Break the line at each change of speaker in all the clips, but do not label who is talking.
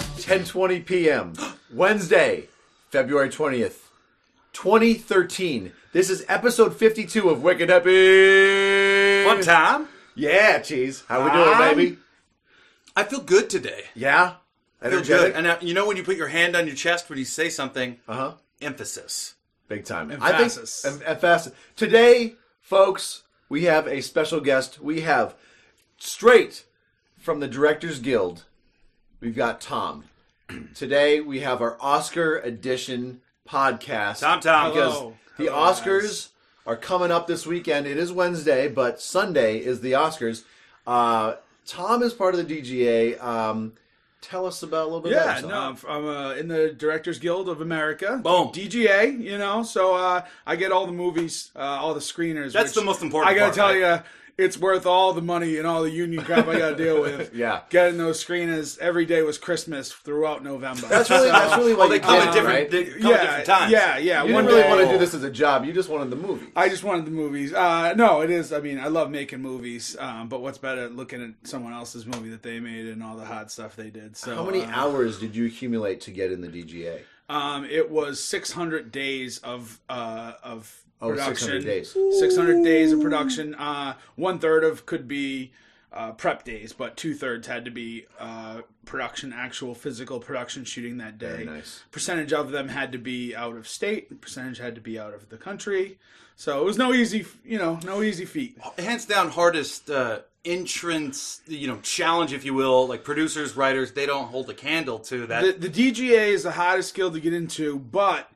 10:20 p.m. Wednesday, February 20th, 2013. This is episode 52 of Wicked Happy.
What time?
Yeah, cheese. How we doing,
Um,
baby?
I feel good today.
Yeah.
I feel
Energetic.
good. And uh, you know when you put your hand on your chest when you say something,
uh-huh.
emphasis.
Big time.
Emphasis.
I think em- emphasis. Today, folks, we have a special guest. We have straight from the Directors Guild. We've got Tom. Today we have our Oscar edition podcast.
Tom, Tom.
because
Hello.
the
Hello,
Oscars are coming up this weekend. It is Wednesday, but Sunday is the Oscars. Uh, Tom is part of the DGA. Um, tell us about a little bit. about
Yeah,
yourself.
no, I'm, I'm uh, in the Directors Guild of America.
Boom.
DGA, you know, so uh, I get all the movies, uh, all the screeners.
That's
which
the most important
I gotta
part,
tell
right?
you, it's worth all the money and all the union crap I gotta deal with.
Yeah.
getting those screeners every day was Christmas throughout November.
that's really that's really
Well,
what
Oh, they
you
come
did,
at different,
right?
they come at
yeah,
different times.
yeah, yeah.
You
one
didn't really
day-
want to do this as a job. You just wanted the movie.
I just wanted the movies. Uh, no, it is. I mean, I love making movies, um, but what's better looking at someone else's movie that they made and all the hot stuff they did? So
How many
uh,
hours did you accumulate to get in the DGA?
Um, it was 600 days of uh, of
Oh,
production.
600 days.
600 days of production. Uh, one third of could be uh, prep days, but two thirds had to be uh, production, actual physical production shooting that day.
Very nice.
Percentage of them had to be out of state. Percentage had to be out of the country. So it was no easy, you know, no easy feat.
Hands down, hardest uh, entrance, you know, challenge, if you will. Like producers, writers, they don't hold a candle to that.
the, the DGA is the hottest guild to get into, but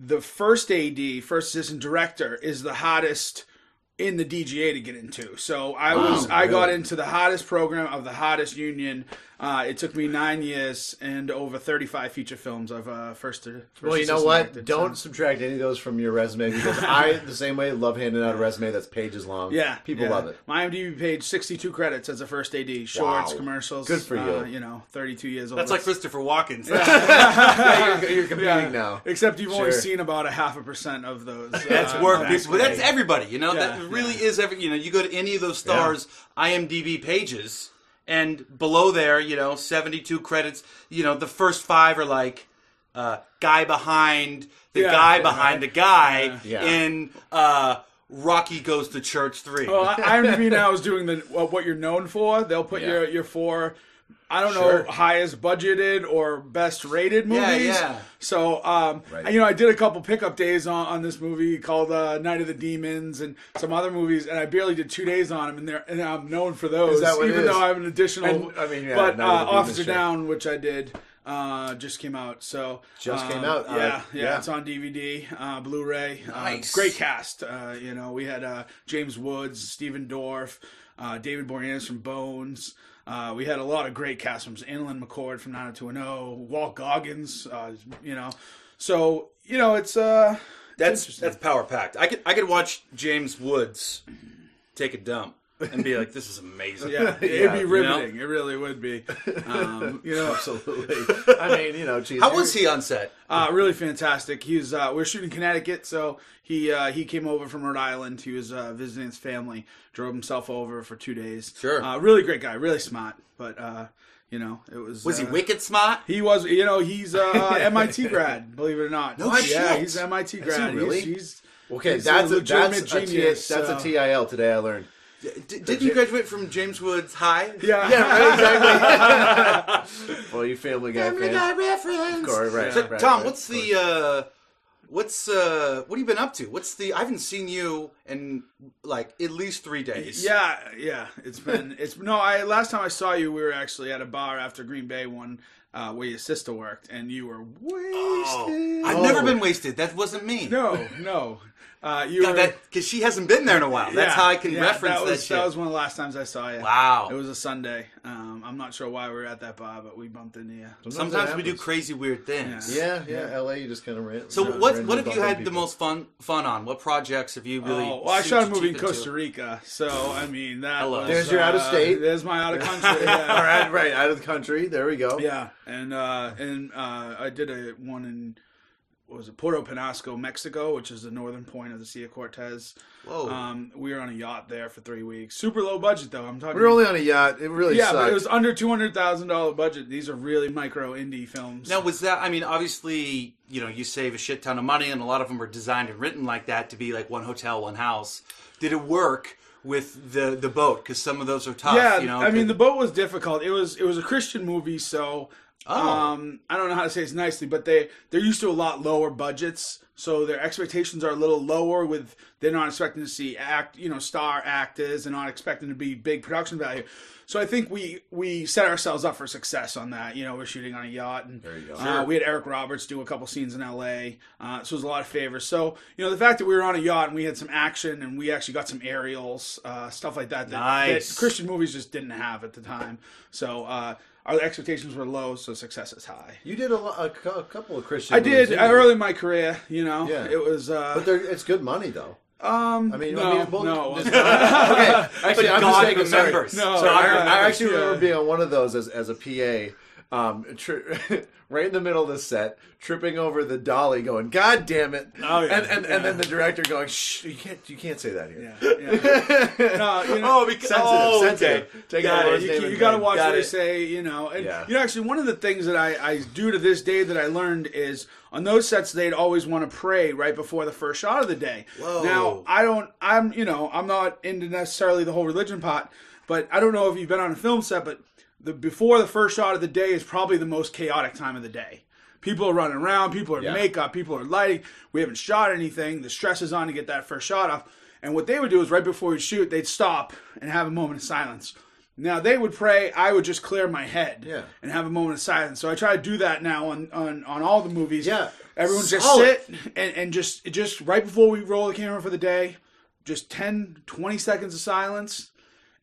the first AD, first assistant director, is the hottest in the DGA to get into. So I was I got into the hottest program of the hottest union. Uh, it took me nine years and over thirty five feature films of uh, first. first
Well, you know
assistant
what?
director.
Don't subtract any of those from your resume because I, the same way, love handing out a resume that's pages long.
Yeah,
people
yeah.
love it.
My IMDb page, sixty-two credits as a first AD, shorts,
Wow.
commercials.
Good for
uh,
you.
You know, thirty-two years old.
That's like Christopher Walken.
you're, you're competing
Yeah.
now.
Except you've only
Sure.
seen about a half a percent of those.
That's
uh,
work.
back
people. But that's
today.
everybody. You know,
Yeah,
that really is every. You know, you go to any of those stars' IMDb pages, and below there, you know, seventy-two credits. You know, the first five are like uh, guy behind the
Yeah,
guy
yeah.
behind the guy
Yeah.
in uh, Rocky Goes to Church Three.
Well, I- IMDb now is doing the uh, what what you're known for. They'll put
Yeah.
your your four, I don't
Sure.
know, highest budgeted or best rated movies.
Yeah, yeah.
So, um,
Right.
and, you know, I did a couple pickup days on, on this movie called uh, Night of the Demons and some other movies, and I barely did two days on them, and they're and I'm known for those,
that what it
even
is?
though I'm an additional.
And, I mean, yeah, Night of the
but uh,
Demons,
Officer
sure.
Down, which I did. Uh, just came out, so
Just
um,
came out, uh,
yeah, yeah,
yeah.
it's on DVD, uh, Blu-ray. Uh,
Nice.
great cast. Uh, you know, we had uh, James Woods, Stephen Dorff, uh, David Boreanaz from Bones. Uh, we had a lot of great cast from Anlin McCord from 90210, Oh, Walt Goggins. Uh, you know, so you know it's uh,
that's that's power packed. I could I could watch James Woods take a dump and be like, this is amazing.
yeah,
Yeah,
it'd be
you
riveting. It really would be. Um, you know,
Absolutely. I mean, you know, geez,
How
you-
was he on set?
Uh, really fantastic. He was. Uh, we're shooting Connecticut, so he uh, he came over from Rhode Island. He was uh, visiting his family. Drove himself over for two days.
Sure.
Uh, really great guy. Really smart. But uh, you know, it was.
Was he
uh,
wicked smart?
He was. You know, he's uh, MIT grad. Believe it or not.
No
yeah,
shit.
he's MIT grad.
really?
He's, he's
Okay,
he's
that's
a
a,
legitimate
that's a
genius.
T- that's a
so-
TIL today. I learned.
D- didn't you graduate from James Woods High?
uh, Yeah.
right, exactly. well, you Family Guy
Family
fans.
Guy reference.
Corey, right,
So,
right,
Tom,
right,
what's
of
the uh, what's uh, what have you been up to? What's the I haven't seen you in like at least three days.
Yeah, yeah. It's been it's no. I last time I saw you, we were actually at a bar after Green Bay one uh, where your sister worked, and you were wasted.
Oh, I've
Oh.
never been wasted. That wasn't me.
No, no. Uh, you were,
God, that because she hasn't been there in a while. That's
yeah,
how I can
yeah,
reference
that. Was,
shit.
That was one of the last times I saw you.
wow.
It was a Sunday. Um, I'm not sure why we were at that bar, but we bumped into you.
Sometimes we do
happens.
crazy weird things.
Yeah, yeah, LA, you just kind of ran.
So
ran-
what
ran
what
into
have you
bumping
had the
people.
most fun fun on? What projects have you really?
Oh, well, I shot a movie in Costa
Rica.
Rica, so I mean that.
Hello.
was,
There's your
uh,
out of state.
There's my out of country. yeah.
All right, right, out of the country. There we go.
Yeah, and uh, and uh, I did a one in what was it Puerto Penasco, Mexico, which is the northern point of the Sea of Cortez.
Whoa.
Um, we were on a yacht there for three weeks. Super low budget though. I'm talking.
We were only on a yacht. It really
yeah,
sucked.
but it was under two hundred thousand dollar budget. These are really micro indie films.
Now, was that? I mean, obviously, you know, you save a shit ton of money, and a lot of them are designed and written like that to be like one hotel, one house. Did it work with the the boat? Because some of those are tough.
yeah,
you know,
I mean the
could-
boat was difficult. It was it was a Christian movie, so
Oh.
um, I don't know how to say this nicely, but they they're used to a lot lower budgets, so their expectations are a little lower. With they're not expecting to see act you know star actors and not expecting to be big production value. So I think we we set ourselves up for success on that. You know, we're shooting on a yacht, and uh, we had Eric Roberts do a couple scenes in L.A. Uh, so it was a lot of favors. So you know, the fact that we were on a yacht and we had some action and we actually got some aerials, uh, stuff like that. that-
Nice.
that Christian movies just didn't have at the time. So uh, our expectations were low, so success is high.
you did a, lo- a, cou- a couple of Christian.
I
movies,
did uh,
didn't you?
early in my career, you know.
Yeah.
It was uh
but they're- it's good money though. Um, I mean,
no,
I mean, both-
no.
okay. Actually, I'm just
God
saying. Sorry.
remembers.
No,
So I,
yeah,
I actually
yeah.
remember being on one of those as, as a PA, um, tri- right in the middle of the set, tripping over the dolly, going, "God damn it!"
Oh, yeah.
and and, and then the director going, "Shh, you can't you can't say that here."
yeah, yeah. No, you know,
oh, because
Sensitive,
oh,
sensitive.
okay.
Take
Got
out
it.
Lord's
you,
name
you
and
gotta
name.
watch
Got
what you
it.
say, you know. And
Yeah.
you know, actually, one of the things that I, I do to this day that I learned is on those sets they'd always want to pray right before the first shot of the day.
Whoa.
Now I don't, I'm you know, I'm not into necessarily the whole religion pot, but I don't know if you've been on a film set, but the before the first shot of the day is probably the most chaotic time of the day. People are running around, people are in makeup, people are lighting. We haven't shot anything. The stress is on to get that first shot off. And what they would do is right before we shoot, they'd stop and have a moment of silence. Now they would pray. I would just clear my head
Yeah.
and have a moment of silence. So I try to do that now on on, on all the movies.
Yeah.
everyone just
Solid.
sit and, and just just right before we roll the camera for the day, just 10, 20 seconds of silence.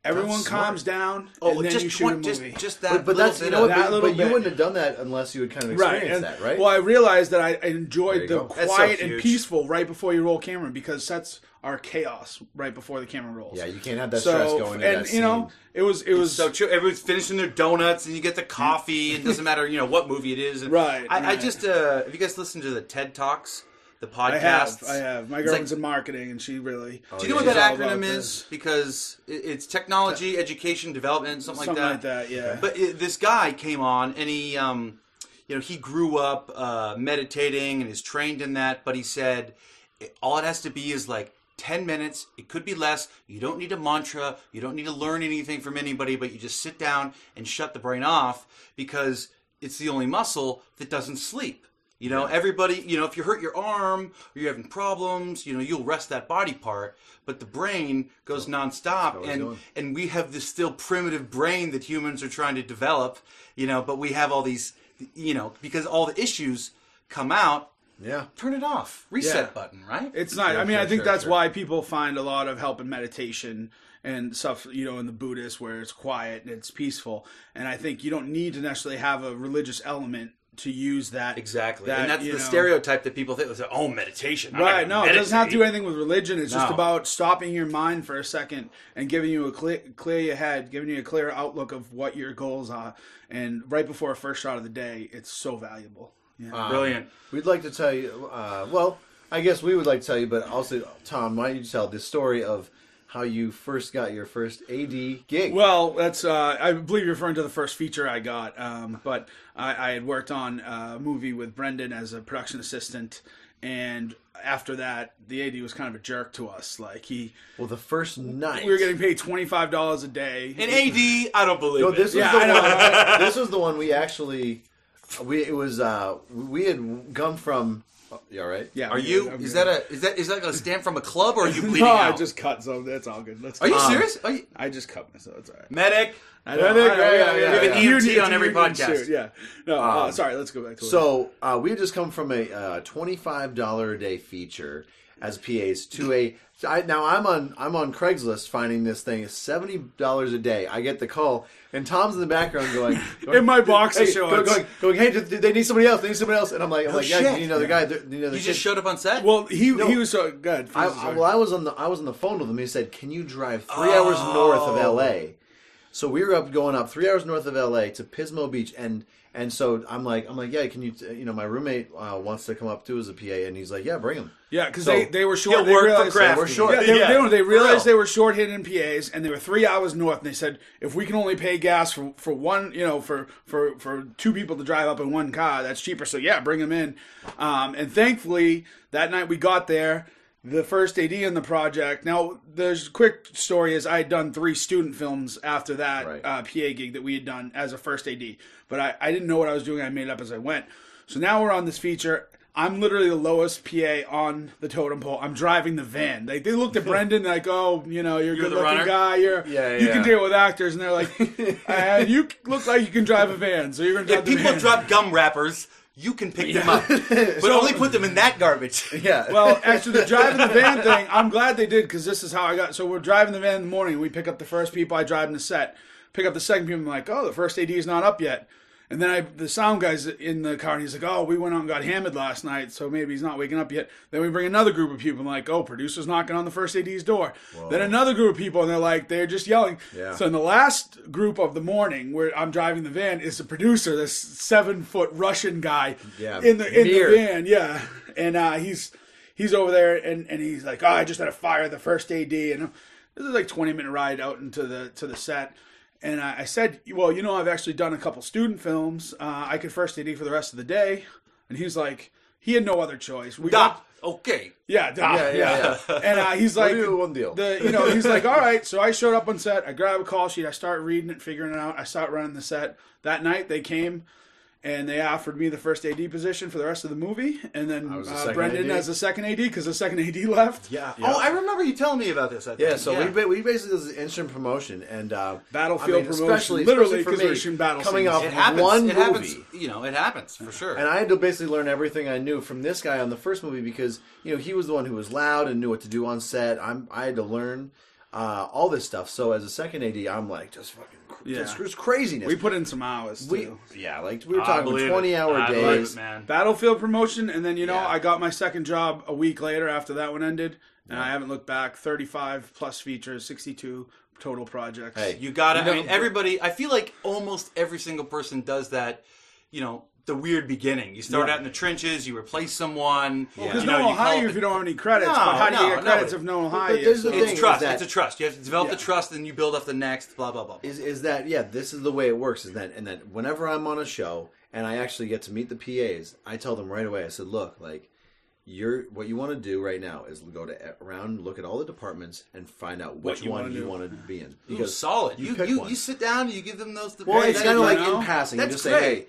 Everyone
That's smart.
calms down.
Oh,
and then
just,
you shoot
one-
a
just,
movie.
just that.
But, but
little
that's you
bit
know
of-
what,
that
but,
little
but you
bit.
wouldn't have done that unless you had kind of
Right.
experienced
and-
that, right?
Well, I realized that I I
you
enjoyed the
go.
That's so
quiet and
huge.
peaceful right before you roll camera because sets are chaos right before the camera rolls.
yeah, you can't have that stress
so
going.
and
into that
you know
scene.
it was it was
So true. Everyone's finishing their donuts, and you get the coffee, and it doesn't matter, you know, what movie it is. And
Right,
I, I
right.
just uh, have you guys listened to the TED Talks, the
I have
podcasts?
I have my
It's like-
girlfriend's in marketing and she really
Do you know
Oh, yeah.
what that
She's all about
acronym
this.
is? Because it- it's technology, education, development, something,
something
like
like
that.
that yeah
But it, this guy came on, and he, um, you know, he grew up uh, meditating and is trained in that. But he said, it, all it has to be is like ten minutes. It could be less. You don't need a mantra. You don't need to learn anything from anybody. But you just sit down and shut the brain off because it's the only muscle that doesn't sleep. You know, everybody, you know, if you hurt your arm or you're having problems, you know, you'll rest that body part, but the brain goes nonstop and
doing.
and we have this still primitive brain that humans are trying to develop, you know, but we have all these you know, because all the issues come out,
yeah.
turn it off. Reset
Yeah.
button, right?
It's not. I mean, I
sure,
think
sure,
that's
sure.
why people find a lot of help in meditation and stuff. You know, in the Buddhist, where it's quiet and it's peaceful. And I think you don't need to necessarily have a religious element to use that.
exactly.
that,
and that's the
you know-
stereotype that people think it's like, oh meditation. I'm not
Right.
gonna
No, it doesn't have to do
meditate."
anything with religion. It's just
No.
about stopping your mind for a second and giving you a clear, clear your head, giving you a clear outlook of what your goals are. And right before a first shot of the day, it's so valuable.
Uh,
Yeah.
Brilliant.
We'd like to tell you, uh, well, I guess we would like to tell you, but also, Tom, why don't you tell the story of how you first got your first AD gig?
Well, that's uh, I believe you're referring to the first feature I got, um, but I, I had worked on a movie with Brendan as a production assistant, and after that, the AD was kind of a jerk to us. Like he,
Well, the first night.
we were getting paid twenty five dollars a day.
And AD, I don't believe
No,
it.
this was
Yeah,
the
I know,
one.
right?
This was the one we actually. We it was uh we had come from. Oh, you all right?
yeah,
Are you? Is that a? Is that? Is that going to stand from a club, or are you bleeding
No, I
out?
just Um, cut. So that's all good. Let's.
are you
go.
serious? Are you,
I just cut myself. It's all right.
medic.
I
know, I know, yeah, yeah,
yeah.
You
EMT
need
on
to-
every
you need to
podcast.
shoot, Yeah. No.
Um,
uh, sorry. Let's go back to it.
So uh, we had just come from a uh, twenty-five dollar a day feature as PAs to a. so I, now I'm on I'm on Craigslist finding this thing It's seventy dollars a day. I get the call and Tom's in the background going, going
In my boxer
hey,
shorts.
going, going, going, hey, do, do they need somebody else? They need somebody else. And I'm like, I'm like, yeah,
shit.
you need another guy. You, need another
You just
kid."
showed up on set.
Well, he he was uh, so good.
I, I, well, I was on the I was on the phone with him. He said, "Can you drive three hours north of L.A.?" So we were up going up three hours north of LA to Pismo Beach, and and so I'm like I'm like yeah, can you t-? you know my roommate uh, wants to come up too as a PA, and he's like yeah, bring him.
Yeah, because
So-
they, they were short.
Yeah,
they
work for
realized-
crafty.
They
We're short.
Yeah, they,
Yeah,
they, they
for real.
realized they were short hitting PAs, and they were three hours north. And they said, if we can only pay gas for, for one, you know, for, for for two people to drive up in one car, that's cheaper. So yeah, bring them in. Um, and thankfully, that night we got there. The first AD in the project. Now, the quick story is I had done three student films after that
Right.
uh, PA gig that we had done as a first AD, but I, I didn't know what I was doing. I made it up as I went. So now we're on this feature. I'm literally the lowest PA on the totem pole. I'm driving the van. They, they looked at Brendan like, oh, you know, you're a
You're
good
the
looking
runner?
guy. You're,
Yeah,
you
yeah.
can deal with actors. And they're like, and you look like you can drive a van, so you're going to drive
If
the
people
van.
drop gum wrappers, you can pick them up, but only put them in that garbage.
Yeah.
well, actually, the driving the van thing, I'm glad they did because this is how I got. So we're driving the van in the morning. We pick up the first people. I drive in the set. Pick up the second people. I'm like, oh, the first AD is not up yet. And then I, the sound guy's in the car, and he's like, "Oh, we went out and got hammered last night, so maybe he's not waking up yet." Then we bring another group of people, and like, "Oh, producer's knocking on the first AD's door." Then another group of people, and they're like, they're just yelling.
Yeah.
So in the last group of the morning, where I'm driving the van, is the producer, this seven foot Russian guy,
Yeah,
in the in
Mir.
the van, yeah. And uh, he's he's over there, and, and he's like, oh, I just had a fire the first AD, and this is like twenty minute ride out into the to the set. And I, I said, well, you know, I've actually done a couple student films. Uh, I could first AD for the rest of the day. And he's like, he had no other choice. We got
Stop. Okay.
yeah, duh,
Yeah,
yeah,
Ah, yeah,
And uh, he's like,
do you want deal?
The, you know, he's like, all right. So I showed up on set. I grab a call sheet. I start reading it, figuring it out. I start running the set. That night they came, and they offered me the first AD position for the rest of the movie, and then
was the
uh,
second
Brendan
AD.
as the second AD because the second AD left.
Oh, I remember you telling me about this. I think.
Yeah, so we ba- we basically this is instant promotion and uh,
Battlefield promotion,
especially-
literally,
especially for
'cause
me,
we're shooting battle
coming
scenes.
off
it happens.
one
it
movie,
happens. You know, it happens for sure.
and I had to basically learn everything I knew from this guy on the first movie because you know he was the one who was loud and knew what to do on set. I'm I had to learn uh, all this stuff. So as a second AD, I'm like just fucking cr-
Yeah.
just, just craziness.
We put in some hours.
We-
too.
yeah, like we were
I
talking
believe
twenty
it.
hour
I believe
days.
it, man.
Battlefield promotion, and then you know
Yeah.
I got my second job a week later after that one ended, and I haven't looked back. Thirty-five plus features, sixty-two total projects.
Hey.
You gotta.
You know-
I mean, everybody. I feel like almost every single person does that. You know, the weird beginning. You start out in the trenches. You replace someone.
Because
you know,
no one will
you call
hire you
it
if you don't have any credits.
No,
but how do you
no,
get credits
no.
if no one will
But
hire you?
there's
So.
the
the-
thing
It's trust.
is that-
It's a trust. You have to develop
Yeah.
the trust, and you build up the next. Blah blah blah. blah.
is is that yeah this is the way it works is that and that whenever i'm on a show and i actually get to meet the pas i tell them right away i said look like you're what you want to do right now is go to e- around look at all the departments and find out which
you
one
wanna
you
do.
want to be in
Ooh, solid. You
pick
you,
one.
you sit down. and You give them those.
well
hey,
it's
that-
kind of
you
like
know,
in passing you
That's
just say
great.
hey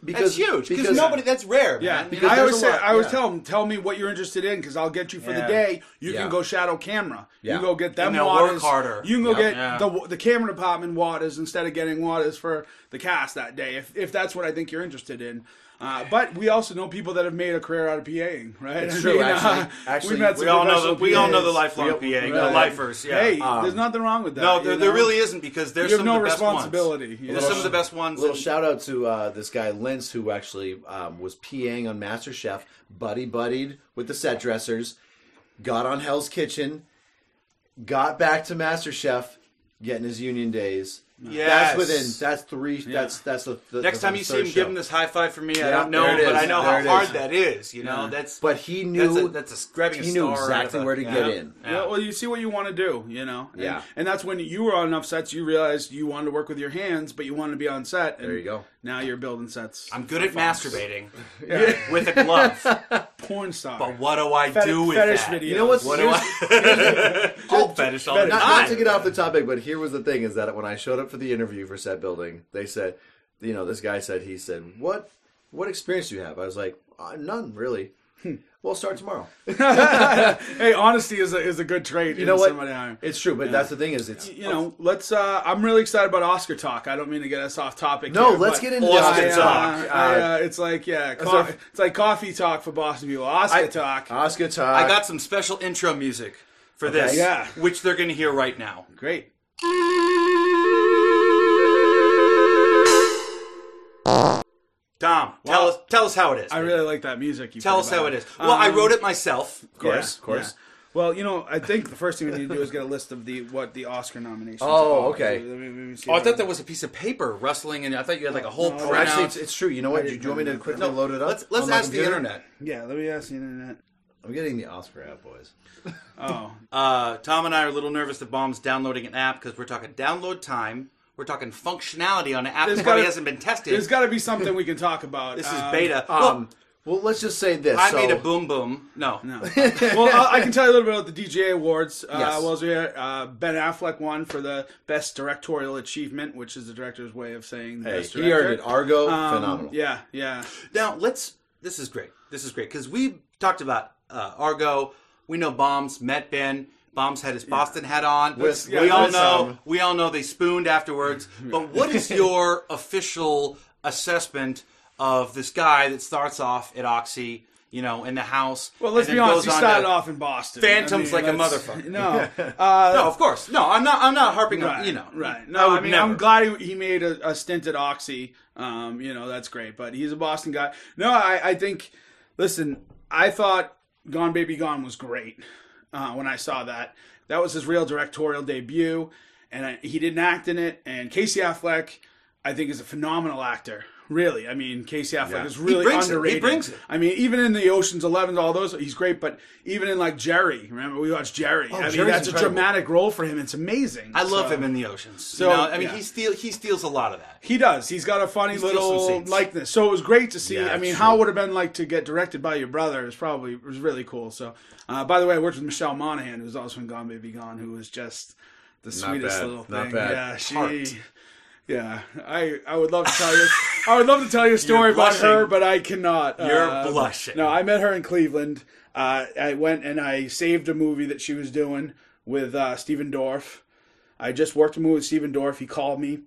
That's
because
huge because nobody. That's rare.
Yeah,
man.
because
I
there's
always
a
say,
lot-
I always
yeah.
tell them, tell me what you're interested in because I'll get you for
Yeah.
the day. You
Yeah.
can go shadow camera.
Yeah.
You can go get them
And they'll work
waters.
harder.
You can go
Yep.
get
Yeah.
the the camera department waters instead of getting waters for the cast that day. If if that's what I think you're interested in. Uh, but we also know people that have made a career out of PAing, right?
It's
I
true,
mean, uh,
actually- actually,
we met some
We all know the
professional
we all know the
PAs.
lifelong PA,
We- we-
the
right.
lifers. Yeah. um,
Hey, there's nothing wrong with that.
no,
Uh, you
there, there
know?
really isn't because there's
You have
some
no
of the best
responsibility.
Ones.
you
There's
know?
some of the best ones.
Little
and-
shout out to uh, this guy Lentz, who actually um, was PAing on MasterChef, buddy buddied with the set dressers, got on Hell's Kitchen, got back to MasterChef, getting his union days.
Yes.
That's within. That's three. That's that's the, the
Next
the
time you see
third
him, give
show.
him this high five for me.
Yeah,
I don't know,
there it
but
is.
I know
There
how
it is.
hard that is. You know, that's
But he
that's
knew
a, that's a grabbing a
he knew
star out of
exactly
the-
where to
yeah.
get in.
Yeah.
Yeah. Well, you see what you want to do, you know. And,
Yeah.
And that's when you were on enough sets, you realized you wanted to work with your hands, but you wanted to be on set. And
There you go.
Now you're building sets.
I'm good at masturbating
Yeah.
with a glove,
porn star.
but what do I
Fet-
do with
fetish
that?
video.
You know what's
What do
here's-
I? I'll fetish all the
not, not
time.
to get off the topic, but here was the thing: is that when I showed up for the interview for set building, they said, you know, this guy said, he said, "What, what experience do you have?" I was like, uh, "None, really." well, start tomorrow.
hey, honesty is a, is a good trait.
You know what?
Somebody hiring.
It's true, but that's the thing is, it's
You know, let's. uh I'm really excited about Oscar talk. I don't mean to get us off topic.
No,
here,
let's
but
get into
Austin
the
I, uh,
talk.
I, uh, it's like yeah, co-
our- uh,
it's like coffee talk for Boston people. Oscar talk.
Oscar talk.
I got some special intro music for this,
yeah.
which they're going to hear right now.
Great.
Tom, tell us tell us how it is.
I really like that music. You
tell
put
us how
about
Um,
Um,
it is. Well, I wrote it myself, of
course, of course.
Yeah. Well, you know, I think the first thing we need to do is get a list of the what the Oscar nominations.
Oh,
are.
okay.
Let me- let me see
Oh, I
that.
thought there was a piece of paper rustling, and I thought you had like a whole
No.
Or actually, it's,
printout.
it's true. You know what? Do you, want me to quickly load it up?
Let's let's
on my
ask the
computer?
internet.
Yeah, let me ask the internet.
I'm getting the Oscar app, boys.
Oh,
Uh, Tom and I are a little nervous that Bomb's downloading an app because we're talking download time. We're talking functionality on an app
There's
that probably
gotta-
hasn't been tested.
there's got to be something we can talk about. Uh,
this is beta. Look,
Um, well, let's just say this.
Uh, I
so,
made a boom boom. No.
No. well, I, I can tell you a little bit about the DGA Awards. Uh,
Yes.
While we're here, uh, Ben Affleck won for the best directorial achievement, which is the director's way of saying the
Hey,
best
he
director.
earned it. Argo,
Um,
phenomenal.
Yeah, yeah.
Now let's. This is great. This is great because we talked about uh, Argo. We know Bombs met Ben. Bombs had his Boston hat on.
With-
we
yeah,
all
with,
know.
um,
we all know they spooned afterwards. But what is your official assessment of this guy that starts off at Oxy? You know, in the house.
Well, let's
and
be
then
honest. He
goes on
started
to-
off in Boston.
Phantoms like a
let's-
motherfucker.
No,
No, of course. No, I'm not. I'm not harping on.
uh, right,
You know,
right. No, I,
would
mean,
never.
I'm glad he, he made a, a stint at Oxy. Um, you know, that's great. But he's a Boston guy. No, I, I think. Listen, I thought Gone Baby Gone was great uh, when I saw that. That was his real directorial debut, and I, he didn't act in it. And Casey Affleck, I think, is a phenomenal actor. Really, I mean, Casey Affleck
Yeah.
is really
brings it. He
underrated.
brings it.
I mean, even in the Ocean's Eleven, all those, he's great. But even in like Jerry, remember we watched Jerry. I mean,
Jerry's
that's a
incredible.
dramatic role for him. It's amazing.
Oh, I love
So-
him in the oceans. So you know? I mean,
yeah.
he steal. He steals a lot of that.
He does. He's got a funny
steals some
little
scenes.
likeness. So it was great to see.
Yeah,
I mean,
true.
how it would have been like to get directed by your brother is probably it was really cool. So, uh, by the way, I worked with Michelle Monaghan, who's also in Gone Baby Gone, who was just the sweetest
bad.
little
Not
thing.
bad.
Yeah, she.
Heart.
Yeah, I, I would love to tell you. I would love to tell you a story
You're
about her,
blushing.
but I cannot.
You're
Um,
blushing.
No, I met her in Cleveland. Uh, I went and I saved a movie that she was doing with uh, Steven Dorff. I just worked a movie with Steven Dorff. He called me,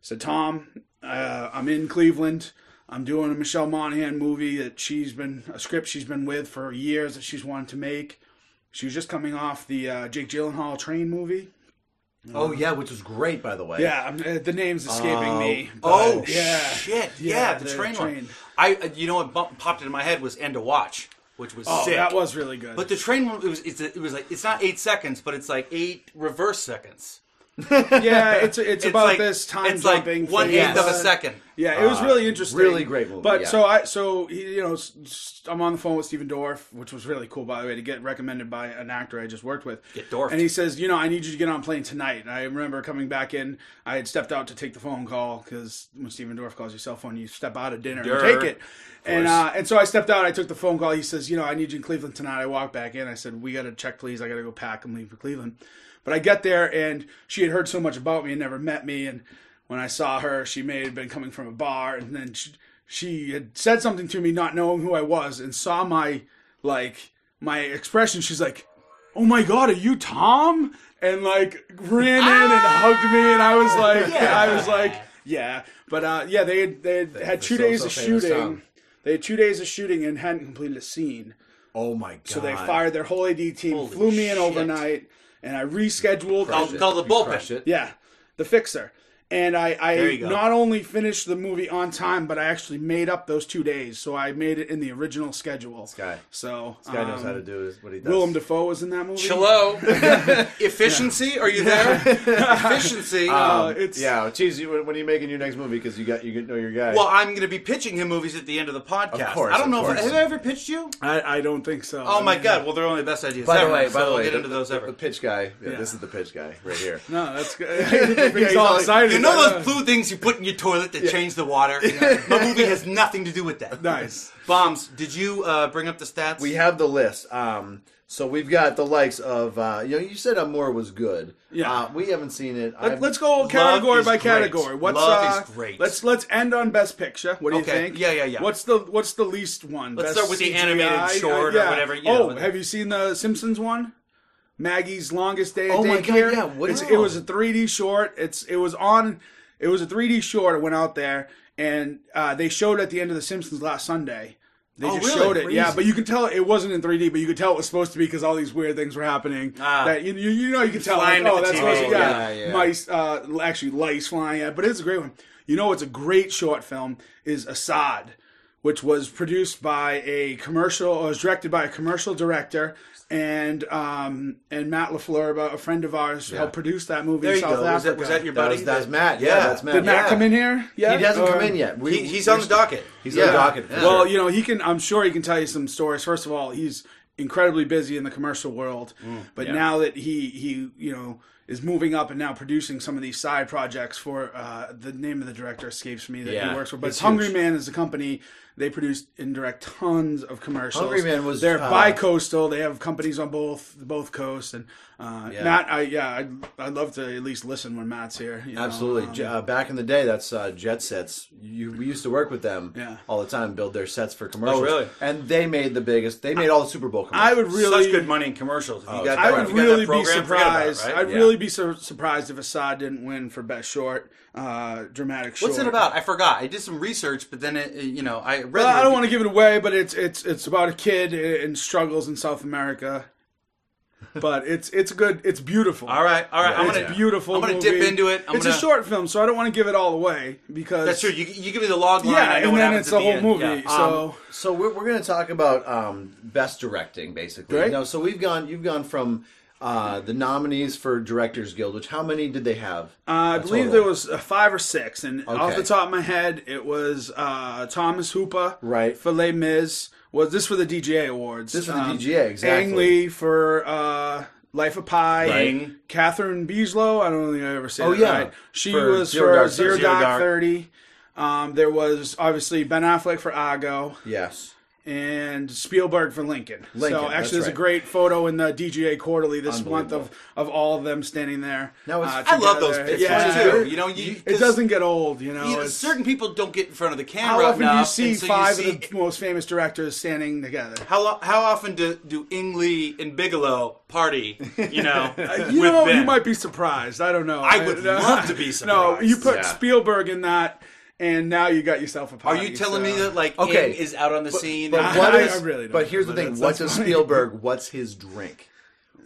said, "Tom, uh, I'm in Cleveland. I'm doing a Michelle Monaghan movie that she's been a script she's been with for years that she's wanted to make. She was just coming off the uh, Jake Gyllenhaal train movie.
Oh yeah, which was great, by the way.
Yeah, I'm, uh, the name's escaping me. but-
Oh
yeah.
shit! Yeah,
Yeah,
the,
the
train, one.
train.
I, uh, you know what bump, popped into my head was "End of Watch," which was
Oh,
sick.
that was really good.
but the train one, it was, it's, it was like it's not eight seconds, but it's like eight reverse seconds.
yeah, it's it's, about
like-
this time
it's like
jumping.
one
thing,
eighth of a
but-
second.
Yeah, it was really interesting.
Uh, really great movie,
But
yeah.
so I so he, you know s- s- I'm on the phone with Steven Dorff, which was really cool by the way to get recommended by an actor I just worked with.
Get Dorffed.
And he says, you know, I need you to get on plane tonight. And I remember coming back in. I had stepped out to take the phone call because when Steven Dorff calls your cell phone, you step out of dinner
Durr.
and take it. And uh, and so I stepped out. I took the phone call. He says, you know, I need you in Cleveland tonight. I walked back in. I said, we got to check, please. I got to go pack. I'm leaving for Cleveland. But I get there, and she had heard so much about me and never met me. And when I saw her, she may have been coming from a bar, and then she, she had said something to me, not knowing who I was, and saw my like my expression. She's like, "Oh my god, are you Tom?" And like ran in and hugged me, and I was like, I was like, yeah. But uh, yeah, they had they had, had two
so,
days
so
of
famous
shooting.
Tom.
They had two days of shooting and hadn't completed a scene.
Oh my god.
So they fired their whole AD team,
Holy
flew me in
shit.
overnight, and I rescheduled.
Call, call the bullpen.
Crush it.
Yeah, the fixer. And I,
There
I
you go.
not only finished the movie on time, but I actually made up those two days. So I made it in the original schedule.
guy-
So
This guy knows
um,
how to do his- what he does.
Willem Dafoe was in that movie.
Hello, efficiency? Are you there? efficiency.
Uh, it's
yeah, it's easy when when are you making your next movie because you got you know your guy.
well, I'm going to be pitching him movies at the end of the podcast.
Of course,
I don't
of
know. If,
course.
have I ever pitched you?
I, I don't think so.
Oh my god! Well, they're only the best ideas.
by
ever,
the way, by
so
the
we'll
way,
get
the-
into those
the-
ever.
The pitch guy. Yeah,
Yeah.
This is the pitch guy right here.
No, that's good. He's all
like-
excited.
You know those blue things you put in your toilet that change the water? My movie has nothing to do with that.
Nice.
Bombs, did you uh, bring up the stats?
We have the list. Um, so we've got the likes of uh, you know you said Amor was good.
Yeah.
uh, we haven't seen it.
Let, us go category
is
by
great.
category. What's
Love
uh,
is great.
Let's let's end on best picture. What do
Okay.
you think?
Yeah, yeah, yeah.
What's the what's the least one?
Let's
Best
start with the
CGI?
animated short or whatever, you
oh,
know.
have you seen the Simpsons one? Maggie's longest day at
Oh my God,
daycare.
yeah, what
It's-
is
it was a
wrong?
3D short. It's it was on. It was a 3D short. It went out there, and uh, they showed it at the end of the Simpsons last Sunday. They
Oh,
just
really?
showed it, yeah.
Crazy.
But you could tell it wasn't in 3D, but you could tell it was supposed to be because all these weird things were happening.
Ah.
that you, you, you know you could tell. Like,
Flying at
oh,
the
that's
TV.
supposed to,
Oh,
yeah
yeah, yeah.
mice, uh, actually lice flying at. But it's a great one. You know, it's a great short film. Is Assad, which was produced by a commercial, or was directed by a commercial director, and um, and Matt Lafleur, about a friend of ours, helped produce that movie
There
in
you
South
go.
Africa.
Was that, was that your
That
buddy?
was, that's Matt. Yeah, that's Matt.
Did Matt
Yeah.
come Um, in here? Yeah,
He hasn't come in yet. We,
He, he's on the docket.
He's
yeah.
on the docket. for
Well,
sure.
you know, he can. I'm sure he can tell you some stories. First of all, he's incredibly busy in the commercial world, but now that he he you know is moving up and now producing some of these side projects for uh, the name of the director escapes me that
Yeah,
he works for. But
it's
Hungry
huge.
Man is a company. They produce and direct tons of commercials.
Hungry Man was,
they're
uh,
bi-coastal. They have companies on both both coasts. And uh, Matt, I yeah, I'd, I'd love to at least listen when Matt's here. you know,
Absolutely.
um,
J- uh, back in the day, that's uh, Jet Sets. You, we used to work with them
Yeah.
all the time, build their sets for commercials.
Oh, really?
And they made the biggest. They made all the Super Bowl commercials.
I would really Oh,
Such good money in commercials. If you got
I
that-
would
if you got that
really be
program, forget about it,
surprised.
right?
I'd
Yeah.
really be sur- surprised if Assad didn't win for best short, uh, dramatic short.
What's it about? I forgot. I did some research, but then it, it- you know, I read.
Well,
the
I don't
review-
want to give it away, but it's it's it's about a kid and struggles in South America. But it's it's good. It's beautiful.
All right, all right. I'm
it's
gonna
beautiful.
I'm gonna
movie.
dip into it. I'm
it's
gonna-
a short film, so I don't want to give it all away because
That's true. You, you give me the log line.
Yeah,
I know
and
what
then
happens
it's
at
the whole
end.
movie.
Yeah. Um,
So
So we're, we're going to talk about um, best directing, basically.
Great.
No, so we've gone. You've gone from uh, the nominees for Directors Guild, which how many did they have?
Uh, I
A
believe
total?
there was uh, five or six, and off
Okay.
the top of my head, it was uh, Thomas Hooper,
Right.
for Les Mis. Was this for the DGA Awards? Um,
This for the DGA, exactly.
Ang Lee for uh, Life of Pi.
Right.
Catherine Beeslow. I don't think I ever said. Oh
yeah.
right. she
For
was
Zero
for
Dark
Zero,
Thirty.
Dark,
Zero Dark.
Thirty. Um, there was obviously Ben Affleck for Argo
yes.
and Spielberg for Lincoln.
Lincoln,
so actually,
that's
there's a
right.
great photo in the DGA Quarterly this month of of all of them standing there. uh,
Now it's-
I love those
together.
pictures
Yeah.
too. You know, you,
It
'cause,
doesn't get old, you know.
You know,
it's-
certain people don't get in front of the
how
camera.
often do you
enough,
see
and so you
five
see-
of the most famous directors standing together?
How, lo- how often do, do Ingley and Bigelow party? You know,
You
with
know,
Ben?
you might be surprised. I don't know.
I would love to be
No, you
surprised.
put
Yeah.
Spielberg in that, and now you got yourself a.
Are
Party,
you telling
so-
me that like
Okay.
Ing is out on the scene?
But
and-
what
I-
is?
I really don't
but here's the
remember
thing:
that.
what
That's
does
funny.
Spielberg? What's his drink?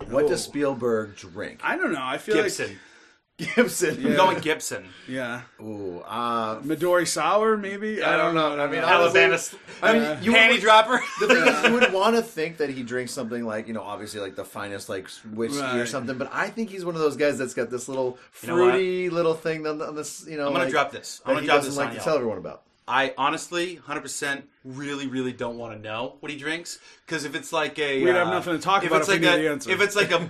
What does
Oh.
Spielberg drink?
I don't know. I feel
Gibson?
Gibson.
I'm going Gibson.
like yeah,
Ooh, uh,
Midori Sour maybe.
I don't know. I mean, I was-
Alabama. I
I mean,
mean,
you
panty
would-
dropper.
The thing is, you would want to think that he drinks something like, you know, obviously like the finest like whiskey or
Right.
something, but I think he's one of those guys that's got this little
know what?
fruity little thing on, the, on this, you know.
I'm gonna
like,
drop this. I'm
that
gonna
he
drop
doesn't
this
like
on
to
y'all.
tell everyone about.
I honestly, 100%, really, really don't want to know what he drinks because if it's like a,
We'd have
uh,
nothing to talk
if
about
it's
if
like
we knew
a,
the answer.
If it's like a,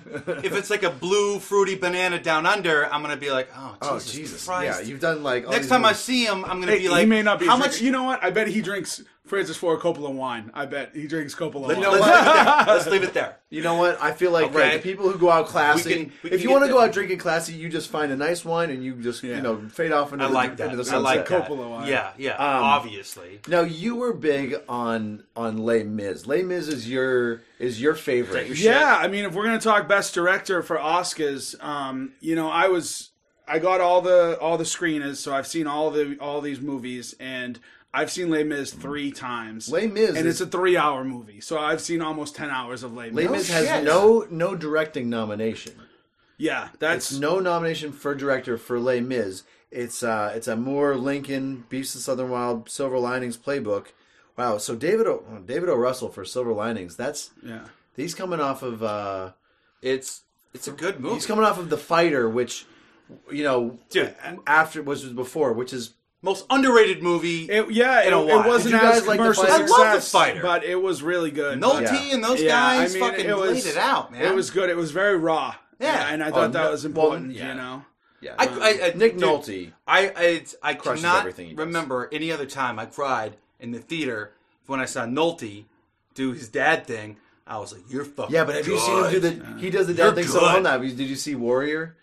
if it's like a blue fruity banana down under, I'm gonna be like, oh
Oh
Jesus,
Jesus!
Christ!
Yeah, you've done like all
Next
these
time I
movies.
see him, I'm gonna
Hey,
be like,
he may not be.
how
a
much?
drinker. You know what? I bet he drinks Francis Ford Coppola wine. I bet he drinks Coppola wine.
Let's leave it there. Let's leave it there.
you know what? I feel like
Okay.
right, the people who go out classy.
We can- we can
if you
get
want to
the-
go out drinking classy, you just find a nice wine and you just you know fade off into
I
the,
like that.
Into the
I
sunset. Um,
like that.
Coppola wine.
Yeah, yeah. obviously,
Now you were big on on Les Mis. Les Mis is your is your favorite.
Take your
Yeah, I mean, if we're gonna talk best director for Oscars, um, you know, I was I got all the all the screeners, so I've seen all the all these movies, and I've seen Les Mis three times.
Mm. Les Mis
and
is-
it's a three hour movie, so I've seen almost ten hours of Les Mis.
Les Mis has
shit.
no no directing nomination.
yeah, that's
no nomination for director for Les Mis. It's uh, it's a Moore Lincoln Beast of Southern Wild Silver Linings playbook. Wow, so David o, David O. Russell for Silver Linings. That's
yeah.
he's coming off of uh,
it's it's a good movie.
he's coming off of the Fighter, which you know
Dude.
after was before, which is
Most underrated movie.
It, yeah, it,
a
it
while.
wasn't
Did you
as
guys like The
commercial
Fighter? I
love The
success,
Fighter.
but it was really good.
Nolte
But-
Yeah.
and those
yeah, I
guys
mean,
fucking
it was,
laid it out, man.
It was good. It was very raw.
Yeah.
and I
Oh,
thought that
no-
was
well,
important.
yeah.
You know,
yeah.
I, I, I,
Nick
dude,
Nolte.
I I, it's- I
Crushes
cannot
everything he does.
remember any other time I cried in the theater when I saw Nolte do his dad thing. I was like, "You're fucking."
Yeah, but have you seen him do
good.
the? He does the
You're
damn thing so well
good.
now. Did you see Warrior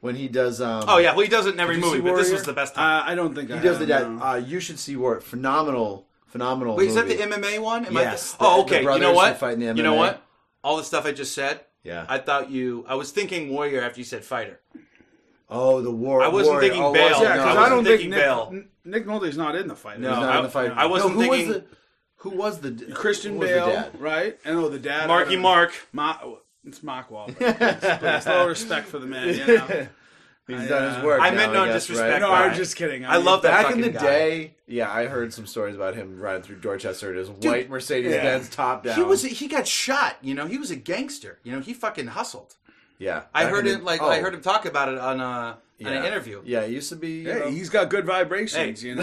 when he does? Um,
Oh yeah, well he does it in every
Did you see
movie, but this
Warrior?
was the best time.
uh, I don't think
he
I
does the
have, no.
dad. Uh, you should see Warrior. Phenomenal, phenomenal.
Wait, is that
movie.
the MMA one? Am I-
Yes, the-
oh,
the
okay. you
brothers
know
who
what?
fight in the
You know
MMA.
what? All the stuff I just said.
Yeah.
I thought you. I was thinking warrior after you said fighter.
Oh, the war.
I wasn't
warrior.
thinking
oh,
Bale.
was it?
Yeah, because
No,
I
I
don't
wasn't
think
thinking
Nick,
Bale.
N- Nick Nolte's not in the fight.
He's
No,
not
I-
in the fight.
I wasn't
no, who
thinking-
Was the, who was the
Christian
who was
Bale,
The dad?
right? And oh, the dad,
Marky
uh,
Mark.
Ma- it's Mark Wahlberg. Please, please, little respect for the man. You know?
He's
I,
done
uh,
his work.
I
now,
meant no
guess,
disrespect,
right?
but
No,
Guy.
I'm just kidding.
I love that
Back in
fucking
the
guy.
day, yeah, I heard some stories about him riding through Dorchester in his white Mercedes Benz top down.
He was he got shot. You know, he was a gangster. You know, he fucking hustled.
yeah.
I
back
heard
in
it
the-
like
oh,
I heard him talk about it on, uh, on an
yeah.
interview.
Yeah, it used to be. you know-
Hey, he's got good vibrations,
Hey.
you know.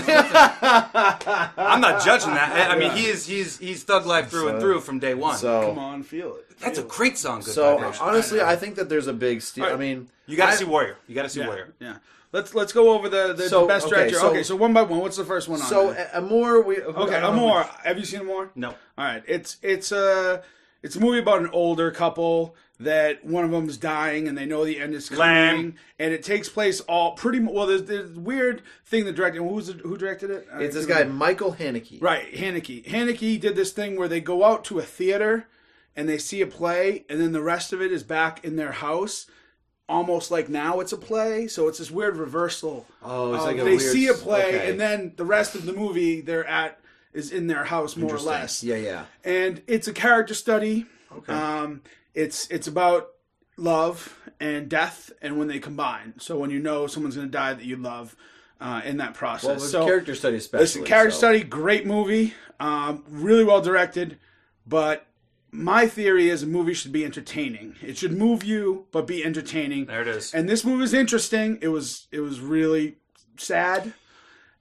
I'm not judging that. I mean, he is he's he's thug life through and through from day one.
so
Come on, feel it.
That's a great song. Good
So
Vibrations.
honestly, I think that there's a big steal. I
Alright.
mean,
you got
I-
to see Warrior. You got to see
Yeah,
Warrior.
yeah. Let's let's go over the, the,
So,
the best
okay,
director.
so-
okay, so one by one. What's the first one on?
So uh,
there?
a, a more we
Okay, a more. Have you seen a more?
No.
All right. It's it's a it's a movie about an older couple that one of them's dying and they know the end is coming,
Lame.
and it takes place all pretty mu- well. There's, there's a weird thing that directed. Who's the, who directed it? I
It's this
can't
guy
remember.
Michael Haneke.
right? Haneke. Haneke did this thing where they go out to a theater and they see a play, and then the rest of it is back in their house. Almost like now it's a play, so it's this weird reversal
Oh, it's
uh,
like a
they
weird-
see a play,
okay.
and then the rest of the movie they're at is in their house more or less.
Yeah, yeah.
And it's a character study.
Okay.
Um, it's it's about love and death, and when they combine. So when you know someone's going to die that you love, uh, in that process.
Well, with
so
character study, especially.
listen, character
so-
study, great movie, um, really well directed, but. My theory is a movie should be entertaining. It should move you, but be entertaining.
There it is.
And this movie was interesting. It was it was really sad,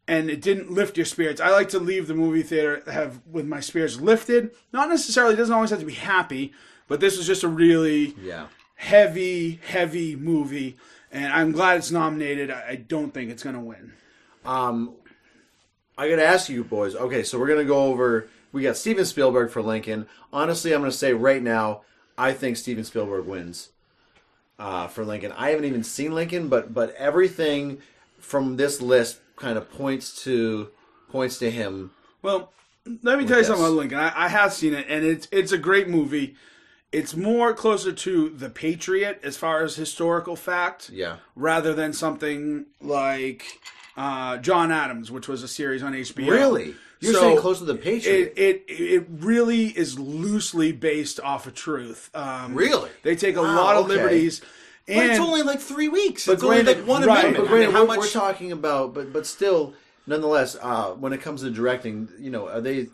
and it didn't lift your spirits. I like to leave the movie theater have with my spirits lifted. Not necessarily it doesn't always have to be happy, but this was just a really
Yeah.
heavy, heavy movie. And I'm glad it's nominated. I I don't think it's going to win.
Um, I gotta ask you boys. Okay, so we're gonna go over. We got Steven Spielberg for Lincoln. Honestly, I'm gonna say right now, I think Steven Spielberg wins uh, for Lincoln. I haven't even seen Lincoln, but but everything from this list kind of points to points to him.
Well, let me tell you
this.
something about Lincoln. I, I have seen it, and it's it's a great movie. It's more closer to The Patriot as far as historical fact.
Yeah.
rather than something like uh, John Adams, which was a series on HBO.
Really? You're
So,
saying close to the Patriot.
It, it it really is loosely based off of truth. Um,
Really?
they take a
Wow,
lot of
okay.
liberties,
But
and
it's only like three weeks. It's only
granted-
like one
right,
amendment.
But
I mean,
granted,
how
we're, we're
much?
talking about, but but still, nonetheless, uh, when it comes to directing, you know, are they?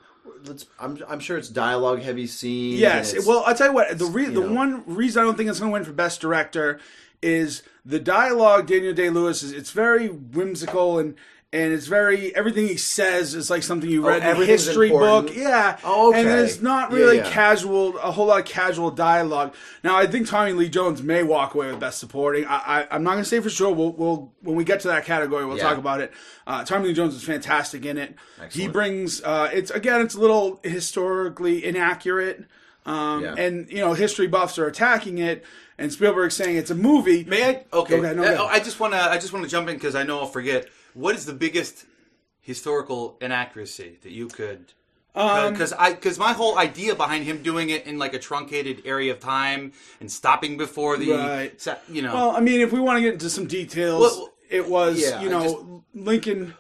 Let's. I'm I'm sure it's dialogue heavy scenes. and
yes.
it's-
Well, I'll tell you what. The re- the
know.
one reason I don't think it's going to win for best director is the dialogue. Daniel Day Lewis is it's very whimsical and. And it's very everything he says is like something you read in a
Oh, everything's
history
important.
book. Yeah.
Oh, okay.
And it's not
Yeah,
really
yeah.
casual, a whole lot of casual dialogue. Now, I think Tommy Lee Jones may walk away with Best Supporting. I, I, I'm not going to say for sure. We'll, we'll when we get to that category, we'll
Yeah.
talk about it. Uh, Tommy Lee Jones is fantastic in it. He
Excellent.
brings uh, it's again, it's a little historically inaccurate. Um,
Yeah.
And you know, history buffs are attacking it, and Spielberg's saying it's a movie.
May I? Okay.
Go ahead, no,
Uh,
go ahead.
oh, I just want to. I just want to jump in because I know I'll forget. What is the biggest historical inaccuracy that you could?
Um,
Because I because my whole idea behind him doing it in like a truncated area of time and stopping before the
Right.
sa- you know
Well, I mean, if we want to get into some details,
Well,
it was
yeah,
you
I
know
just-
Lincoln.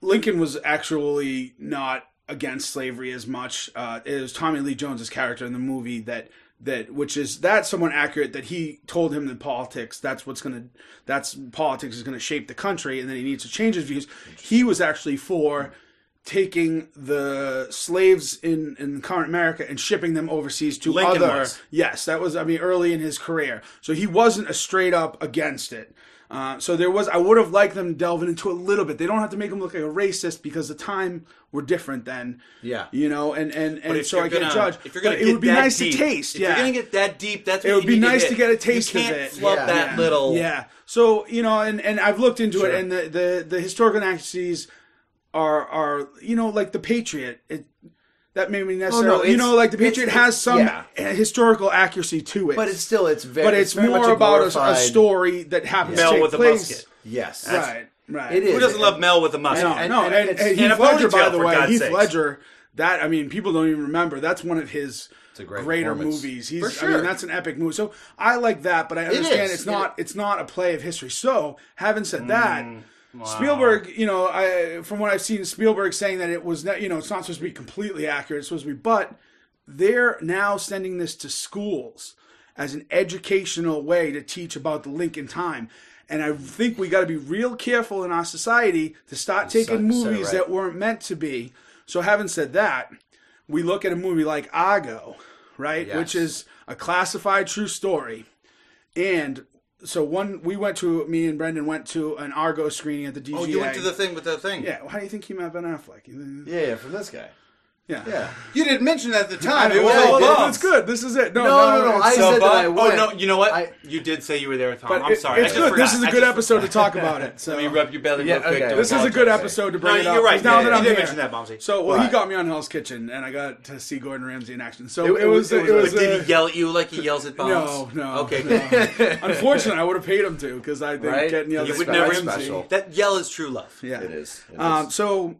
Lincoln was actually not against slavery as much. Uh, it was Tommy Lee Jones's character in the movie that that which is that's someone accurate that he told him that politics that's what's gonna that's politics is gonna shape the country and then he needs to change his views. He was actually for taking the slaves in in current America and shipping them overseas to
Lincoln
other
was.
Yes, that was I mean early in his career, so he wasn't a straight up against it. Uh, so there was I would have liked them delving into it a little bit. They don't have to make him look like a racist because the time were different then.
Yeah.
you know, and and and
if
so
you're
I can't
gonna-
judge.
If you're gonna
but
get
it would be
that
nice
deep,
to taste.
If
yeah,
you're gonna get that deep, that's
It would be nice to get a taste
you
of
can't
it.
Flub
Yeah.
that
Yeah.
little.
yeah. So you know, and and I've looked into it, and the the the historical inaccuracies are are you know like the Patriot. It, that made me necessarily, you
Oh, it's-
know, like the
it's-
Patriot
it's-
has some
yeah.
historical accuracy to it,
but it's still it's very.
but it's,
very much
more about a- a,
glorified-
story that happens
Mel
to take
with a
place.
musket.
Yes.
Right, right.
It is.
Who doesn't love Mel with a musket?
No, no,
and-
and,
and-
and
and
Heath
a
Ledger,
ponytail,
by the
for
way,
God's
Heath
sakes.
Ledger. That I mean, people don't even remember. That's one of his
a great
greater
performance.
movies. He's,
For
I
sure.
mean, that's an epic movie. So I like that, but I understand
is.
it's not. It's not a play of history. So having said that.
Mm,
Spielberg, you know, I from what I've seen, Spielberg saying that it was, not, you know, it's not supposed to be completely accurate. It's supposed to be, but they're now sending this to schools as an educational way to teach about the Lincoln time. And I think we got to be real careful in our society to start taking
said- said it
movies
right.
that weren't meant to be. So, having said that, we look at a movie like Argo, right, which
Yes.
is a classified true story, and so one we went to me and Brendan went to an Argo screening at the DGA.
Oh, you went to the thing with the thing.
yeah. How do you think he met Ben Affleck? You-
Yeah, yeah, from this guy.
Yeah,
Yeah.
You didn't mention that at the
I
time.
know,
It was
Yeah,
all
I did.
above.
it's good. This is it. No,
No, no, no,
it's-
I said that I
Oh
went.
no! You know what?
I-
you did say you were there with Tom.
but
I'm
it-
sorry. I
It's
just
good. This
forgot.
is
I
a good
just-
episode to talk about it. So
Let me rub your belly
Yeah,
real quick.
okay.
to
This is a good
apologize.
episode to
No,
bring it up.
you're right.
'cause Now
Yeah,
that
you
I'm
did
here.
mention that, Bomsey.
So well, he
Right.
got me on Hell's Kitchen, and I got to see Gordon Ramsay in action. So
It-
it,
it
was
was-
it
it
But
was.
was
did
uh,
he yell at you like he yells at
No,
Bombs?
no.
Okay.
no. Unfortunately, I would have paid him to because I think
Right?
getting yelled
You
at
would
by
never-
Ramsey-
special.
That yell is true love.
Yeah,
It is. It
Um,
is.
so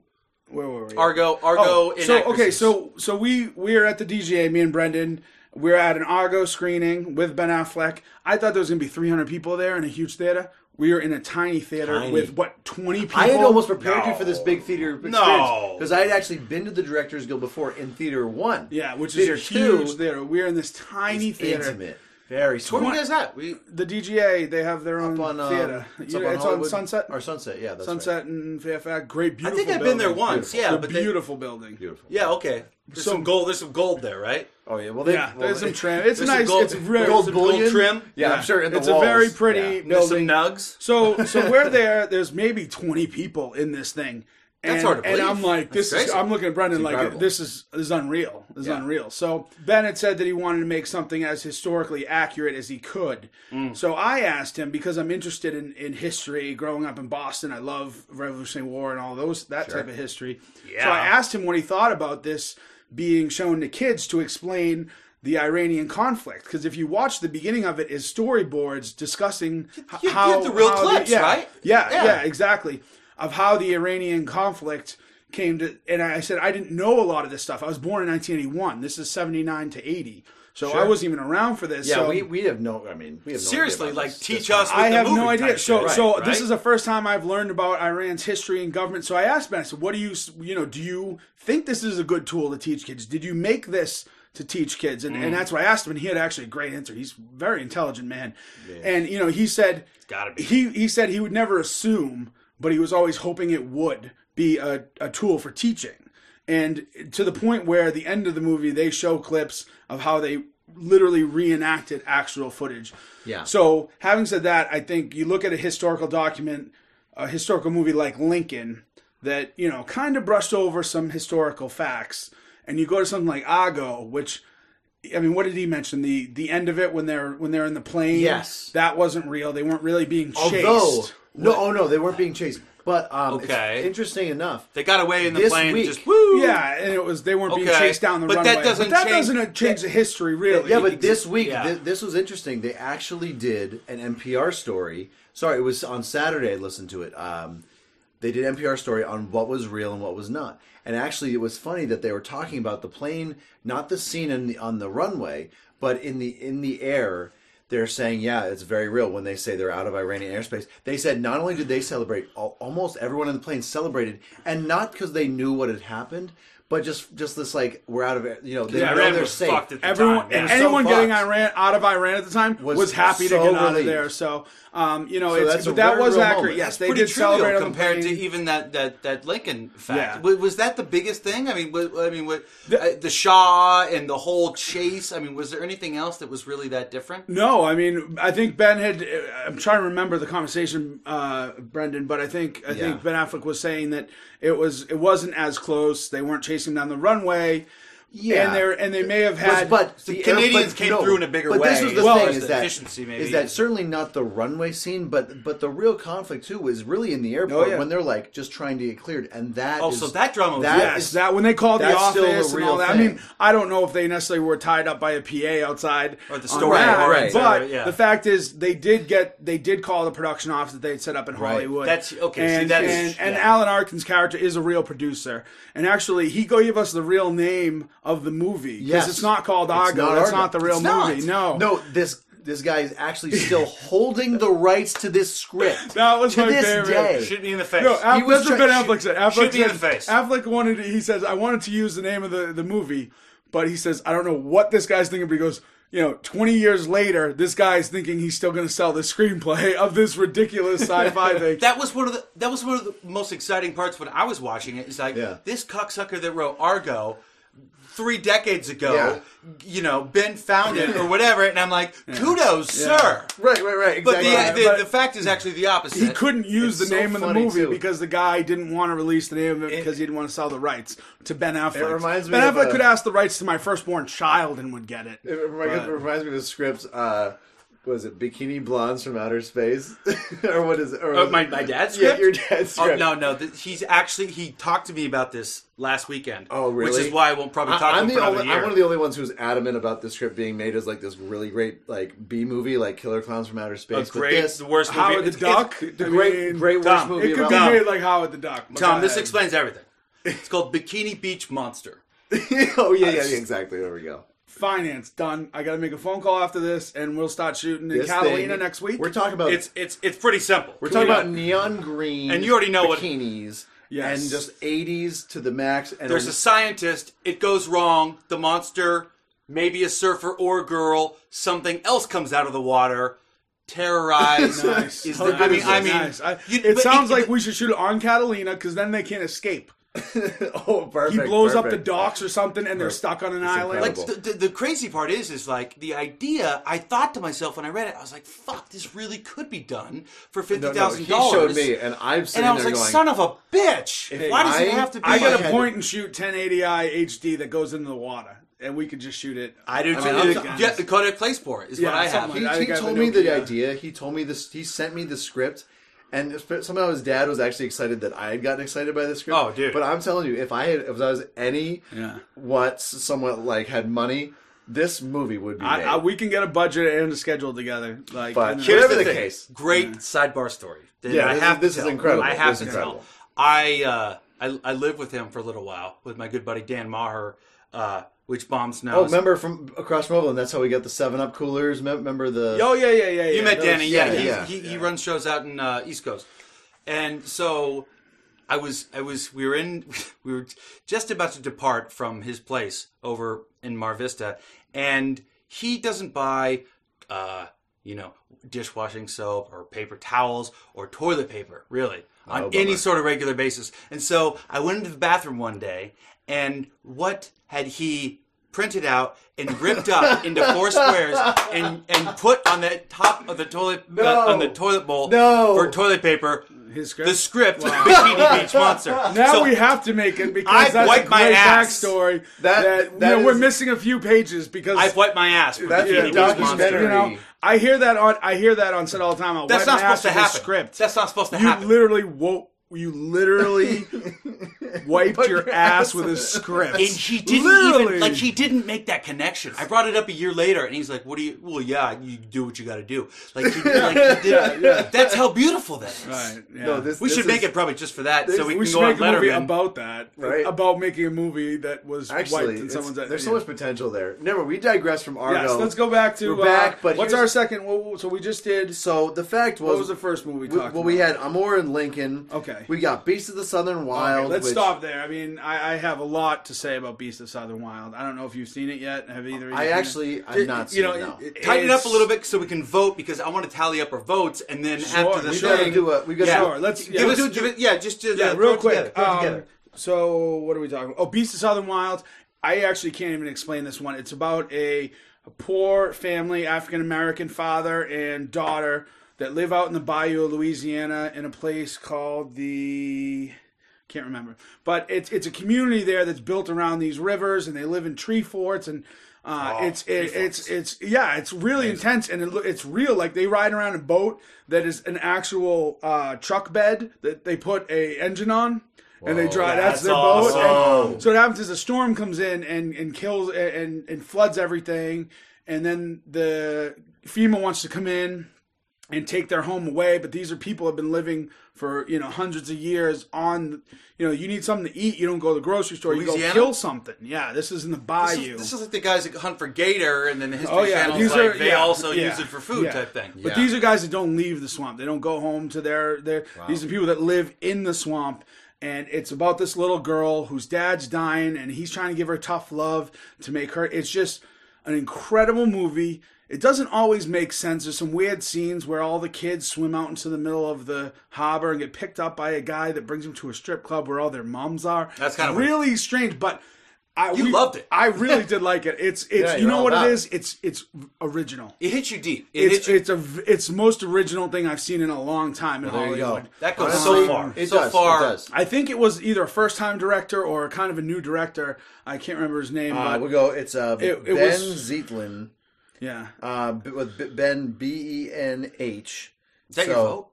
where were we? Oh,
Argo, Argo, and
so okay,
actresses.
so so we we're at the DGA. Me and Brendan, we're at an Argo screening with Ben Affleck. I thought there was gonna be 300 people there in a huge theater. We were in a tiny theater
Tiny.
with what 20 people.
I had almost prepared you for
No.
this big theater experience
No.
because I had actually been to the Directors Guild before in Theater One.
yeah, which
theater
is a huge
Two,
theater. We're in this tiny theater.
intimate, very
where
small.
were you guys at? We
The DGA, they have their own
Up on, um,
theater.
it's
You-
up on
it's on
Hollywood-
Sunset.
Or Sunset, yeah, that's right.
Sunset in Fairfax, great
I
beautiful.
think I've been there
building.
once. Yeah,
It's a
but they,
beautiful building.
Beautiful.
yeah, okay. There's some gold. There's some gold there, right?
Oh yeah, well, they,
Yeah,
well,
there's
they-
some trim.
There's
It's
some
nice.
gold-
it's very
gold bullion. trim?
Yeah, I'm sure. In the
it's
walls.
a very pretty
Yeah.
There's some
building.
nugs.
So so we're there. There's maybe 20 people in this thing. And,
That's hard to
and
believe.
I'm like,
That's
this is.
crazy.
I'm looking at Brendan like
incredible.
this is this is unreal. This
Yeah.
is unreal. So Ben had said that he wanted to make something as historically accurate as he could.
Mm.
So I asked him because I'm interested in in history. Growing up in Boston, I love Revolutionary War and all those that type of history. So I
Yeah.
asked him what he thought about this being shown to kids to explain the Iranian conflict. Because if you watch the beginning of it, is storyboards discussing
you
how
get the real
how
clips,
yeah,
right?
Yeah,
Yeah.
yeah, exactly. Of how the Iranian conflict came to, and I said I didn't know a lot of this stuff. I was born in 1981. This is 79 to 80, so I wasn't even around for this.
Yeah,
so
we, we have no. I mean, we have no
Seriously,
idea about
like
this-
teach
this
us.
one.
with
I
the
have
movie
no idea.
type
So,
shit,
so
right?
this is the first time I've learned about Iran's history and government. So I asked Ben, I said, "What do you, s- you know, do you think this is a good tool to teach kids? Did you make this to teach kids?" And,
Mm.
and that's what I asked him, and he had actually a great answer. He's a very intelligent man, and you know, he said,
gotta be.
He he said he would never assume, but he was always hoping it would be a, a tool for teaching. And to the point where the end of the movie, they show clips of how they literally reenacted actual footage.
Yeah.
So, having said that, I think you look at a historical document, a historical movie like Lincoln, that you know kind of brushed over some historical facts, and you go to something like Argo, which I mean, what did he mention? The the end of it when they're when they're in the plane.
Yes.
that wasn't real. They weren't really being chased.
Although, no, oh no, they weren't being chased. But um, it's
Okay.
interesting enough.
they got away in the
This
plane.
week-
Just woo.
yeah, and it was they weren't being
Okay,
chased down the
but that
runway.
doesn't
but that
change-
doesn't change the history, really.
Yeah, but this week,
yeah.
thi- this was interesting. They actually did an NPR story. Sorry, it was on Saturday. I listened to it. Um, they did NPR story on what was real and what was not. And actually, it was funny that they were talking about the plane, not the scene in the, on the runway, but in the in the air. They're saying, yeah, it's very real when they say they're out of Iranian airspace. They said not only did they celebrate, al- almost everyone on the plane celebrated, and not because they knew what had happened, but just just this like we're out of air- you know they
Yeah,
know
Iran
they're
was
safe.
fucked at the
Everyone,
time. Yeah.
was so
anyone getting
fucked.
Iran out of Iran at the time was,
Was
happy
so
to get out of
relieved.
there. So, um, you know, it's,
that's a
but that
very
was
real
accurate.
moment.
Yes, they
pretty
did celebrate
trivial
on the
compared
plane.
to
e-
even that that that Lincoln fact.
Yeah.
Was, was that the biggest thing? I mean, what, I mean, what, uh, the, the Shah and the whole chase. I mean, was there anything else that was really that different?
No, I mean, I think Ben had. I'm trying to remember the conversation, uh, Brendan, but I think I
Yeah.
think Ben Affleck was saying that it was it wasn't as close. They weren't chasing down the runway.
Yeah.
and they are and they may have had.
but
The
air-
Canadians
but
came through in a bigger
but
way
this was the
as
far
thing:
as
is
the
that
efficiency, maybe.
is that certainly not the runway scene, but but the real conflict too is really in the airport
Oh, yeah.
when they're like just trying to get cleared, and that
Oh,
is-
so that drama was-
that
yes,
is-
that when they called the
that's still a
office and
real
all that. I
thing.
mean, I don't know if they necessarily were tied up by a PA outside
Or the
on
story
that,
warrants
But
or- yeah.
the fact is, they did get they did call the production office that they had set up in Hollywood.
That's- okay, see,
And,
that is-
and, and
yeah.
Alan Arkin's character is a real producer, and actually, he gave us the real name of the movie because
Yes.
it's not called
It's
Argo.
not
That's
Argo.
not the real
It's not.
movie. No,
no this. This guy is actually still holding the rights to this script.
That was
to
my
this
favorite.
day.
Shoot me in the face.
No, Aff-
He was
that's what Ben
trying-
Affleck said.
shoot
Affleck
me in
said-
the face.
Affleck wanted. To, he says, "I wanted to use the name of the, the movie," but he says, "I don't know what this guy's thinking." But he goes, you know, 20 years later, this guy's thinking he's still going to sell the screenplay of this ridiculous sci-fi thing.
That was one of the that was one of the most exciting parts when I was watching it. It's like
Yeah.
this cocksucker that wrote Argo three decades ago,
Yeah.
you know, Ben found it or whatever, and I'm like, kudos, sir.
Right, right, right.
But,
Exactly.
the, the,
but-
the fact is actually the opposite.
He couldn't use
It's
the
so
name of the
funny,
movie
too.
because the guy didn't want to release the name of it, because he didn't want to sell the rights to Ben Affleck.
reminds me
ben
of
Affleck
a-
could ask the rights to my firstborn child and would get it.
It remi- it
But-
reminds me of the script. Uh, was it Bikini Blondes from Outer Space, or what is it? Or was
Oh, my,
it-
my dad's
Yeah,
script?
your dad's
Oh,
script.
no, no. th- he's actually, he talked to me about this last weekend.
Oh, really?
Which is why I won't probably talk
I,
to
am
him
the
for another
only,
year.
I'm one of the only ones who's adamant about this script being made as like this really great like B movie, like Killer Clowns from Outer Space. But
great,
this-
the worst movie.
Howard the
It's- it's-
Duck,
the great- great worst
Tom,
movie
It could
of
be
all time.
made like Howard the Duck. My
Tom,
God.
this explains everything. It's called Bikini Beach Monster.
oh yeah, yeah, yeah, exactly. There we go.
finance done. I got to make a phone call after this, and we'll start shooting in
This
Catalina
thing-
next week.
We're talking about
It's it's it's pretty simple.
we're talking about neon green,
And you already know what-
bikinis,
Yes.
and just 80s to the max. And
There's a scientist. It goes wrong. The monster, maybe a surfer or a girl. Something else comes out of the water. Terrorized.
Nice.
Is
How
the,
good
I mean,
is
I
this?
mean,
Nice. I-
you-
it
but
sounds like we should should shoot it on Catalina because then they can't escape.
oh, perfect,
He blows up the
perfect.
docks or something, and they're stuck on an island.
incredible.
Like the, the, the crazy part is, is like the idea. I thought to myself when I read it, I was like, "Fuck, this really could be done for fifty
No, no,
thousand
He showed
dollars."
me, and I'm sitting
and I was
there
like,
going,
"Son of a bitch! Why does it
I-
have to be?"
I got a
had-
point and shoot 1080i HD that goes into the water, and we could just shoot it.
I do too.
mean, I'm
Uh,
sorry.
yeah, Dakota Claysport is what
Yeah,
I have.
something
he,
I
he
think I have
told
an
me the
idea.
idea. He told me this. He sent me the script, and if- somehow his dad was actually excited that I had gotten excited by the script.
Oh, dude.
But I'm telling you, if I had, if I was any what somewhat like had money, this movie would be.
I,
made.
I, we can get a budget and a schedule together. Like,
But
and then-
here's
Here's
the
the thing.
case.
Great sidebar story. that
Yeah,
I
this
have
is-
to
this is
tell.
incredible.
I have
This is
to
incredible.
tell. I, uh, I I lived with him for a little while with my good buddy Dan Maher, uh, which bombs now.
Oh,
is-
remember from across mobile, and that's how we got the Seven Up coolers. Mem- Remember the
oh yeah, yeah, yeah. yeah.
you met
Those-
Danny, yeah,
yeah,
he's,
yeah.
he he runs shows out in uh, East Coast, and so I was I was we were in we were just about to depart from his place over in Mar Vista, and he doesn't buy. Uh, you know, dishwashing soap or paper towels or toilet paper, really, on any sort of regular basis. And so I went into the bathroom one day, and what had he printed out and ripped up into four squares and, and put on the top of the toilet uh, on the toilet bowl
No.
for toilet paper
His script?
the script Bikini Beach Monster.
Now
So-
we have to make it because
I've
that's a
wiped my
great
ass.
backstory.
That-
That,
that
you know, we're
is-
missing a few pages because
I've wiped my ass for
That's
Bikini
a
Beach
documentary.
Monster.
You know, I hear that on I hear that on set all the time. I'll
That's
wipe
not
my
supposed
ass
to
with this
happen.
Script.
That's not supposed to
you
happen.
literally wo- You literally wiped your ass with a script.
And he didn't
Literally.
even like he didn't make that connection. I brought it up a year later, and he's like, "What do you? Well, yeah, you do what you got to do. Like, he, like he did, that's how beautiful that is.
Right, yeah.
No, this
We
this
should make
is-
it probably just for that, so we,
we
can
should
go on
make a movie
Letterman.
about that.
Right.
About making a movie that was
Actually,
wiped in
it's-
someone's.
there's so
yeah.
much potential there. Never, we digress from Argo.
Yes, let's go back to
We're back,
uh,
but
what's
here's-
our second? Well, so we just did.
So the fact was,
What was the first movie we
we-
talked
well, we
about?
had Amor and Lincoln.
Okay.
we got Beast of the Southern Wild.
Okay, let's
which-
stop there. I mean, I, I have a lot to say about Beast of Southern Wild. I don't know if you've seen it yet. Have either? of you
I
seen it?
actually, I'm
It-
not.
You
Seeing
know,
it now.
Tighten it
it's-
up a little bit so we can vote because I want to tally up our votes, and then
Sure,
after the
we
We gotta
thing,
do a. We gotta.
Sure, let's yeah,
give
let's
us, give it, yeah, just do
yeah,
that.
real
Throw it
quick.
together. Throw it
um,
together.
So what are we talking? about? Oh, Beast of Southern Wild. I actually can't even explain this one. It's about a, a poor family, African American father and daughter that live out in the bayou of Louisiana in a place called the can't remember, but it's it's a community there that's built around these rivers, and they live in tree forts, and uh, it's it, it's it's yeah, it's really intense, and it, lo- it's real. Like they ride around a boat that is an actual uh, truck bed that they put a engine on. And they drive.
That's
That's, their boat.
awesome.
And so what happens is a storm comes in and and kills and and floods everything, and then the FEMA wants to come in and take their home away. But these are people have been living for you know hundreds of years on. You know, you need something to eat. You don't go to the grocery store. You
Louisiana?
go kill something. Yeah, this is in the bayou.
This is, this is like the guys that hunt for gator, and then the History
Oh, yeah,
Channel's
these
like
are-
they
yeah,
also
yeah,
use it for food
yeah.
type thing.
But these are guys that don't leave the swamp. They don't go home to their their. These are people that live in the swamp. And it's about this little girl whose dad's dying, and he's trying to give her tough love to make her. It's just an incredible movie. It doesn't always make sense. There's some weird scenes where all the kids swim out into the middle of the harbor and get picked up by a guy that brings them to a strip club where all their moms are.
That's kinda weird.
really strange, but I
You loved it.
I really did like it. It's it's
Yeah,
you
you're
know
all
what
about
it
it.
is. It's it's original.
It hits you deep. It
It's
hits you.
it's a v- it's the most original thing I've seen in a long time in
there you go.
Hollywood. Um,
that goes
Honestly,
so far.
It
so
does.
far.
It does.
I think it was either a first time director or kind of a new director. I can't remember his name,
Uh,
but
we'll go. It's uh,
It- it
Ben
was-
Zietlin.
yeah.
Uh, b- with b- Ben B E N H.
Is that your
So-
vote?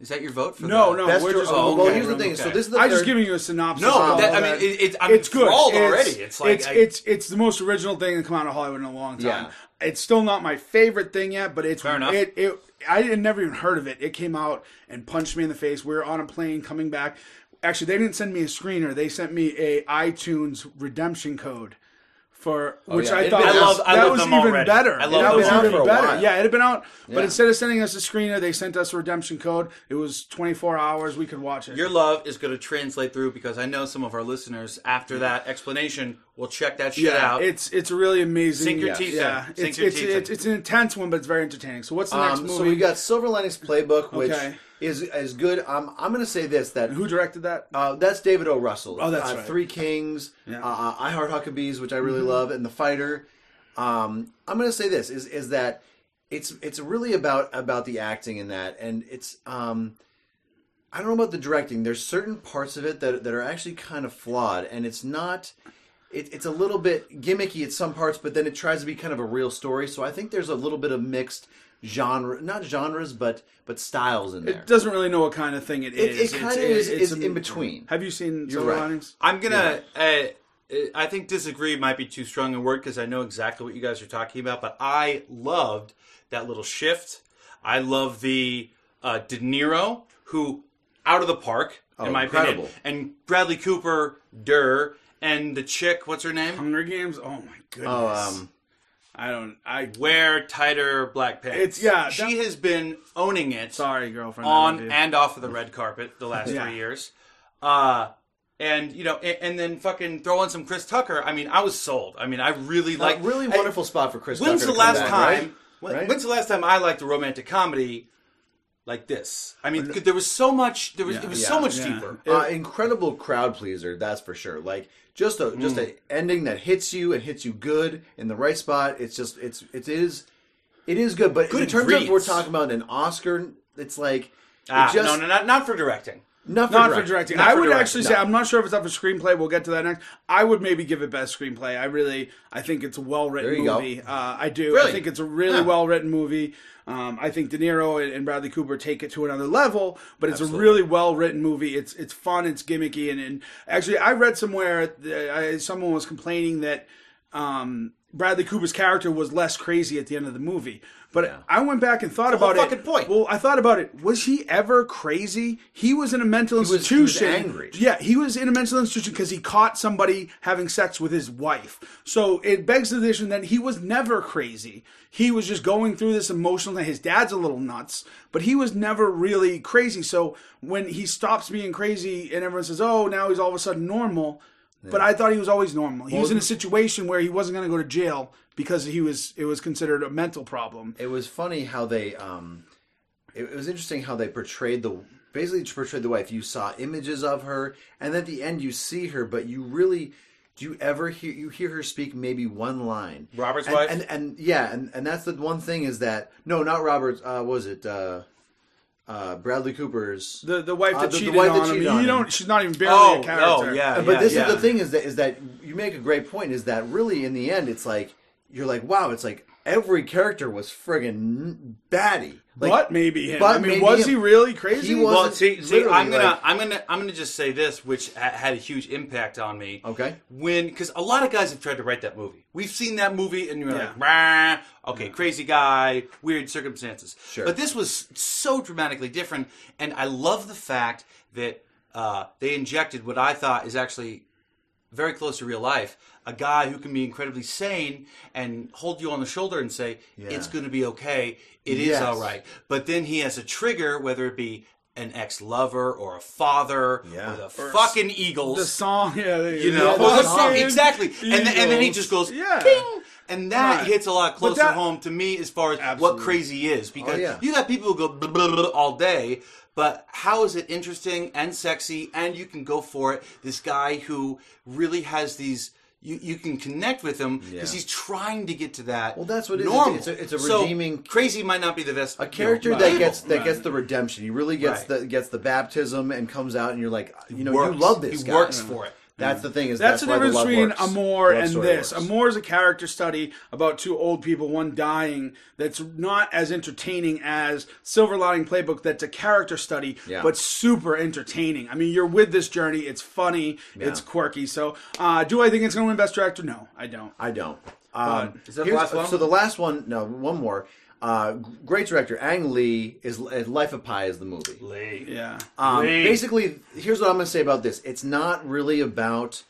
Is that your vote for
uh, No,
that?
no,
That's
we're
true.
just
Oh,
well,
okay.
here's the
thing. So this is the
I'm just
third-
giving you a synopsis.
No,
of
that-
all
I mean,
that.
it- it- I'm enthralled already. It's like
it's,
I-
it's it's the most original thing to come out of Hollywood in a long time. It's still not my favorite thing yet, but it's
Fair enough.
It, it I had never even heard of it. It came out and punched me in the face. We were on a plane coming back. Actually, they didn't send me a screener. They sent me a iTunes redemption code. For which
yeah.
I
It'd
thought
been out-
was,
I
love- Oh, I
that
love
was
them
even
already.
better.
I love
that
them
was
already.
even
For a
better.
while.
Yeah, it had been out, but
Yeah.
instead of sending us a screener, they sent us a redemption code. It was 24 hours. We could watch it.
Your love is going to translate through because I know some of our listeners after that explanation will check that shit
Yeah,
out.
It's it's really amazing.
Sink your
yeah.
teeth
Yeah,
in. Sink
it's
your
it's,
teeth
it's
in.
it's an intense one, but it's very entertaining. So what's the next
Um,
movie?
so we got Silver Linings Playbook, which
Okay.
is as good. Um, I'm going to say this that
Who directed that?
uh, that's David O. Russell.
Oh, that's
uh,
right.
Three Kings,
Yeah.
uh, I Heart Huckabees, which I really love, and The Fighter. Um, I'm going to say this is is that it's it's really about about the acting in that, and it's um, I don't know about the directing. There's certain parts of it that that are actually kind of flawed, and it's not. It, it's a little bit gimmicky at some parts, but then it tries to be kind of a real story. So I think there's a little bit of mixed genre, not genres, but but styles in there.
It doesn't really know what kind of thing it
It-
is.
it
It's-
kinda is-
it's
is
a-
in between.
Have you seen Silver
right.
Linings?
I'm gonna. Uh, uh, I think disagree might be too strong a word because I know exactly what you guys are talking about. But I loved that little shift. I love the uh, De Niro who out of the park
Oh,
in my
incredible.
opinion, and Bradley Cooper, Durr, and the chick. What's her name?
Hunger Games. Oh my goodness.
Oh, um,
I don't. I
Wear tighter black pants.
It's- yeah,
She has been owning it.
sorry, girlfriend. I love
on
you.
and off of the red carpet the last
Yeah.
three years. Uh, and you know, and, and then fucking throw in some Chris Tucker. I mean, I was sold. I mean, I really
like
like.
really wonderful spot for Chris.
When's
Tucker
the
to come
last
back,
time?
right?
when-
Right?
When's the last time I liked a romantic comedy like this? I mean, there was so much. There was it was so
Yeah.
much
Yeah.
deeper.
Uh, incredible crowd pleaser, that's for sure. Like just a just a ending that hits you and hits you good in the right spot. It's just it's it is it is good, but in
Good
terms
reads.
of we're talking about an Oscar, it's like
Ah,
it just
no, no, not not for directing.
not for
not
directing.
for directing.
Not
I
for
would
directing,
actually
no.
say I'm not sure if it's up for screenplay. We'll get to that next. I would maybe give it best screenplay. I really, I think it's a well
There
written
you go.
movie. Uh, I do. I
Really?
think it's a really well written movie. Um, I think De Niro and, and Bradley Cooper take it to another level, but it's a really well written movie. It's it's fun. It's gimmicky, and, and actually, I read somewhere that I, someone was complaining that um, Bradley Cooper's character was less crazy at the end of the movie. But I went back and thought about
fucking
it.
point.
Well, I thought about it. Was he ever crazy? He was in a mental
was- he was
institution.
angry.
Yeah, he was in a mental institution because he caught somebody having sex with his wife. So it begs the addition that he was never crazy. He was just going through this emotional thing. His dad's a little nuts, but he was never really crazy. So when he stops being crazy and everyone says, oh, now he's all of a sudden normal. But I thought he was always normal. He was in a situation where he wasn't going to go to jail because he was it was considered a mental problem.
it was funny how they um it, it was interesting how they portrayed the basically portrayed the wife you saw images of her and at the end you see her but you really do you ever hear you hear her speak maybe one line
Robert's
and,
wife?
and and yeah and and that's the one thing is that no not robert's uh was it uh uh bradley cooper's
The the wife
Uh,
that
the- the
cheated
wife
on
that
him.
cheated
You
on him.
don't. She's not even barely
Oh,
a
oh,
character.
yeah.
Uh, but this
yeah.
is the thing is that is that you make a great point is that really in the end it's like you're like wow it's like every character was friggin' batty like
but maybe him.
but
I mean,
maybe
was
him.
he really crazy?
He was-
Well,
wasn't
see, see,
literally,
I'm gonna,
like-
I'm gonna, I'm gonna just say this, which ha- had a huge impact on me.
Okay.
When, because a lot of guys have tried to write that movie. We've seen that movie, and you're like, "Rah, okay, crazy guy, weird circumstances. Sure. But this was so dramatically different, and I love the fact that uh, they injected what I thought is actually very close to real life. A guy who can be incredibly sane and hold you on the shoulder and say, "It's going to be okay. It is
Yes.
all right." But then he has a trigger, whether it be an ex-lover or a father
Yeah.
or the
Or
fucking
the
Eagles,
song. Yeah, they,
you know,
the
or the
song.
song. exactly. And then, and then he
Eagles.
just goes,
Yeah.
"Ting!" And that
Right.
hits a lot closer
that-
home to me as far as
Absolutely.
what crazy is because
Oh, yeah.
you got people who go blah, blah, blah, all day, but how is it interesting and sexy and you can go for it? This guy who really has these. You, you can connect with him because he's trying to get to that. Well,
that's what it is.
normal.
It's a- it's a
So,
redeeming-
crazy might not be the best.
a character
you know,
that
label.
gets that gets the redemption. He really gets
Right.
the gets the baptism and comes out, and you're like, you know,
works.
you love this.
He
guy.
works for it.
That's the thing is
That's,
that's,
the
why
difference
love
between
works. Love
Amor and
story
this.
works.
Amor is a character study about two old people, one dying, that's not as entertaining as Silver Lining Playbook, that's a character study,
Yeah.
but super entertaining. I mean, you're with this journey. It's funny, it's quirky. So, uh, do I think it's going to win Best Director? No, I don't.
I don't. Um,
Is that the
here's-
last one?
So the last one, no, one more. Uh, g- great director Ang Lee is is Life of Pi is the movie.
Late.
Yeah.
Um,
Lee.
basically, here's what I'm going to say about this. It's not really about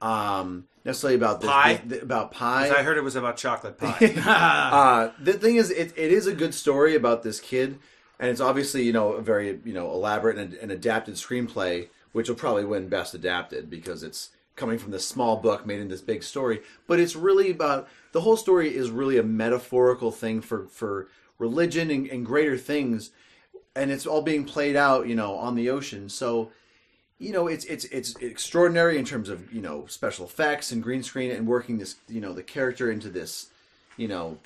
um, necessarily about this,
Pie?
th- th- about pie.
I heard it was about chocolate pie.
Uh, the thing is, it, it is a good story about this kid, and it's obviously you know a very you know elaborate and, and adapted screenplay, which will probably win best adapted because it's coming from this small book made in this big story. But it's really about the whole story is really a metaphorical thing for for religion and, and greater things, and it's all being played out you know on the ocean. So you know it's it's it's extraordinary in terms of you know special effects and green screen and working this you know the character into this you know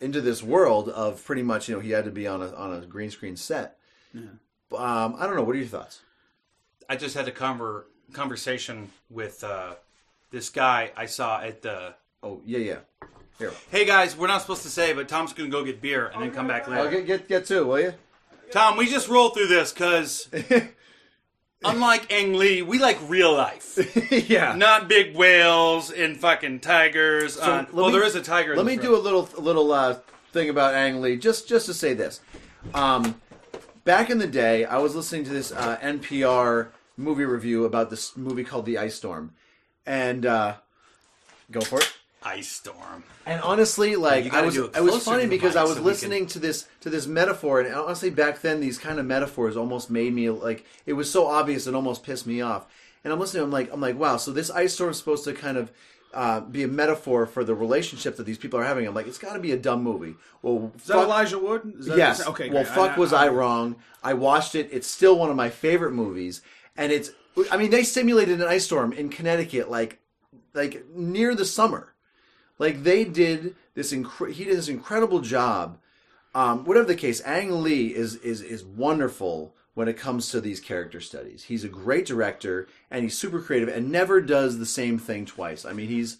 into this world of pretty much you know he had to be on a on a green screen set. Um, I don't know. What are your thoughts?
I just had a conver- conversation with uh, this guy I saw at the.
Oh yeah yeah. Here,
Hey guys, we're not supposed to say, but Tom's gonna go get beer and then come back later.
I'll get get get two, will you?
Tom, we just roll through this because, unlike Ang Lee, we like real life,
yeah.
not big whales and fucking tigers. on,
let
well,
me-
there is a tiger. in
Let
this
me
room.
do a little a little uh, thing about Ang Lee, just just to say this. Um, back in the day, I was listening to this uh, NPR movie review about this movie called The Ice Storm, and uh, go for it.
ice storm.
And honestly, like I
gotta
was,
do it
it was
closer
funny
to the
because
mic
I
so
was
we
listening to this to this metaphor, and honestly, back then these kind of metaphors almost made me like it was so obvious it almost pissed me off. And I'm listening, I'm like, I'm like, wow. So this ice storm is supposed to kind of uh, be a metaphor for the relationship that these people are having. I'm like, it's got to be a dumb movie. Well,
Is that Elijah Wood? Is that
Yes.
Okay.
Well,
great.
fuck was I wrong? I watched it. It's still one of my favorite movies, and it's. I mean, they simulated an ice storm in Connecticut, like, like near the summer. Like they did this. Incre- he did this incredible job. Um, whatever the case, Ang Lee is is is wonderful when it comes to these character studies. He's a great director and he's super creative and never does the same thing twice. I mean, he's,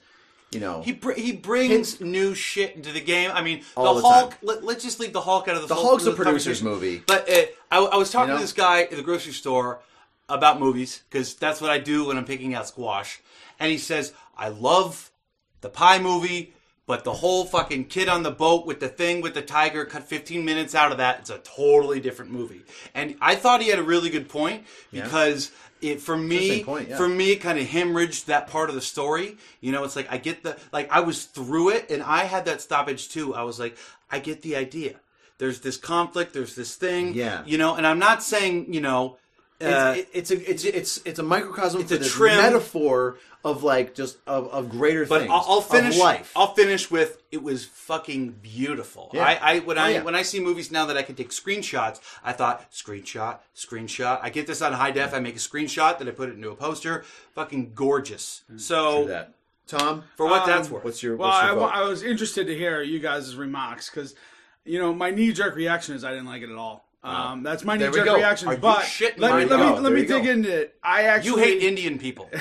you know,
He br- he brings new shit into the game. I mean,
All
the,
the
Hulk.
time.
Let, let's just leave the Hulk out of the. The
Hulk's a producer's movie.
But uh, I, I was talking
You know?
to this guy at the grocery store about movies because that's what I do when I'm picking out squash, and he says I love the pie movie. But the whole fucking kid on the boat with the thing with the tiger cut 15 minutes out of that. It's a totally different movie. And I thought he had a really good point because it for me
Interesting point, yeah.
for me it kind of hemorrhaged that part of the story. You know, it's like I get the like I was through it and I had that stoppage too. I was like, I get the idea. There's this conflict, there's this thing.
Yeah.
You know, and I'm not saying, you know, uh,
it- it's a it's it's it's a microcosm for
a
this
trim-
metaphor of like just of, of greater
but
things.
I'll, I'll finish.
of life.
I'll finish with it was fucking beautiful. I, I when I
yeah.
when I see movies now that I can take screenshots, I thought screenshot, screenshot. I get this on high def. I make a screenshot, then I put it into a poster. Fucking gorgeous. So
Do Mm. that. Tom,
for what that's worth,
what's your
Well,
what's
I,
your
wa-
vote?
I was interested to hear you guys' remarks because, you know, my knee jerk reaction is I didn't like it at all. Um, that's my knee
There we
jerk
go.
reaction.
Are you
but
shitting
let me
me?
let me
There
let me
you go.
dig into it. I
You
actually
hate Indian people. you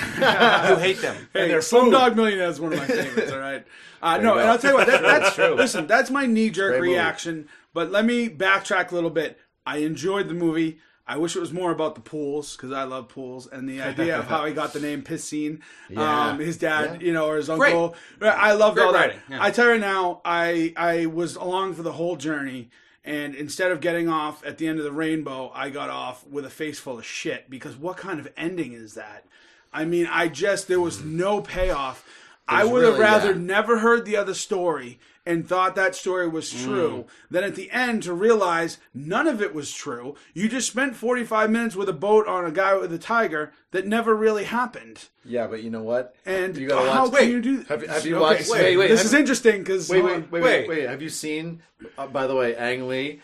hate them.
Hey,
their
Slumdog Millionaire is one of my favorites. All right, uh, no,
you
and
go.
I'll tell you what. That, that's
True.
Listen, that's my knee jerk
Great movie.
reaction. But let me backtrack a little bit. I enjoyed the movie. I wish it was more about the pools because I love pools and the idea of how he got the name Piscine. Um, his dad, you know, or his uncle. I loved all that.
writing, yeah.
I tell you now, I I was along for the whole journey. And instead of getting off at the end of the rainbow, I got off with a face full of shit because what kind of ending is that? I mean, I just there was no payoff. I
There's
would have
really
rather
that.
never heard the other story and thought that story was true than at the end to realize none of it was true. You just spent 45 minutes with a boat on a guy with a tiger that never really happened.
Yeah, but you know what?
And
you
how
watch-
can you do
Have you- have you
Okay,
watched-
so
wait, wait,
this
have-
is interesting because.
Wait, wait, wait,
Wait.
wait, wait. Have you seen? Uh, by the way, Ang Lee,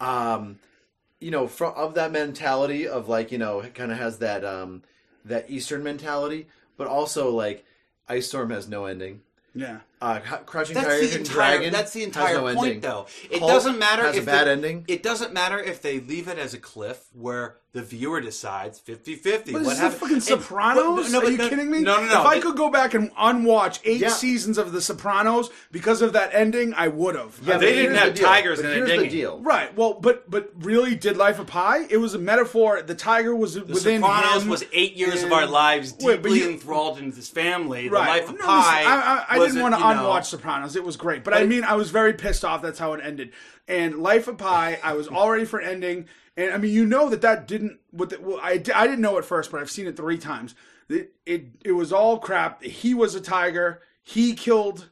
um, you know, from of that mentality of like, you know, kind of has that um, that Eastern mentality, but also like, Ice Storm has no ending.
Yeah.
Uh, Cr- Crouching
That's
Tiger,
the
Hidden
entire.
Dragon.
that's the
has
entire
no
point,
ending.
though. It
Hulk
doesn't matter
Has
if
a bad
they-
ending.
It doesn't matter if they leave it as a cliff where the viewer decides 50-50.
What
what
is this, the
happened?
fucking
And-
Sopranos?
but- no, no,
Are
but
you
no-
kidding me?
No, no, no.
If I
It-
could go back and unwatch eight
Yeah.
seasons of The Sopranos because of that ending, I would have.
but
didn't
here's
have
the deal.
tigers
But
in their
here's the
dinghy.
deal.
Right. Well, but but really, did Life of Pi? It was a metaphor. The tiger was within
Sopranos
him
was eight years of
and-
our lives deeply
Wait, but you-
enthralled in this family. The
Right.
life of
No,
Pi.
listen, I, I, I
was
didn't
a-
want to
you know-
unwatch Sopranos. It was great, but I mean, I was very pissed off. That's how it ended. And Life of Pi, I was all ready for ending. And I mean, you know that that didn't. What the, well, I di- I didn't know at first, but I've seen it three times. It it, it was all crap. He was a tiger. He killed.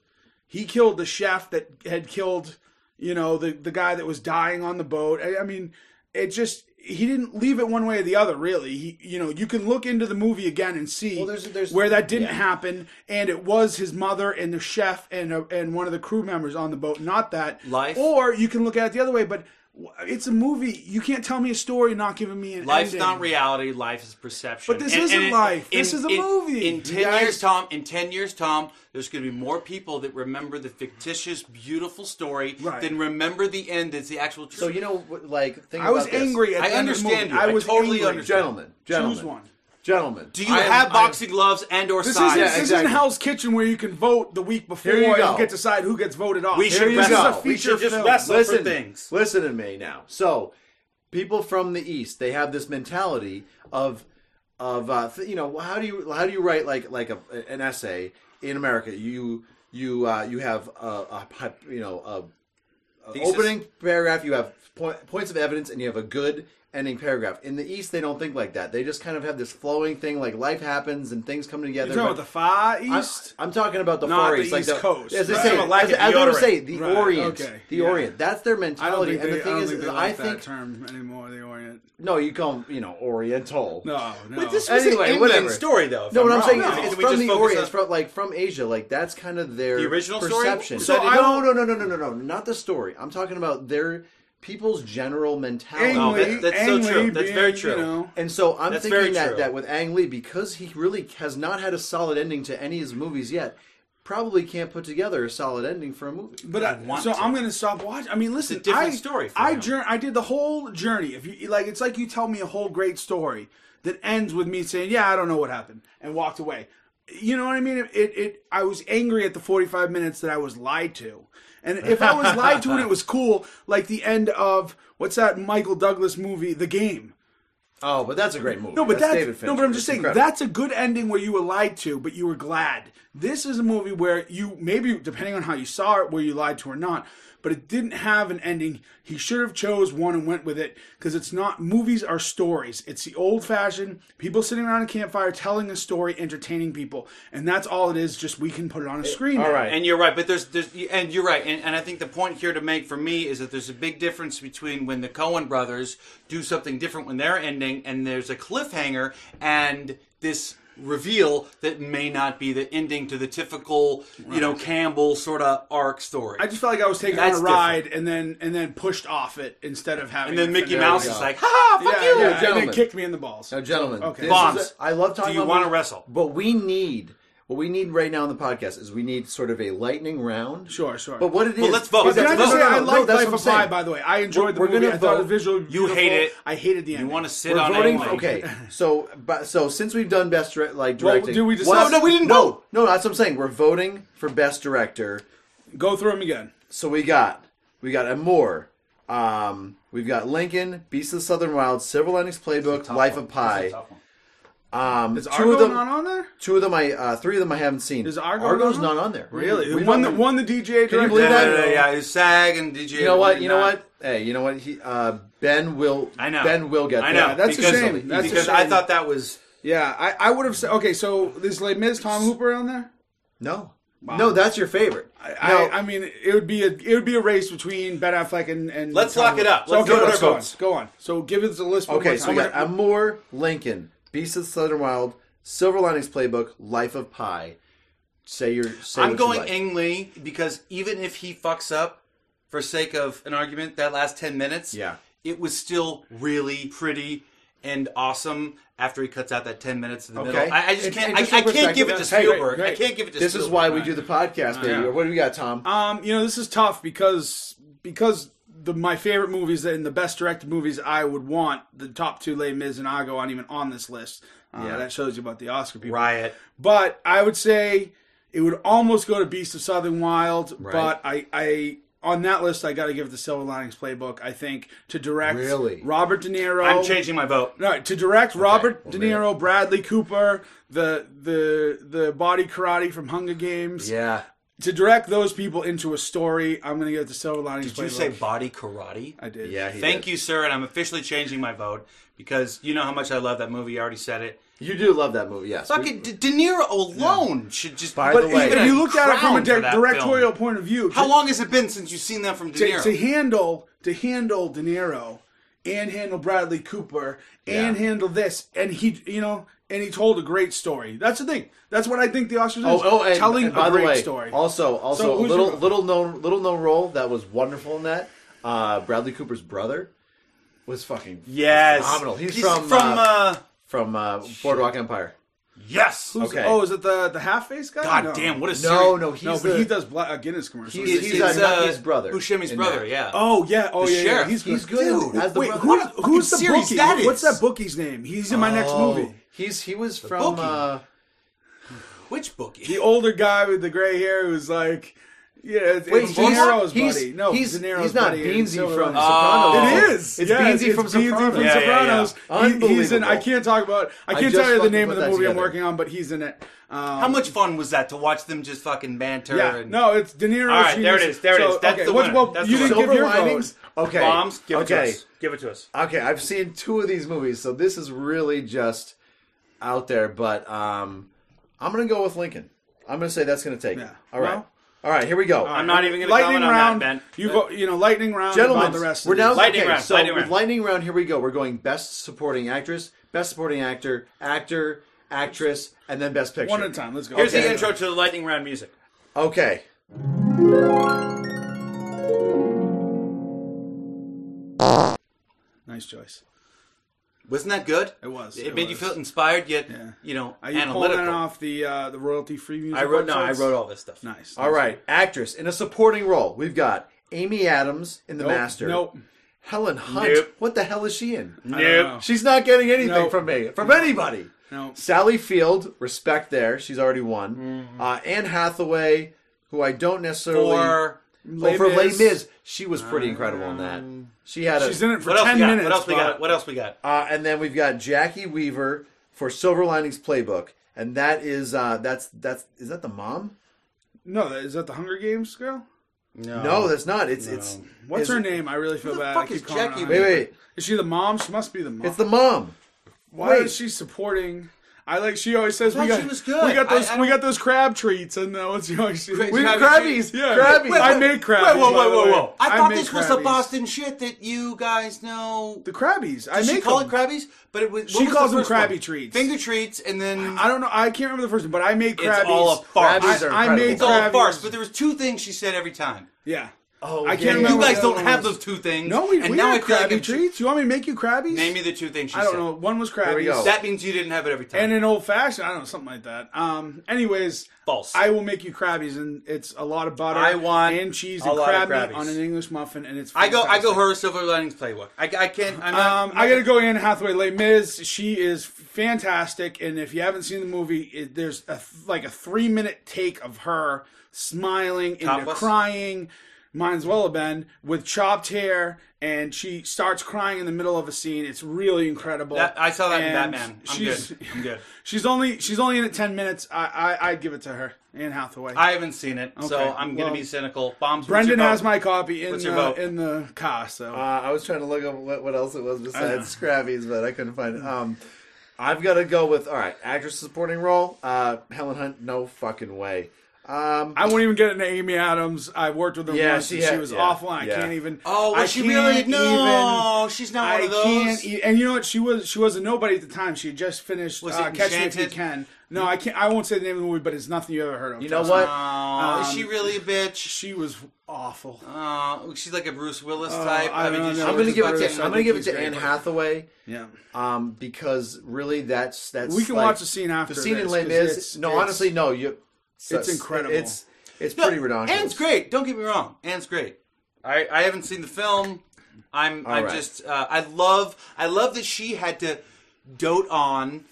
He killed the chef that had killed. You know the the guy that was dying on the boat. I, I mean, it just. He didn't leave it one way or the other, really. He, you know, you can look into the movie again and see
there's- there's-
where that didn't happen, and it was his mother and the chef and uh, and one of the crew members on the boat. Not that
Life.
Or you can look at it the other way, but w- it's a movie. You can't tell me a story not giving me an
Life's
ending.
not reality. Life is perception.
But this isn't life. This is a movie.
In
You
ten
guys-
years, Tom. In ten years, Tom. There's going to be more people that remember the fictitious, beautiful story
Right.
than remember the end. That's the actual. Truth.
So you know, what, like, think
I was
about this.
angry at
I
the end of the
understand you.
movie. I
I
was
totally
angry.
understand.
gentlemen, gentlemen,
one.
gentlemen.
do you have boxing gloves and or
This
size?
isn't,
Yeah,
this isn't
exactly.
Hell's Kitchen where you can vote the week before
Here you
and
go.
get to decide who gets voted off.
We should
this is a
wrestle.
feature
We
should just
film.
wrestle. for
listen,
things.
Listen to me now. So, people from the East, they have this mentality of, of uh, th- you know, how do you how do you write like like a, an essay in America? You you uh, you have a, a hy- you know a, a
Thesis.
opening paragraph. You have point, points of evidence, and you have a good ending paragraph. In the East, they don't think like that. They just kind of have this flowing thing, like life happens and things come together.
You talking
but-
about the Far
I'm,
East?
I'm talking about the
Not
Far
the
East, like
East
the,
Coast.
As they
Right.
say,
Well, like
as,
the
as they would
Orient.
say, the
Right,
Orient,
okay,
the
yeah.
Orient. That's their
I don't
mentality.
think
And
they,
the thing
I don't
is,
think they
is
like
I think
that term anymore. The Orient.
no, you call 'em, you know Oriental.
No, no.
But this was
Anyway,
an Indian
whatever.
story, though. if
No, what I'm
wrong.
saying
If-
is,
if
it's
we
from
just
the
focus
Orient,
on-
it's from, like from Asia. Like that's kind of their
The original story?
perception.
So
So
I
no,
don't-
no, no, no, no, no, no, not the story. I'm talking about their people's general mentality.
No,
Ang Lee-
that- that's so
Ang
true.
Lee
That's very
being,
true.
You know,
And so I'm
That's very
thinking
true.
that, that with Ang Lee, because he really has not had a solid ending to any of his movies yet, probably can't put together a solid ending for a movie.
But I,
want
so
to.
I'm gonna stop watching. I mean, listen,
different
I,
story for
I
him.
jour- I did the whole journey. If you like, it's like you tell me a whole great story that ends with me saying, "Yeah, I don't know what happened," and walked away. You know what I mean? It, it. I was angry at the 45 minutes that I was lied to, and if I was lied to and it was cool, like the end of what's that Michael Douglas movie, The Game.
Oh, but that's a great movie.
No, but that's,
David Fincher.
no, but I'm
It's
just saying
incredible.
that's a good ending where you were lied to, but you were glad. This is a movie where you maybe depending on how you saw it, where you lied to or not, but it didn't have an ending. He should have chose one and went with it because it's not movies are stories. It's the old fashioned people sitting around a campfire telling a story, entertaining people, and that's all it is. Just we can put it on a screen.
all
now.
right.
And you're right, but there's, there's and you're right, and, and I think the point here to make for me is that there's a big difference between when the Cohen brothers do something different when they're ending, and there's a cliffhanger, and this reveal that may not be the ending to the typical, you know, Campbell sort of arc story.
I just felt like I was taken
That's
on a
different.
ride and then and then pushed off it instead of having.
and then
it
Mickey
finished.
Mouse
we
is
go.
like, "Ha, fuck
Yeah,
you!"
yeah, and then
gentlemen.
kicked me in the balls.
Now, gentlemen,
Okay.
this is
Bombs.
a- I love talking.
Do you
about
wanna
movies,
wrestle?
But we need what we need right now in the podcast is we need sort of a lightning round.
Sure, sure.
But what it is?
Well, let's vote.
is that-
Can
Can I just
No,
say
no,
I
no,
like
that's
Life
what
of
I'm
Pi,
saying.
by the way. I enjoyed the
We're- we're
movie.
gonna
I thought the
vote.
visual
You hate it.
I hated the ending.
You want to sit
We're
on
voting.
Ang Lee.
okay, so but so since we've done best direct, like
Well,
directing,
did we
what's-
decide- No, no, we didn't
no,
vote.
No, that's what I'm saying. We're voting for best director.
Go through them again.
So we got we got Amour. Um, we've got Lincoln, Beast of the Southern Wild, Silver Linings Playbook, Life of Pi. Um,
Is
two
Argo
of them,
not on there?
two of them, I uh, three of them I haven't seen.
Is Argo
Argo's
not on?
not on there?
Really?
We
The one
don't-
that won the DGA. Can
you believe
Yeah,
that?
yeah, yeah, it's SAG and DJ.
You know what? You know what? Hey, you know what? He, uh, ben will.
I know.
Ben will get.
I know.
That.
that's a
because,
shame. That's a
because I
shame.
thought that was
Yeah, I, I would have said. Okay, so is Les Mis Tom Hooper on there?
No. No, that's your favorite.
I,
Now-
I mean, it would be a it would be a race between Ben Affleck and, and
Let's
Tom
lock
Cruise.
it up.
So,
Let's
okay,
go to
let's
our
go on.
votes.
Go on. So give us the list. one
Okay,
more
so
time.
we got Amour, Lincoln, Beast of the Southern Wild, Silver Linings Playbook, Life of Pi. Say your. Say
I'm
what
going
You like.
Eng Lee because even if he fucks up for sake of an argument, that last 10 minutes,
Yeah.
it was still really pretty and awesome after he cuts out that 10 minutes in the
Okay.
middle. I, I just
And-
can't,
and just
I,
for
I can't give it to
perspective, hey,
Spielberg.
great,
I can't give it to
This
Spielberg.
is why we do the podcast, baby. Or What do we got, Tom?
Um, you know, this is tough because because the my favorite movies and the best directed movies I would want the top two Les Mis and Argo aren't even on this list. Uh, That shows you about the Oscar people.
Riot.
But I would say it would almost go to Beast of Southern Wild. But I, I on that list I got to give it the Silver Linings Playbook. I think to direct
Really?
Robert De Niro.
I'm changing my vote.
No, to direct Robert
well,
De
maybe.
Niro, Bradley Cooper, the the the body karate from Hunger Games.
Yeah.
To direct those people into a story, I'm gonna give it the Silver Linings
Did you
Playbook.
say body karate?
I did.
Yeah. He
Thank you, sir, and I'm officially changing my vote because you know how much I love that movie. I already said it.
You do love that movie, yes.
Fucking De, De Niro alone should just. By
the
But
way-
if if you looked at it from a di- directorial
directorial.
point of view,
How
to-
long has it been since you've seen that from De
to,
Niro?
to handle to handle De Niro and handle Bradley Cooper and
Yeah.
handle this, and he, you know, and he told a great story. That's the thing. That's what I think the Oscars
Oh,
is
oh, and,
telling
and by
a great
the way,
story.
also,
So
also a
who's
little,
your-
little known, little known role that was wonderful in that. Uh, Bradley Cooper's brother was fucking
yes,
phenomenal. He's, from
from.
uh,
Uh,
from uh, Boardwalk Empire.
yes.
Who's-
okay.
Oh, is it the the half face guy?
God
No.
damn! What a
No,
series.
no, he's
no, but
the-
he does Bla- uh, Guinness commercials.
He's-
It's-
he's
it's,
a-
uh,
his brother
Buscemi's
in
brother.
that.
Yeah.
Oh yeah, oh yeah, yeah,
sheriff.
he's good.
He's good
Dude,
as the
wait,
brother.
who's,
What a
who's the
fucking series
bookie?
that is.
What's that bookie's name? He's in my next
Oh.
movie.
He's he was from
Bookie.
uh,
Which bookie?
The older guy with the gray hair who's like, yeah, it's,
Wait,
it's De
he's-
Niro's
he's-
buddy. No,
he's-
De Niro's
he's not
buddy in
Beansy
Silver
from
Linings.
Sopranos.
It is.
It's
yes,
Beansy from
it's Beansy
Sopranos.
from
Yeah, yeah, yeah.
Sopranos. He- he's in.
Unbelievable.
I can't talk about. I can't
just
tell you the
fucking
name
put
of the
that
movie I'm
together.
working on, but he's in it. Um,
How much fun was that to watch them just fucking banter?
Yeah,
and
no, it's De Niro.
All right, there it
Genius.
is, there it
So,
is. That's
okay,
the
what's-
winner.
Well,
That's
you
the
didn't
winner.
give
Silver
your
Linings.
vote.
Okay,
bombs. Give
okay.
it to us. Give it to us.
Okay, I've seen two of these movies, so this is really just out there. But um, I'm gonna go with Lincoln. I'm gonna say that's gonna take. it.
Yeah.
All right,
Well- uh,
all right. Here we go.
I'm not even going to
Lightning
comment on
round.
that, Ben.
You go. You know, lightning round.
Gentlemen,
about the rest.
we're
of these.
down.
Lightning
okay,
round,
So
lightning
with
round.
lightning round, here we go. We're going best supporting actress, best supporting actor, actor, actress, and then best picture.
One at a time. Let's go.
Here's
Okay.
the intro to the lightning round music.
Okay.
Nice choice.
Wasn't that good?
It was.
It,
It
made you
was.
feel inspired, yet you know
Are you pulling
analytical.
that off the uh, the royalty free music?
I wrote no. I
websites?
wrote all this stuff.
Nice.
All right. Actress in a supporting role. We've got Amy Adams in The
Nope,
Master.
Nope.
Helen Hunt.
Nope.
What the hell is she in?
I don't know.
She's not getting anything
Nope.
from me, from anybody.
No.
Sally Field, respect there. She's already won.
Mm-hmm.
Uh, Anne Hathaway, who I don't necessarily.
Or
oh, for Les
Mis. Um,
Mis, she was pretty incredible in that. She had a.
She's in it for
what else,
ten
we got?
minutes.
what else we
but-
got? What else we got?
Uh, and then we've got Jackie Weaver for Silver Linings Playbook, and that is uh, that's that's is that the mom?
No, that- is that the Hunger Games girl?
No, that's not. It's it's
What's
it's-
her name? I really feel
Who the
bad. I
fuck
keep
is
calling her
Jackie
on
Wait,
it.
wait,
Is she the mom? She must be the mom.
it's the mom.
Why
wait.
is she supporting? I like. She always says
I
we
thought
got.
she was good.
We got
I-
those.
I
we
don't-
got those crab treats, and uh, what's she always? She,
We
Crab-
Krabbies,
yeah,
Krabbies.
I made crabbies.
Wait, whoa,
by
whoa,
the
whoa,
way.
whoa! I, thought
made
this was the
crabbies.
Boston shit that you guys know.
The crabbies. I
Did she
make
call
them.
it crabbies? But it was what
She
was the
calls them
first one?
Krabby treats.
finger treats, and then
I don't know. I can't remember the first one, but I made crabbies.
all a farce.
Krabbies are
I, I made
incredible.
it's all a
crabbies.
farce. But there was two things she said every time.
yeah.
Oh, yeah,
I can't
yeah,
remember.
You
yeah.
what
guys
the
don't
other
have
one was.
those two things.
No, we,
and
we
now
had
I feel
crabby
like I'm-
treats. You want me to make you crabbies?
Name me the two things she
I don't
said.
know. One was crabbies.
we go.
That means you didn't have it every time.
and an old fashioned. I don't know, something like that. Um. Anyways,
False.
I will make you crabbies, and it's a lot of butter.
I want
and cheese
a
and
lot of
crab meat
Krabbies.
on an English muffin, and it's.
I go. I go.
fantastic.
Her Silver Linings Playbook. I, I can't. I'm not,
Um, I gotta go Anne Hathaway. Les Mis. She is fantastic, and if you haven't seen the movie, it, there's a, th- like a three minute take of her smiling into
Topless?
crying. Mine's well have been with chopped hair, and she starts crying in the middle of a scene. It's really incredible.
That- I saw that in
And
Batman. I'm
she's-
good. I'm good.
She's only she's only in it ten minutes. I I I'd give it to her. Anne Hathaway.
I haven't seen it, so
Okay,
I'm
well,
gonna be cynical. Bombs. what's
Brendan
your vote?
has my copy in
What's your
the,
vote?
in the car. So
Uh, I was trying to look up what, what else it was besides Scrabbies, but I couldn't find it. Um, I've got to go with all right, actress supporting role. Uh, Helen Hunt, no fucking way. Um,
I won't even get into Amy Adams. I worked with her
Yeah,
once.
she
and
had-
she was
yeah,
awful. and I
yeah.
can't even.
Oh, was
I
she
can't
really? No,
even-
she's not
I
one of those.
can't. e- And you know what? She was. She was a nobody at the time. She had just finished
Was
uh,
it
Catch Me If You
Enchanted?
Can. No, I can't. I won't say the name of the movie, but it's nothing you ever heard of.
you know
Trust me.
what?
Aw, is she
Um,
really a bitch?
She was awful.
Aw, she's like a Bruce Willis type.
Uh, I
I, mean,
don't
did
know.
I'm
she-
gonna
Which is
give it to
better than
I'm
I
gonna
think
give it
he's
to
great,
Anne
but-
Hathaway,
Yeah.
um, because really that's that's
We can
like-
watch the scene after
the scene
this,
in Les
'cause
Mis.
it's-
no,
it's-
honestly, no. You,
it's incredible.
It's it's
No,
pretty ridiculous.
Anne's great. Don't get me wrong. Anne's great. I I haven't seen the film. I'm I'm
right.
just uh, I love I love that she had to dote on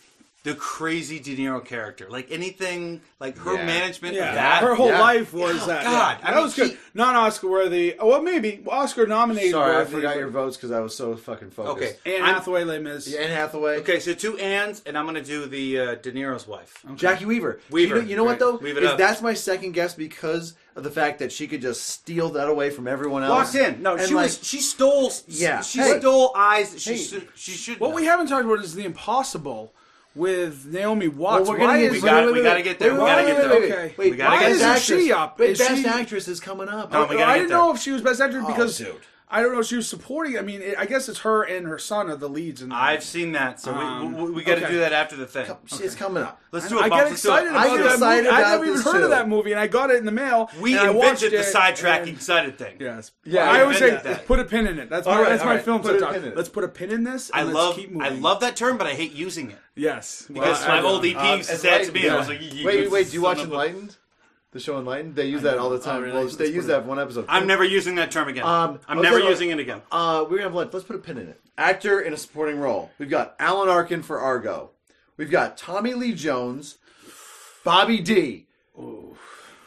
the crazy De Niro character. Like anything like her
Yeah.
management
Yeah,
of that.
her whole
yeah.
life was that. yeah.
Oh, God, I
that
mean,
was good.
he-
Non-Oscar worthy. Well, maybe Oscar nominated.
Sorry, I
worthy,
forgot
but-
your votes because I was so fucking focused.
Okay.
Anne
I'm-
Hathaway, Les Mis.
Anne Hathaway.
Okay, so two Anne's, and I'm gonna do the uh, De Niro's wife.
Jackie Weaver.
Weaver,
You know, you know what
right.
though?
Weave it
Is
up.
That's my second guess because of the fact that she could just steal that away from everyone else.
Locked in. No,
And
she
like,
was. She stole.
Yeah.
She
Hey.
stole eyes. that She
Hey.
should- she should.
What we haven't talked about is the impossible with Naomi
Well,
Watts.
we're
Why
gonna get,
is
we gotta- we gotta get there, we gotta get there.
Okay.
Wait,
We gotta
why
get
is
there.
Best
Is she
Actress-
up?
Wait,
Is
best
she-
actress is coming up.
Oh, we gotta
I
get
didn't
there.
know if she was best actress because
dude.
I don't know. She was supporting. I mean, it, I guess it's her and her son are the leads in that.
I've seen that, so
Um,
we, we, we got to
okay.
do that after the thing.
Oh, It's coming up.
Let's do it.
I
Bob.
get
Let's do it.
excited
I
about
get
that
excited
movie. I
about
never even
this
heard
too.
of that movie, and I got it in the mail.
We
and I watched
invented the
it,
sidetracking
and-
side thing.
Yes.
Yeah,
I
you
always say,
invented that.
put a pin in it. That's my,
All right,
that's
all
my
right.
film
Put a
TikTok.
pin in it.
Let's put a pin in this. And
I
let's
love
keep moving.
I love that term, but I hate using it
Yes. Well,
because
I-
my
I-
old EP
Um,
used to say it to me. and I was like,
wait, wait, wait. Do you watch
son of a-
Enlightened? The show Enlightened. They use that all the time.
really?
Well, they
Let's
use
put
that one episode.
I'm never using that term again.
Um,
I'm
okay,
never
look.
using it again.
Uh, we're gonna have lunch. Let's put a pin in it. Actor in a supporting role. We've got Alan Arkin for Argo. We've got Tommy Lee Jones, Bobby D.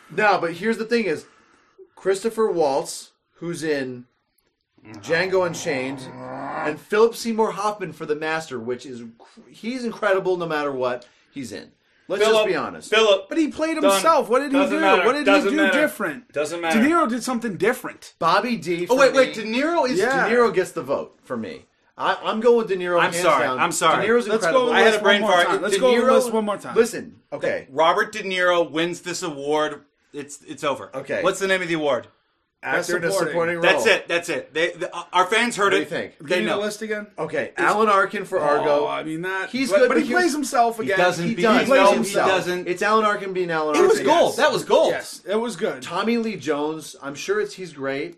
Now, but here's the thing: is Christopher Waltz, who's in Django Unchained, and Philip Seymour Hoffman for The Master, which is he's incredible no matter what he's in. Let's just be honest.
Philip.
But he played
Done.
himself. What did he
Doesn't
do?
matter.
What did
Doesn't
he do
matter.
different?
Doesn't matter.
De Niro did something different.
Bobby D.
Oh
for
wait, wait.
me-
De Niro is.
Yeah.
De Niro gets the vote for me. I, I'm going with De Niro.
I'm
hands
sorry.
down.
I'm sorry.
De Niro's
Let's
incredible.
go.
I had a
List
brain
one more
fart.
time. Let's
De
go over
Niro-
the list one more time.
Listen, okay,
Robert De Niro wins this award. It's it's over.
Okay.
What's the name of the award?
actor in a
supporting.
supporting role.
That's it. That's it. They, the, our fans heard
do
it.
you think?
Give
They
me the
know.
list again.
Okay, Alan Arkin for Argo.
Oh, I mean that.
He's
but,
good,
but he
but he-
plays himself again.
doesn't
he
be-
does.
he
plays
no, he
himself.
doesn't.
It's Alan Arkin being Alan
It
Arkin.
was gold.
Yes.
That was gold.
Yes, it was good.
Tommy Lee Jones. I'm sure it's he's great.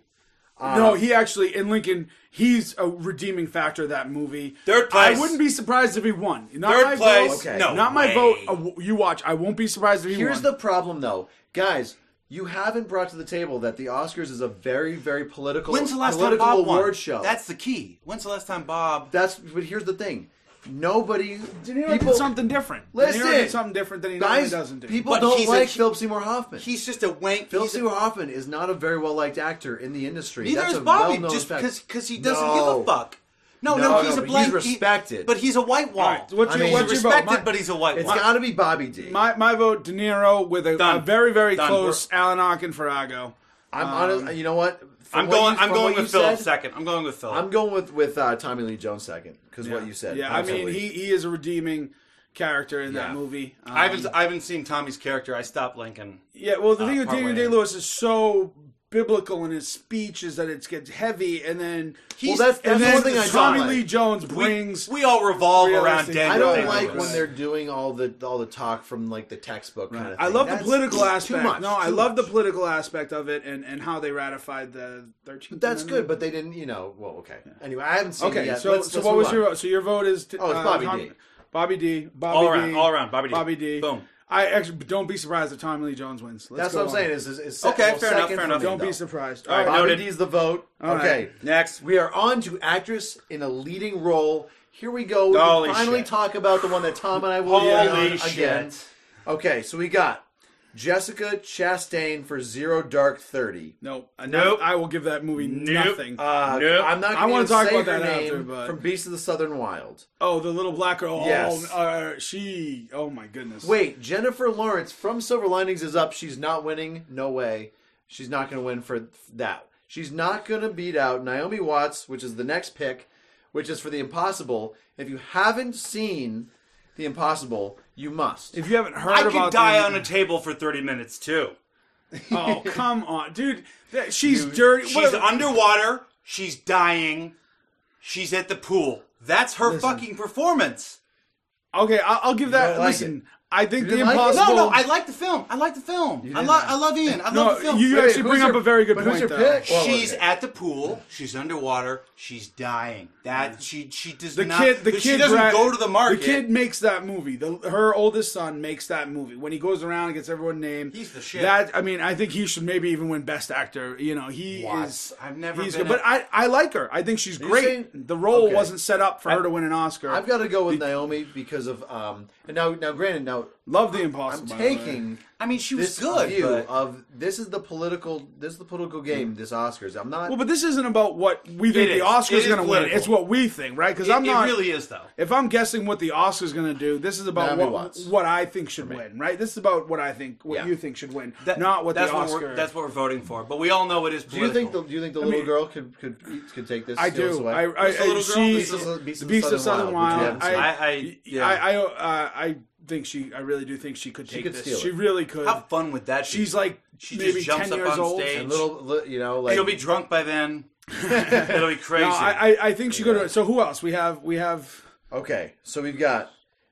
Um,
no, he actually in Lincoln. He's a redeeming factor of that movie.
Third place.
I wouldn't be surprised if he won. Not
Third
my
place.
Vote,
Okay.
No.
Not my
way.
vote. Uh, w- you watch. I won't be surprised if he
Here's
won.
the problem, though, guys. You haven't brought to the table that the Oscars is a very, very political,
When's the last time
political
Bob
award
won?
show.
That's the key. When's the last time Bob?
that's. But here's the thing. Nobody.
De Niro did something different. De Niro
Listen.
did something different than he normally
guys,
doesn't do.
people
But
don't
he's a-
like Philip Seymour Hoffman.
He's just a wank.
Philip
he's a-
Seymour Hoffman is not a very well liked actor in the industry.
Neither
That's
is
a
Bobby,
well-known
just
fact.
because he doesn't
No.
give a fuck. No,
No,
no,
no,
he's
but
a
he's
blank. he-
respected.
but he's a white wall.
Alright, what's
I
your-
mean,
what's
he's
your vote?
respected,
My-
but he's a white
It's
wall.
got to be Bobby D.
My my vote, De Niro with a,
Done.
a very very
Done.
close Alan Arkin Farrago.
I'm
Um,
honest. You know what? From
I'm
what
going.
you-
I'm
from
going
what you
with Philip
said,
second. I'm going with Philip.
I'm going with with uh, Tommy Lee Jones second because what you said.
Yeah, I mean
absolutely.
he, he is a redeeming character in
Yeah.
that movie. Um,
I haven't. I haven't seen Tommy's character. I stopped Lincoln.
yeah, well the thing with
partway
Daniel
in.
Day Lewis is so biblical in his speech is that it gets heavy and then
Well, that's, that's
and
the
then
one thing I
Tommy
don't
Lee
like.
Jones
We,
brings
we all revolve around
Realistic-
Daniel.
I don't
Jones.
like
Day-Lewis.
when they're doing all the all the talk from like the textbook kind of.
I
thing.
love the
That's
political
too
aspect.
much,
no, I
too
love the
much.
political aspect of it and, and how they ratified the 13th.
That's good,
Amendment.
but they didn't. You know. Well, okay. Anyway, I haven't seen it
okay.
yet.
so
Let's-
so
let's
what
move
was
on.
your vote? so your vote is to,
Oh, it's Bobby D.
Bobby D. Bobby
all
D.
around, all around. Bobby D.
Bobby D.
Boom.
I actually don't be surprised if Tommy Lee Jones wins. Let's
That's
go
what I'm
on.
saying. Is, is, is
Okay,
well,
fair enough,
second
fair
for
enough.
me,
Don't
though.
be sururrised.
right,
All right.
Bobby
Noted.
D's the vote. okay.
right.
Next,
We are on to actress in a leading role. Here we go. We
Holy
can finally
shit.
talk about the one that Tom and I will
Holy
be on
shit.
again. Okay, so we got Jessica Chastain for Zero Dark Thirty.
No, uh,
Nope.
I will give that movie nothing.
Uh,
Nope.
I'm not.
I
Going
wanna
to
talk
say
about
her
that
name
after, but-
from Beast of the Southern Wild.
oh, the little black girl.
Yes.
Oh, uh, she. Oh my goodness.
Wait, Jennifer Lawrence from Silver Linings is up. She's not winning. No way. She's not going to win for that. She's not going to beat out Naomi Watts, which is the next pick, which is for The Impossible. If you haven't seen The Impossible, you must.
If you haven't heard
I
about
could die
the-
on a table for thirty minutes too.
Oh come on, dude! That, she's dirty.
She's
What a-
underwater. She's dying. She's at the pool. That's her fucking performance.
okay, I'll, I'll give that.
don't like
listen,
it.
I think the
didn't like it?
impossible.
No, no, I like the film. I like the film. I,
did
lo-
not.
I love Ian. I
No,
love the film.
you- you actually bring
who's
up
your-
a very good
but
point,
Who's your
though.
pick? Well,
she's
okay.
at the pool. She's underwater. She's dying. That she she does
the
not.
kid, the
she
kid
doesn't
Brad-
go to the market.
The kid makes that movie. The, her oldest son makes that movie. When he goes around and gets everyone named,
He's the shit.
That I mean, I think he should maybe even win Best Actor. You know, he
What?
is.
I've never
He's
been
good, but
a-
I I like her. I think she's great.
saying-
the role
okay.
wasn't set up for her to win an Oscar.
I've got to go with Naomi because of um. And now, now, granted, now
Love the Impossible.
I'm
by the way.
taking
I mean, she was
this
good.
view
but-
of this is the political this is the political game. This Oscars. I'm not.
Well, but this isn't about what we
It
think the
is. It
Oscar's
is
going to win.
political.
It's what we think, right? Because
it,
I'm not.
it really is though.
If I'm guessing what the Oscar's going to do, this is about
Naomi
what,
Watts.
what I think should win, right? This is about what I think, what
Yeah.
you think should win,
That-
not what
that's
the
What
Oscar.
we're, that's what we're voting for. But we all know it is
do you
political.
think the do you think the little
mean-
girl could could could take this?
I
steal this
do.
away?
I, I,
Who's the little girl?
she's
Beast
of- Beast of
Beast of Southern
Southern
Wild.
Wild, which we
I,
haven't
I,
seen. Yeah.
I, I, uh, I think she. I really do think she could take
could
this.
steal
she
it.
really could.
Have fun with that.
she's like
She just
maybe
jumps
ten
up
years
on
old.
stage.
A little, li- you know, like
she'll be drunk by then. It'll be crazy.
No, I, I, I think she could. So who else? We have we have
okay. So we've got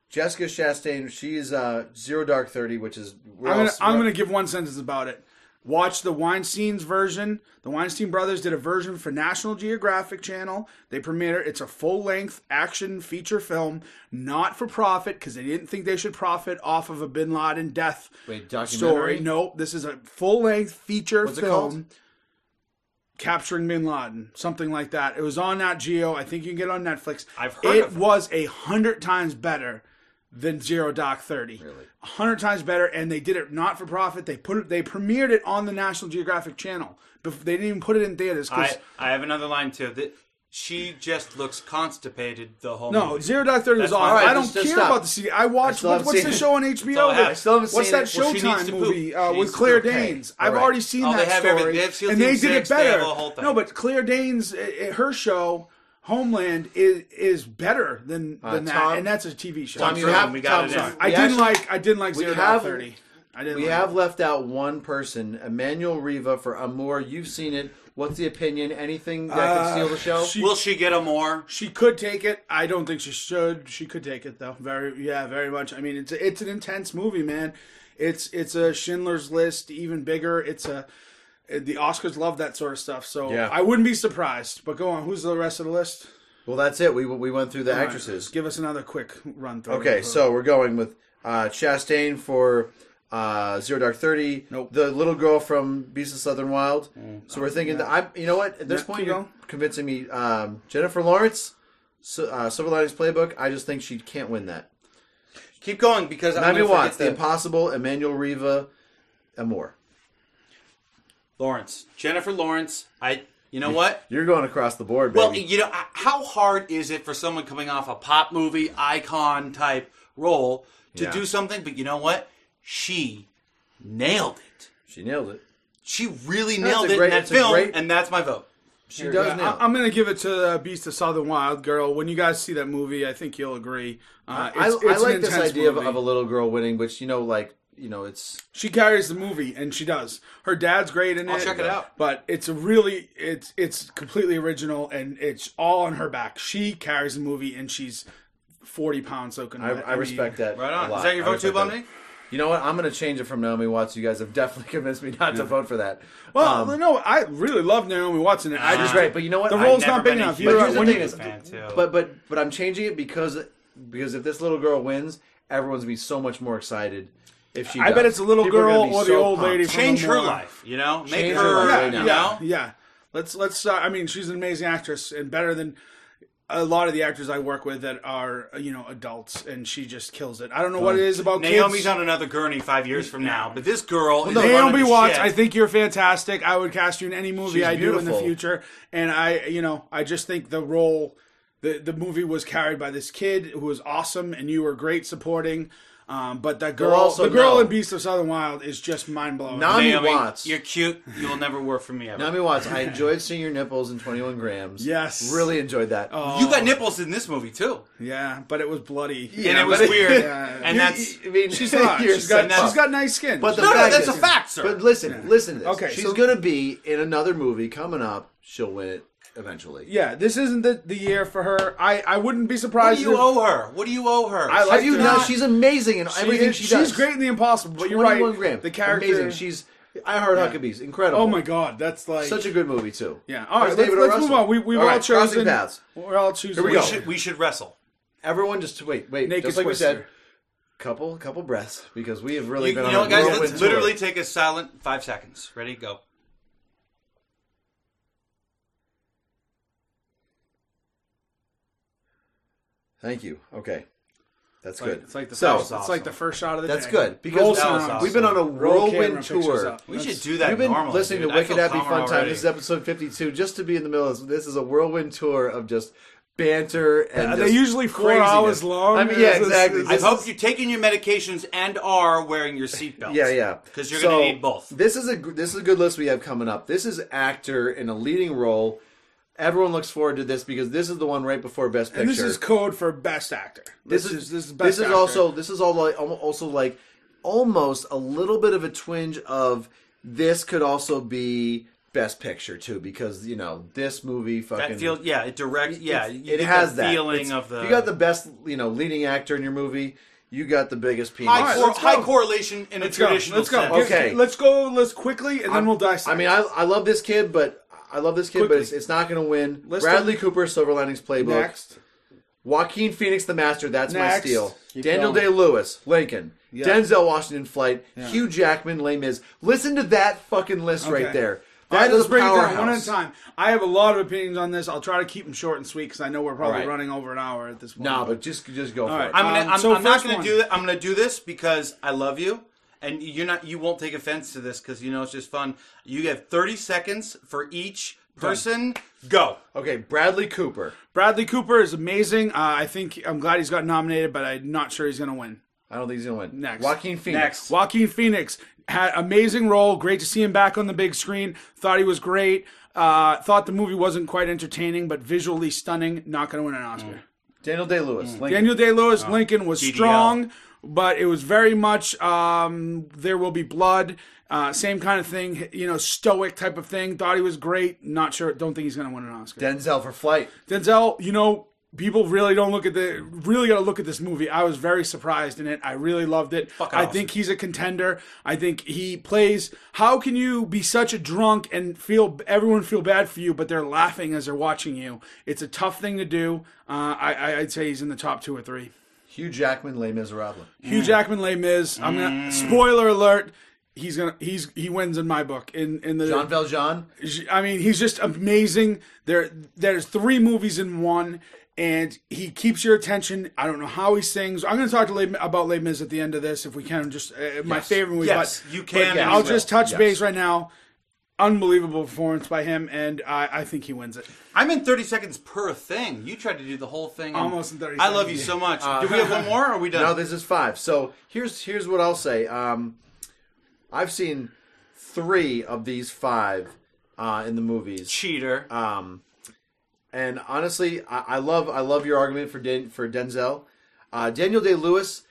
Jessica Chastain. She's uh, zero dark thirty, which is we're
I'm
all-
gonna, I'm
we're-
gonna give one sentence about it. Watch the Weinstein's version. The Weinstein brothers did a version for National Geographic Channel. They premiered it. It's a full length action feature film, not for profit, because they didn't think they should profit off of a Bin Laden death
Wait, documentary?
story. Nope, this is a full length feature
What's it
film.
called?
Capturing Bin Laden, something like that. It was on Nat Geo. I think you can get it on Netflix.
I've heard
it
of it.
was a hundred times better than Zero Doc Thirty. Really, a hundred times better. And they did it not for profit. They put it. They premiered it on the National Geographic Channel. Bef- They didn't even put it in theaters. 'cause-
I, I have another line too. That she just looks constipated the whole.
no,
movie.
Zero Dark Thirty was
That's fine.
awesome.
All right,
I don't
just-
care
just stop.
about the CD. I watched
still
what,
haven't
what's
seen
the
it.
show on
all
HBO?
I
that-
have. I still
haven't
what's
seen
that
it. Well,
she needs
Showtime
to poop.
movie uh,
She
with
needs to
Claire
poop. Okay.
Danes? I've
All
already
right.
seen
Oh,
that
they have
story,
every- they have Seal
and they
Team
did it
Six, they have
better.
the whole thing.
No, but Claire Danes, i- i- her show. Homeland is is better than, than that,
Tom-
and that's a TV show.
Tom,
I'm
you
sorry,
have
we got
Tom,
it in.
sorry.
Uh, We
I
We
didn't
actually-
like. I didn't like
we
zero
have-
Dark thirty. I didn't.
We
like
have
it.
left out one person, Emmanuel Riva for Amour. You've seen it. What's the opinion? Anything that could steal the show?
Uh, she-
Will she get a more?
She could take it. I don't think she should. She could take it though. Very yeah, very much. I mean, it's it's an intense movie, man. It's it's a Schindler's List, even bigger. It's a the Oscars love that sort of stuff. So
Yeah.
I wouldn't be surprised. But go on. Who's the rest of the list?
well, that's it. We we went through the actresses.
Give us another quick run through.
Okay, so we're going with uh, Chastain for uh, Zero Dark Thirty.
Nope. Mm.
The little girl from Beast of Southern Wild. So we're thinking that I'm. You know what? At this
Yeah,
point,
keep
you're
going.
convincing me. Um, Jennifer Lawrence, so, uh, Silver Linings Playbook. I just think she can't win that.
Keep going because I'm
Naomi
gonna
Watts, The
forget
Impossible, Emmanuel Riva, and more.
Lawrence, Jennifer Lawrence. I. You know what?
You're going across the board, baby.
Well,
e-
you know, I- how hard is it for someone coming off a pop movie icon type role to
Yeah.
do something? But you know what? She nailed it.
she nailed it.
She really nailed
a
it
great-
in that
that's a
film,
great-
and that's my vote.
She does
Yeah,
nail.
I- I'm gonna give it to uh, Beast of Southern Wild Girl. When you guys see that movie, I think you'll agree.
I,
Uh, it's,
I
it's an
like this
intense
idea of,
movie.
of a little girl winning, which you know, like you know, it's
She carries the movie, and she does. Her dad's great in it.
check it out.
But it's a really it's it's completely original, and it's all on her back. She carries the movie, and she's forty pounds soaking.
I, I respect that.
Right on.
a lot.
Is that
I
your vote too,
respect that.
Bundy?
You know what? I'm going to change it from Naomi Watts. You guys have definitely convinced me not to vote for that.
Well, no, I really love Naomi Watts in it.
Um,
I
She's
just
great, but you know what?
the
I
role's
never
not big
been a
enough.
huge
You're
But
right.
here's the
When
thing
you-
is,
fan, too.
but but but I'm changing it because because if this little girl wins, everyone's gonna be so much more excited. If she,
I bet
does.
it's the little
People are gonna
girl
be
or the
so
old
pumped.
lady.
Change her
Moore.
life, you know. Make
Change her
her,
life
yeah,
right now.
you
yeah,
know.
yeah. Let's let's. Uh, I mean, she's an amazing actress and better than a lot of the actors I work with that are uh, you know adults, and she just kills it. I don't know what it is about
Naomi's
kids.
on another gurney five years from now, but this girl is running
Naomi
the
Watts,
shit.
I think you're fantastic. I would cast you in any movie
She's
I do in the
beautiful.
future, and I, you know, I just think the role, the the movie was carried by this kid who was awesome, and you were great supporting. Um, but that girl,
also
the girl
no.
in Beast of Southern Wild is just mind blowing.
Not- Naomi
Naomi,
Watts.
you're cute. You will never work for me ever.
Naomi Watts, I enjoyed seeing your nipples in 21 grams.
Yes. Oh.
Really enjoyed that.
you got nipples in this movie too,
yeah, but it was bloody.
Yeah,
and it was
but-
weird.
Yeah.
And
You-
that's
I mean,
she's hot.
you're
She's got,
so
she's got nice skin.
But the
no, no,
fact
that's a
is-
fact, sir.
But listen, listen to this.
Okay,
she's
so-
gonna be in another movie coming up. She'll win it eventually.
yeah, this isn't the, the year for her. I, I wouldn't be
what
surprised.
do you
if-
owe her? What do you owe her?
I
Have
like
you
her.
not?
Not-
She's amazing in
She
everything
is-
she does.
she's great in The Impossible, but you're right.
21 grams.
The character,
amazing. She's I Heart Huckabee's incredible.
oh my god, that's like
Such a good movie too.
yeah. All right,
There's
let's,
David O.
let's
Russell.
move on. We we've all,
right, crossing
chosen.
paths.
We're all choosing.
we
we
go.
should we should wrestle.
Everyone, just wait, wait.
Naked
just like
Twister.
we said, couple, couple breaths because we have really
You,
been
you
on
know
a
what, guys?
whirlwind
Let's
tour.
literally take a silent five seconds. Ready? Go.
Thank you. Okay, that's good.
It's like the
so
first, it's like the first shot of the
that's
day.
good
Roll
because
that was
sound.
awesome.
we've been on a
Roll camera
whirlwind
pictures
tour.
up.
We
That's-
should do that.
You've been
normally,
listening
dude.
to
I
Wicked
feel
Happy
calmer
Fun Time.
already.
This is episode 52. Just to be in the middle, of this is a whirlwind tour of just banter and
Are
just
they usually four
craziness.
hours long?
I mean, yeah,
Is this-
exactly.
is
I
This
hope you're taking your medications and are wearing your seatbelts.
Yeah, yeah.
Because you're
So,
going to need both.
This is a gr- this is a good list we have coming up. This is actor in a leading role. Everyone looks forward to this because this is the one right before Best Picture.
And this is code for best actor.
this,
is this is best.
this is
actor.
also this is all like, al- also like almost a little bit of a twinge of this could also be Best Picture too because you know this movie fucking
That feel, yeah, it directs, yeah.
it's-
you
it
get
has
the
that
feeling
It's-
of the.
you got the best you know leading actor in your movie. You got the biggest penis.
high,
All right,
cor-
let's go.
high correlation in
Let's
a
go.
traditional
Let's go.
sense.
Okay.
Let's go. Let's quickly, and then we'll dissect.
I mean, I, I love this kid, but I love this kid,
Quickly.
but it's, it's not going to win.
Let's
Bradley Cooper, Silver Linings Playbook.
next.
Joaquin Phoenix, The Master. That's my
Next.
steal.
Keep
Daniel
going.
Day Lewis, Lincoln. Denzel Washington, Flight. Hugh Jackman, Les Mis. Listen to that fucking list right
Okay.
there. That
All right,
is
let's
a
bring it down one at a
powerhouse.
time. I have a lot of opinions on this. I'll try to keep them short and sweet because I know we're probably
All right.
running over an hour at this point.
Nah, but just just go for
right,
it.
I'm, gonna,
Um,
I'm,
so
I'm not
first
going to
one.
do that. I'm going to do this because I love you, and you're not. You won't take offense to this because you know it's just fun. You have 30 seconds for each person. Go.
okay, Bradley Cooper.
Bradley Cooper is amazing. Uh, I think I'm glad he's got nominated, but I'm not sure he's going to win.
I don't think he's going to win.
Next.
Joaquin Phoenix.
Next.
Joaquin Phoenix had amazing role. Great to see him back on the big screen. Thought he was great. Uh, thought the movie wasn't quite entertaining, but visually stunning. Not going to win an Oscar.
Daniel Day Lewis. Lincoln.
Mm. Daniel Day Lewis Lincoln was
DDL.
strong, but it was very much um, there will be blood. Uh, same kind of thing, you know, stoic type of thing. Thought he was great. Not sure. Don't think he's going to win an Oscar.
Denzel for Flight.
Denzel, you know, people really don't look at the really got to look at this movie. I was very surprised in it. I really loved it. I
awesome.
think he's a contender. I think he plays. How can you be such a drunk and feel everyone feel bad for you, but they're laughing as they're watching you? It's a tough thing to do. Uh, I, I, I'd say he's in the top two or three.
Hugh Jackman, Les Miserables.
Hugh Jackman, Les Mis. I'm gonna spoiler alert. He's gonna he's he wins in my book. In in the
John Valjean.
I mean, he's just amazing. There, there's three movies in one, and he keeps your attention. I don't know how he sings. I'm going to talk to Les, about Les Mis at the end of this, if we can. Just uh, my favorite movie.
Yes,
but,
you can.
but
and
I'll
you will.
just touch
Yes.
base right now. Unbelievable performance by him, and I, I think he wins it.
I'm in 30 seconds per thing. You tried to do the whole thing. in-
Almost in 30
I love you
seconds. Uh,
so much. do we have one more? Or are we done?
No, Oh, this is five. So here's here's what I'll say. Um, I've seen three of these five uh, in the movies,
cheater.
Uh,
um, and honestly, I, I love I love your argument for Den, for Denzel, uh, Daniel Day Lewis.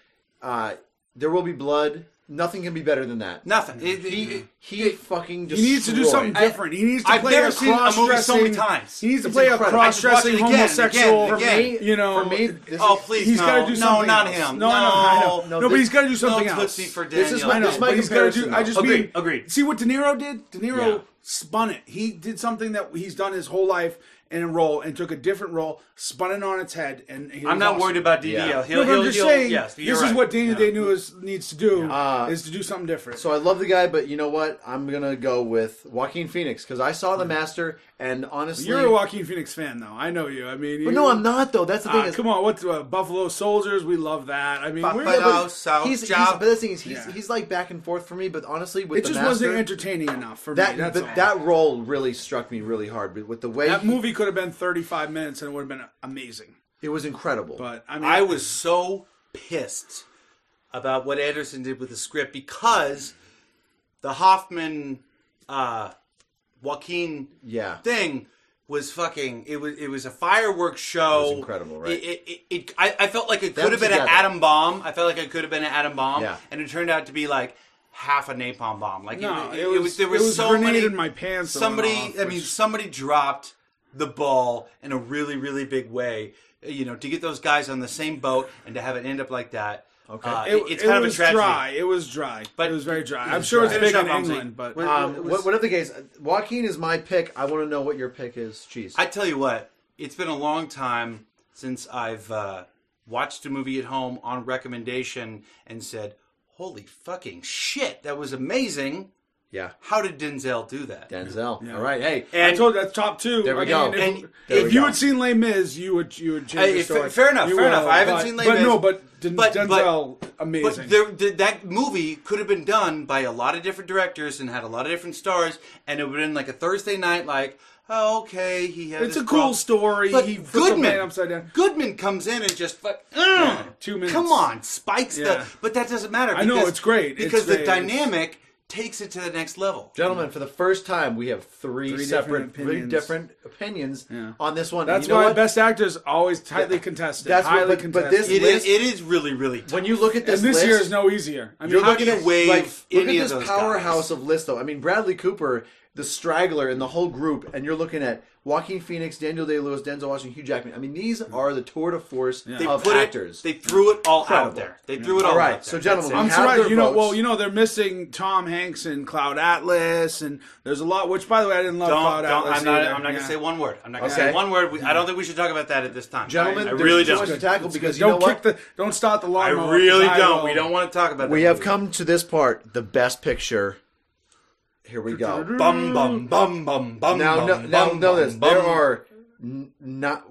Uh, there will be blood. Nothing can be better than that.
Nothing. It- it-
he he fucking
He needs to do something
destroyed.
different. he needs to
I've
play
never
a
seen a movie so many
cross-dressing-
times.
He needs to
It's
play a
incredible. I
cross
just
watched it
dressing
again and again and
homosexual.
again.
Me-
You know,
for me, this
oh
is,
please,
He's
no.
got to do
no,
something.
not
else.
him.
No, I know, I know.
No.
No, but he's got to do
No
something else.
tootsie for Daniel.
This is
I know.
This is my
but he's got to do.
comparison,
I just
though.
mean,
Agreed, agreed.
See what De Niro did. De Niro
Yeah.
spun it. He did something that he's done his whole life in a role and took a different role, spun it on its head. And he
I'm
was
not
awesome.
worried about DDL.
Yeah.
He'll,
No, but
he'll,
I'm just
he'll-
saying.
yes, you're
this is
right.
what Daniel
Yeah.
Day Lewis needs to do
Uh,
is to do something different.
So I love the guy, but you know what? I'm gonna go with Joaquin Phoenix because I saw The Master, and honestly,
Mm-hmm. You're a Joaquin Phoenix fan, though. I know you. I mean,
But no, I'm not though. That's the thing. is,
come on, what's uh, Buffalo Soldiers? We love that. I mean, we're,
Buffalo
but
uh, South
he's, he's
Job.
but the thing is, he's
Yeah.
he's like back and forth for me. But honestly, with
it
the
just
master,
wasn't entertaining enough for
that
me. That's all.
but that role really struck me really hard. But with the way
that
he-
movie could have been 35 minutes and it would have been amazing.
it was incredible.
But I mean,
I was so pissed about what Anderson did with the script because the Hoffman uh, Joaquin
Yeah.
thing was fucking it was it was a fireworks show.
It was incredible, right?
It, it, it, it- I, I felt like it could have been
together.
an atom bomb. I felt like it could have been an atom bomb,
Yeah.
and it turned out to be like half a napalm bomb. Like
No,
it,
it was-
there
it
was,
was
so
grenade
many
in my pants that
Somebody,
went off,
I mean,
which-
somebody dropped the ball in a really really big way. You know, to get those guys on the same boat and to have it end up like that. Okay,
It,
it's
it
kind of a
was
tragedy.
dry. It was dry.
But-
But it was very dry. I'm sure it's
dry.
big
Finish
in
up, Ramsey.
England, but
When-
um,
Um, what, whatever the case, Joaquin is my pick. I want to know what your pick is. Cheese.
I tell you what, it's been a long time since I've uh, watched a movie at home on recommendation and said, "Holy fucking shit, that was amazing."
yeah.
How did Denzel do that?
Denzel. All right. Hey.
I told you that's top two.
There we
Again,
go.
If,
And-
There we
if you
go.
had seen Les Mis, you would you would change
Hey,
your
fa-
story.
fair enough,
You
fair enough. I haven't
but-
seen Les
But
Mis.
no, but, Den-
But- but-
Denzel, amazing.
But there, th- that movie could have been done by a lot of different directors and had a lot of different stars, and it would have been like a Thursday night, like, oh, okay, he had.
it's
this
a cool
problem."
story.
But
he flipped a
Goodman,
man upside down.
Goodman comes in and just like,
two minutes.
Come on, spikes
Yeah.
the. But that doesn't matter.
I know, it's great. It's
because the
great.
dynamic takes it to the next level.
Gentlemen, for the first time, we have three,
Three
separate,
different
three
opinions.
different opinions on this one.
That's
You know
why
what?
best actors always tightly contested.
That's what-
highly
but- but
contested.
this
It is.
list-
It is really, really. tough.
when you look at this,
and this
list,
year is no easier. I mean,
You're
how
looking
do
at
you wave
like, look
any of
at
those
this powerhouse of lists, though. I mean, Bradley Cooper, the straggler, and the whole group, and you're looking at Joaquin Phoenix, Daniel Day Lewis, Denzel Washington, Hugh Jackman. I mean, these
Mm.
are the tour de force of
put it-
actors.
they threw it all
Incredible.
out there. They threw it all,
All
out
right,
there.
so gentlemen,
I'm
we have
surprised.
their
You know,
votes.
well, you know, they're missing Tom Hanks and Cloud Atlas, and there's a lot. Which, by the way, I didn't love
Don't,
Cloud
don't,
Atlas.
I'm not.
either.
I'm not
Yeah.
gonna say one word. I'm not gonna
Okay.
say one word. We, I don't think we should talk about that at this time,
Gentlemen,
I, I
there's
really
too
don't.
much to tackle because you know
don't
what?
kick the. Don't start the
I
lawnmower.
really
'cause I
don't.
will.
We don't want to talk about.
We
that
have
movie.
come to this part, the best picture. Here we go.
Bum bum bum bum bum.
Now,
bum,
no,
bum,
now know
bum,
this.
bum.
There are n- not.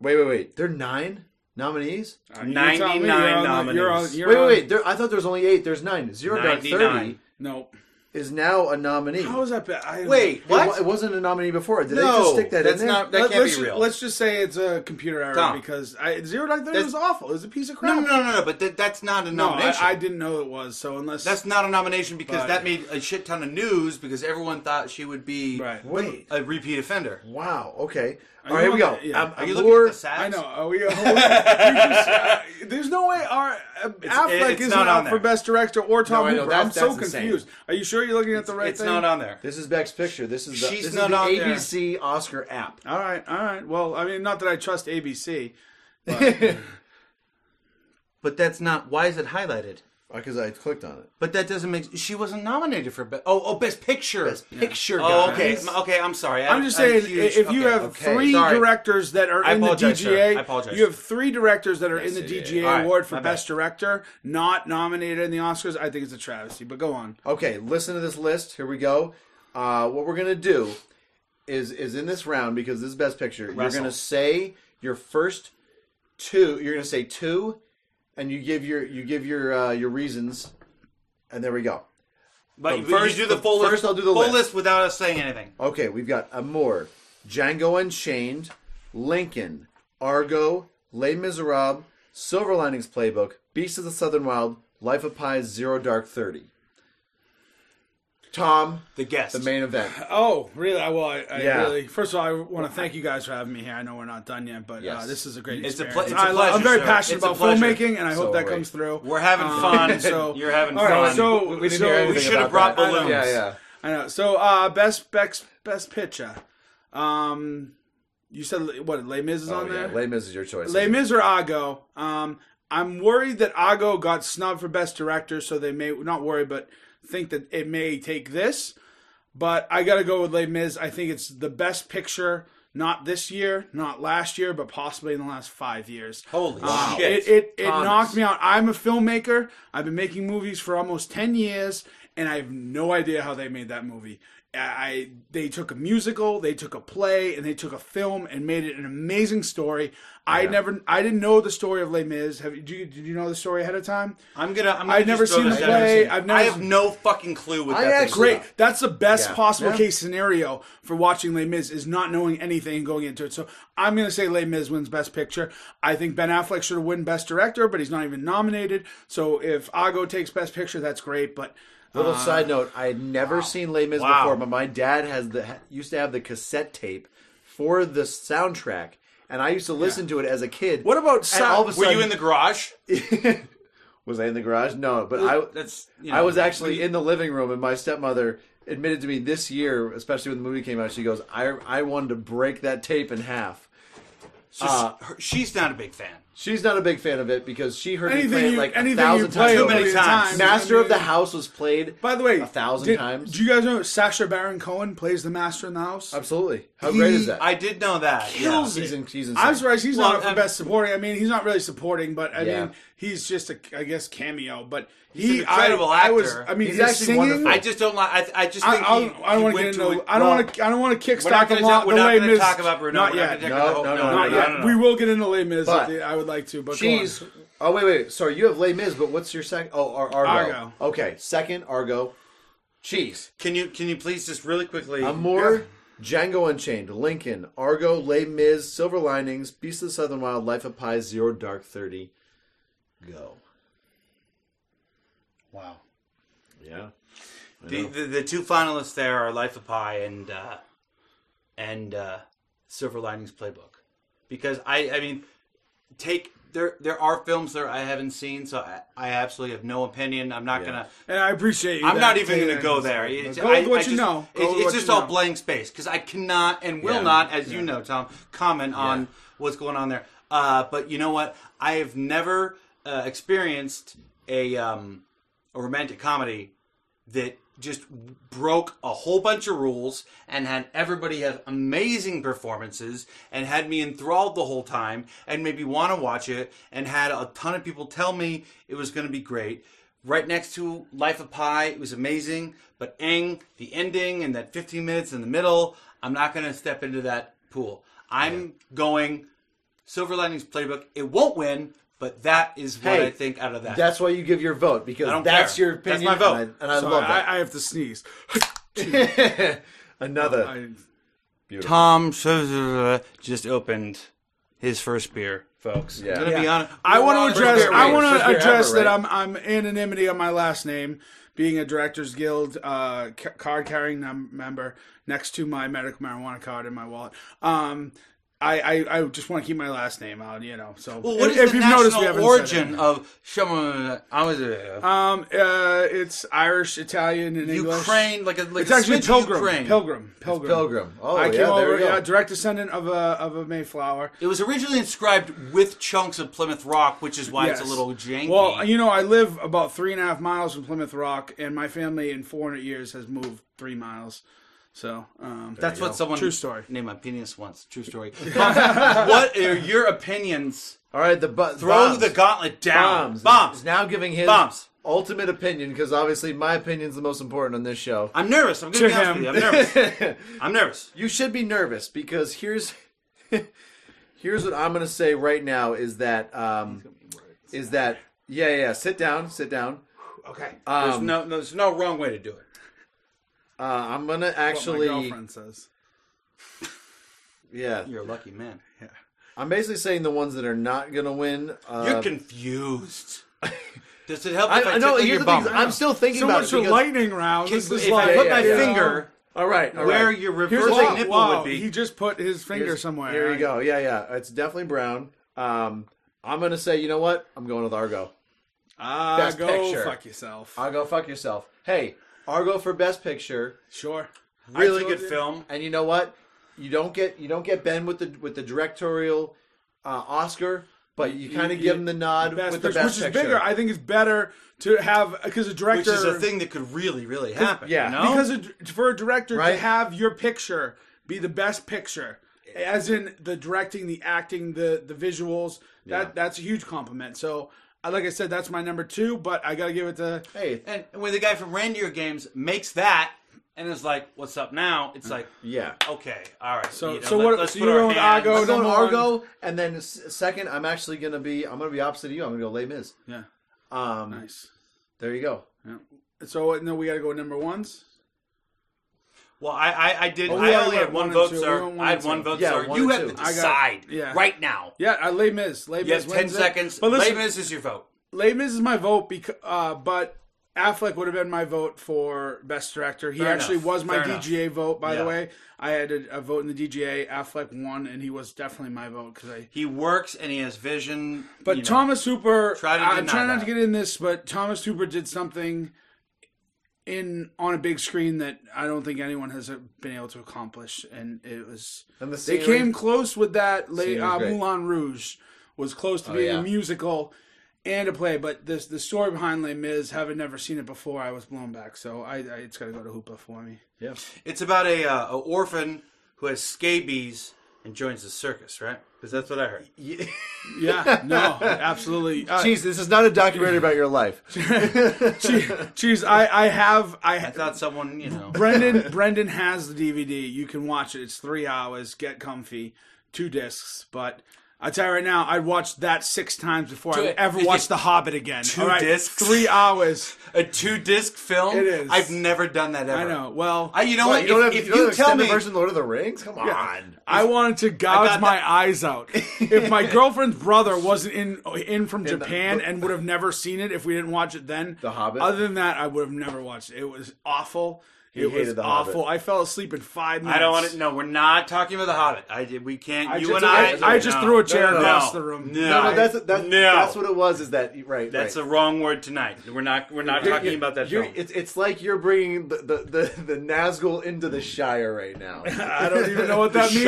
Wait, wait, wait. There are nine nominees.
Uh, you tell me, you're
99
on the- You're on.
nominees.
You're
Wait, wait,
on-
wait. There, I thought there was only eight. There's nine. Zero Dark Thirty
99.
No.
is now a nominee.
How is that bad? I,
Wait,
It wa-
what?
It, wasn't a nominee before. Did they
No,
just stick that
that's
in there?
not- that
Let,
can't
us
be real.
let's just say it's a computer error
Tom.
because I, zero dark thirty
That's-
was awful. It was a piece of crap.
No, no, no, no, no. But that, that's not a
No, I,
nomination.
I didn't know it was. So unless
that's not a nomination because
But-
that made a shit ton of news because everyone thought she would be
Right.
Wait.
a repeat offender.
Wow. Okay. All
you
right. Here we go.
looking- yeah.
Um,
Are you
I'm
looking
more-
at the stats?
I know. Are we, are we- you just, uh, there's no way our uh, Affleck
it's
isn't
not on
up for
there.
best director or
No,
Tom
I know.
Hooper.
That's-
I'm so
that's insane.
confused. Are you sure you're looking at the right
it's
thing?
not on there.
This is Beck's picture. This is the,
She's
this
not on
is
there.
the ABC Oscar app.
All right, all right. Well, I mean, not that I trust ABC.
But that's not. Why is it highlighted?
Because I clicked on it.
But that doesn't make. She wasn't nominated for best. Oh, oh, best picture. Best
Picture.
Oh,
guys.
okay. M- Okay, I'm sorry. I,
I'm just saying,
huge-
if you
okay,
have
okay,
three
sorry.
directors that are
I
in the
apologize, sir.
DGA,
I apologize.
you have three directors that are in the
yeah, yeah,
DGA
yeah. All right,
award
my
for
bad.
best director, not nominated in the Oscars. I think it's a travesty. But go on.
Okay, listen to this list. Here we go. Uh, what we're gonna do is is in this round because this is best picture.
Russell.
You're gonna say your first two. You're gonna say two, and you give your you give your uh, your reasons, and there we go.
But you-
first-
you do the full
first
list.
I'll do the
full
list.
without us saying anything.
Oh,
Okay, we've got Amour, Django Unchained, Lincoln, Argo, Les Miserables, Silver Linings Playbook, Beasts of the Southern Wild, Life of Pi, Zero Dark Thirty. Tom,
The guest.
the main event.
Oh, really? I- Well, I, I
Yeah.
really. First of all, I want to thank you guys for having me here. I know we're not done yet, but
Yes.
uh, this is a great.
It's a
experience.
ple- it's a
I love- I'm
pleasure,
very
sir.
passionate
It's a
about
pleasure.
filming, and I hope
So
that
great.
comes through. Um,
We're having fun.
so
You're having
all right,
fun.
So
We didn't
so-
hear anything
we should've
about
brought
that.
balloons.
Yeah, yeah.
I know. So uh, best best best picture. Um, you said what? Les Mis is
Oh,
on
yeah.
there.
Les Mis is your choice.
Les Mis or Ago. Um, I'm worried that Ago got snubbed for best director, so they may not worry, but think that it may take this. But I gotta go with Les Mis. I think it's the best picture, not this year, not last year, but possibly in the last five years.
Holy
Uh,
shit.
It it, it
Thomas.
knocked me out. I'm a filmmaker. I've been making movies for almost ten years, and I have no idea how they made that movie. I they took a musical, they took a play, and they took a film and made it an amazing story. I never, I didn't know the story of Les Mis. Have you, did you, did you know the story ahead of time?
I'm gonna. I'm gonna
I've
just
never
throw
seen
this
the
out there.
play. I've never
I have
seen-
no fucking clue what
I
that thing's
actually-
great.
about.
That's the best
Yeah.
possible
Yeah.
case scenario for watching Les Mis is not knowing anything and going into it. So I'm going to say Les Mis wins Best Picture. I think Ben Affleck should have won Best Director, but he's not even nominated. So if Ago takes Best Picture, that's great. But
Little side note: I had never seen Les Mis
Ah. Wow.
before, but my dad has the ha- used to have the cassette tape for the soundtrack, and I used to listen to it as a kid.
what about
And all of a
sound?
Were
sudden,
you in the garage?
was I in the garage? No, but I
That's. You know,
I was actually in the living room, and my stepmother admitted to me this year, especially when the movie came out. She goes, "I I wanted to break that tape in half."
So
Uh,
her, she's not a big fan.
She's not a big fan of it because she heard me play
anything
it
you
like a
anything you
thousand
play
times.
Too many
over the
times.
time,
Master
I
of the
mean-
House was played
By the way,
a thousand
did-
times.
Do you guys know Sasha Baron Cohen plays the master in the house?
Absolutely, how great is that?
I did know that.
Kills
yeah.
He's in- he's
I'm
insane.
surprised he's
Well,
not up for
I'm-
best supporting. I mean, he's not really supporting, but I
um, Yeah.
mean, he's just a, I guess, cameo. But
an
he,
incredible
I, I was,
actor.
I mean,
He's
his
actually
singing.
wonderful.
I just don't like. I, I just
I,
think
I,
he,
I
he
don't want to get
went
into.
to a-
I don't
well,
want to. I don't want to
We're not
kickstart
going
him
to
off
talk.
the
We're not
way
going to
Miz.
talk about Bruno.
Not
we're
yet.
No,
Not gonna talk about,
no,
no,
no,
Not
no,
yet.
no,
We will get into Les Mis.
But-
if the- I would like to, but go on.
She's. Oh wait, wait. Sorry, you have Les Mis, but what's your second? Oh, Ar- Argo.
Argo.
Okay, second Argo. Cheese.
Can you can you please just really quickly?
Amour, Django Unchained, Lincoln, Argo, Les Mis, Silver Linings, Beast of the Southern Wild, Life of Pi, Zero Dark Thirty. Go.
wow.
Yeah.
the, the the two finalists there are Life of Pi and uh, and uh, Silver Linings Playbook, because I I mean take there there are films that I haven't seen, so I, I absolutely have no opinion. I'm not gonna.
And I appreciate you.
I'm
that
not even
taking
going to
that
go
into
there.
consideration.
It's-
Go
I-
with what
I
you
just-
know. Go
it-
with
it's
what
just
you
all
know.
blank space because I cannot and will
Yeah.
not, as you know, Tom, comment on what's going on there. Uh, but you know what? I have never uh, experienced a um, a romantic comedy that just broke a whole bunch of rules and had everybody have amazing performances and had me enthralled the whole time and made me want to watch it and had a ton of people tell me it was going to be great. Right next to Life of Pi, it was amazing, but Eng, the ending and that 15 minutes in the middle, I'm not going to step into that pool. I'm going Silver Linings Playbook. It won't win, but that is what
Hey,
I think out of that.
That's why you give your vote because
don't
that's
care.
your
That's
opinion.
my vote.
And I, and I
Sorry,
love
I, I have to sneeze.
that. Another.
I,
Tom just opened his first beer, folks.
Yeah.
I'm gonna be
Yeah.
honest.
I want
First
to address.
beer
I
rating.
want
First
to
beer
address
ever,
that
right?
I'm I'm anonymity on my last name, being a Directors Guild uh, ca- card carrying num- member next to my medical marijuana card in my wallet. Um, I, I, I just want to keep my last name out, you know. So
Well, what is the national origin of Shema? I was uh,
Um, uh, it's Irish, Italian, and English.
Ukraine, like a like
It's
a
actually
smidge of
pilgrim,
Ukraine.
pilgrim. Pilgrim.
Pilgrim. Oh,
I
yeah,
came
there
over,
you go.
yeah, direct descendant of a of a Mayflower.
It was originally inscribed with chunks of Plymouth Rock, which is why it's a
Yes.
little janky.
Well, uh, you know, I live about three and a half miles from Plymouth Rock, and my family in 400 years has moved three miles. So um,
That's what someone
True story.
named my penis once. True story. Tom, what are your opinions?
All right, the bu-
Throw
bombs.
the gauntlet down.
bombs.
Bombs.
Is now giving his
Bombs.
ultimate opinion because obviously my opinion's the most important on this show.
I'm nervous. I'm gonna
To
be honest
him.
with you. I'm nervous. I'm nervous.
you should be nervous because here's here's what I'm gonna say right now is that um is that yeah yeah sit down sit down
Okay.
There's
um
no, no, there's no wrong way to do it.
uh, I'm gonna
Actually, my
actually
girlfriend says.
yeah
You're a lucky man.
I'm basically saying the ones that are not gonna win uh,
You're confused. Um, Does it help
I,
if I,
I know
tickle
here's
your
the
bum?
thing, I'm still thinking
So
about
much
it
for
because,
lightning round. This is
if
like
I put my
yeah, yeah.
finger
all right all
where
right.
your
Here's the
reversing
thing.
nipple
wow,
would be,
he just put his finger
Here's-
somewhere.
Here
I-
you go. Yeah, yeah. It's definitely brown. Um, I'm gonna say, you know what? I'm going with Argo.
Ah,
Best
go
picture.
fuck yourself.
Argo, fuck yourself. Hey, Argo for best picture.
sure. I
really
told
good
you.
film.
And you know what? You don't get you don't get Ben with the with the directorial uh, Oscar, but you kind of
you-
give him the nod
Best
with the
picture,
best
which is
picture.
bigger. I think it's better to have because a
Which
director
is a thing that could really, really happen.
yeah.
you know?
because a, for a director
Right.
to have your picture be the best picture as in the directing the acting the the visuals that that's a huge compliment so I- like i said that's my number two but i gotta give it to
hey,
and when the guy from Reindeer Games makes that, and it's like, "What's up now?" It's like,
Yeah.
"Okay, all right."
So-
you know,
so what-
let's
so
put
you're
our
going with
hands-
Argo,
I'm going
number one.
Argo, and then s- second, I'm actually gonna be I'm gonna be opposite of you. I'm gonna go Les Mis.
Yeah.
Um,
Nice.
there you go.
Yeah. So and then we got to go number ones.
Well, I I, I did.
Oh, we
I only
only went
had one
one and
vote,
two. We
sir.
went one
I had
and two.
one vote,
Yeah,
sir.
one
You
and
have
two.
to
I
got-
decide
yeah.
right now.
Yeah, uh, Les Mis. Les
You
Mis
have ten
wins it.
seconds.
But listen,
Les Mis is your vote.
Les Mis is my vote because, uh, but Affleck would have been my vote for best director. He
Fair
actually
enough.
was my
Fair enough.
DGA vote, by
Yeah.
the way. I had a, a vote in the DGA. Affleck won, and he was definitely my vote because I.
He works and he has vision.
But
you know.
Thomas Hooper,
Try to
I'm
deny
trying not to
that.
get in this, but Thomas Hooper did something in on a big screen that I don't think anyone has uh, been able to accomplish, and it was
And the
they
scenery,
came close with that. La-
Scenery was
uh,
great.
Moulin Rouge was close to being
yeah.
a musical and a play, but this the story behind Les Mis, having never seen it before, I was blown back. So I, I it's got to go to Hoopa for me.
Yeah.
It's about a, uh, a orphan who has scabies and joins the circus, right? Because that's what I heard.
Yeah.
Yeah, no, absolutely. Uh,
Jeez, this is not a documentary about your life.
Jeez, I I have I uh,
I thought someone, you know,
Brendan Brendan has the DVD. You can watch it. It's three hours. Get comfy. Two discs, but. I tell you right now, I watched that six times before I ever watched The Hobbit again. Two
discs?
three hours.
a two disc film.
It is.
I've never done that ever.
I know. Well,
I, you know
What,
what?
you don't have,
If- if
you, don't have
tell
extended
me,
version of Lord of the Rings? Come on.
I wanted to gouge
got
my eyes out. If my girlfriend's brother wasn't in in from Japan and would have never seen it if we didn't watch it then. The
Hobbit?
Other than that, I would have never watched it. It was awful. it was
hated The Hobbit.
awful. I fell asleep in five minutes.
I don't want to. No, we're not talking about the Hobbit. I did. We can't. you
just-
and I.
I- I
just
no.
threw a chair
No, no,
across
no.
the room.
No,
No, no, that's that's,
no.
that's what it was. Is that right?
That's
right.
the wrong word tonight. We're not. We're not talking about that
You're-
film.
It's it's like you're bringing the the, the, the Nazgul into the Shire right now.
I don't even know what that means.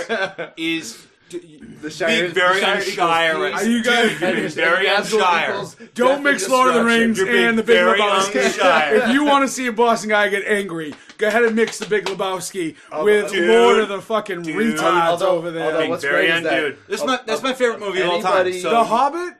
Shire is.
The Shire,
Being
the
very
Shire
unshire.
equals-
right-
Are you guys-
Dude, you're being
and
very
Nazgul
unshire.
equals death
Don't
and
mix Lord of the
destruction.
Rings
You're being
and the Big
very
Lebowski.
unshire.
if you want to see a Boston guy get angry, go ahead and mix the Big Lebowski with
dude.
Lord of the fucking retards
Although-
over there.
although
Being
what's
very
great is that
undude. This is
of-
my- that's
of-
my favorite movie of all
anybody-
time. So
the Hobbit.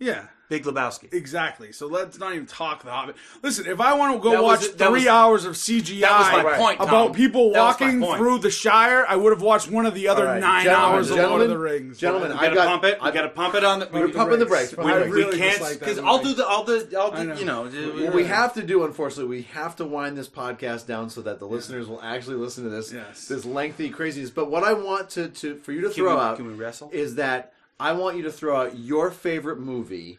Yeah,
Big Lebowski.
exactly. So let's not even talk the Hobbit. Listen, if I want to go
That was-
watch
that
three
was-
hours of CGI
That was my
Right.
point. Tom.
about people
That was my
walking
point.
through the Shire, I would have watched one of the other
All right,
nine
gentlemen,
hours of Lord of
gentlemen,
the Rings.
Gentlemen,
We
I
gotta
got
pump it.
I
We gotta pump it on the.
We're pumping the brakes.
We-
We,
I
we
really
can't
dislike that
because
movie.
I'll do the. I'll do. I'll
know.
do. You know.
What we have to do, unfortunately, we have to wind this podcast down so that the listeners will actually listen to this
Yes.
this lengthy craziness. But what I want to, to for you to throw
we-
out
can we wrestle?
is that I want you to throw out your favorite movie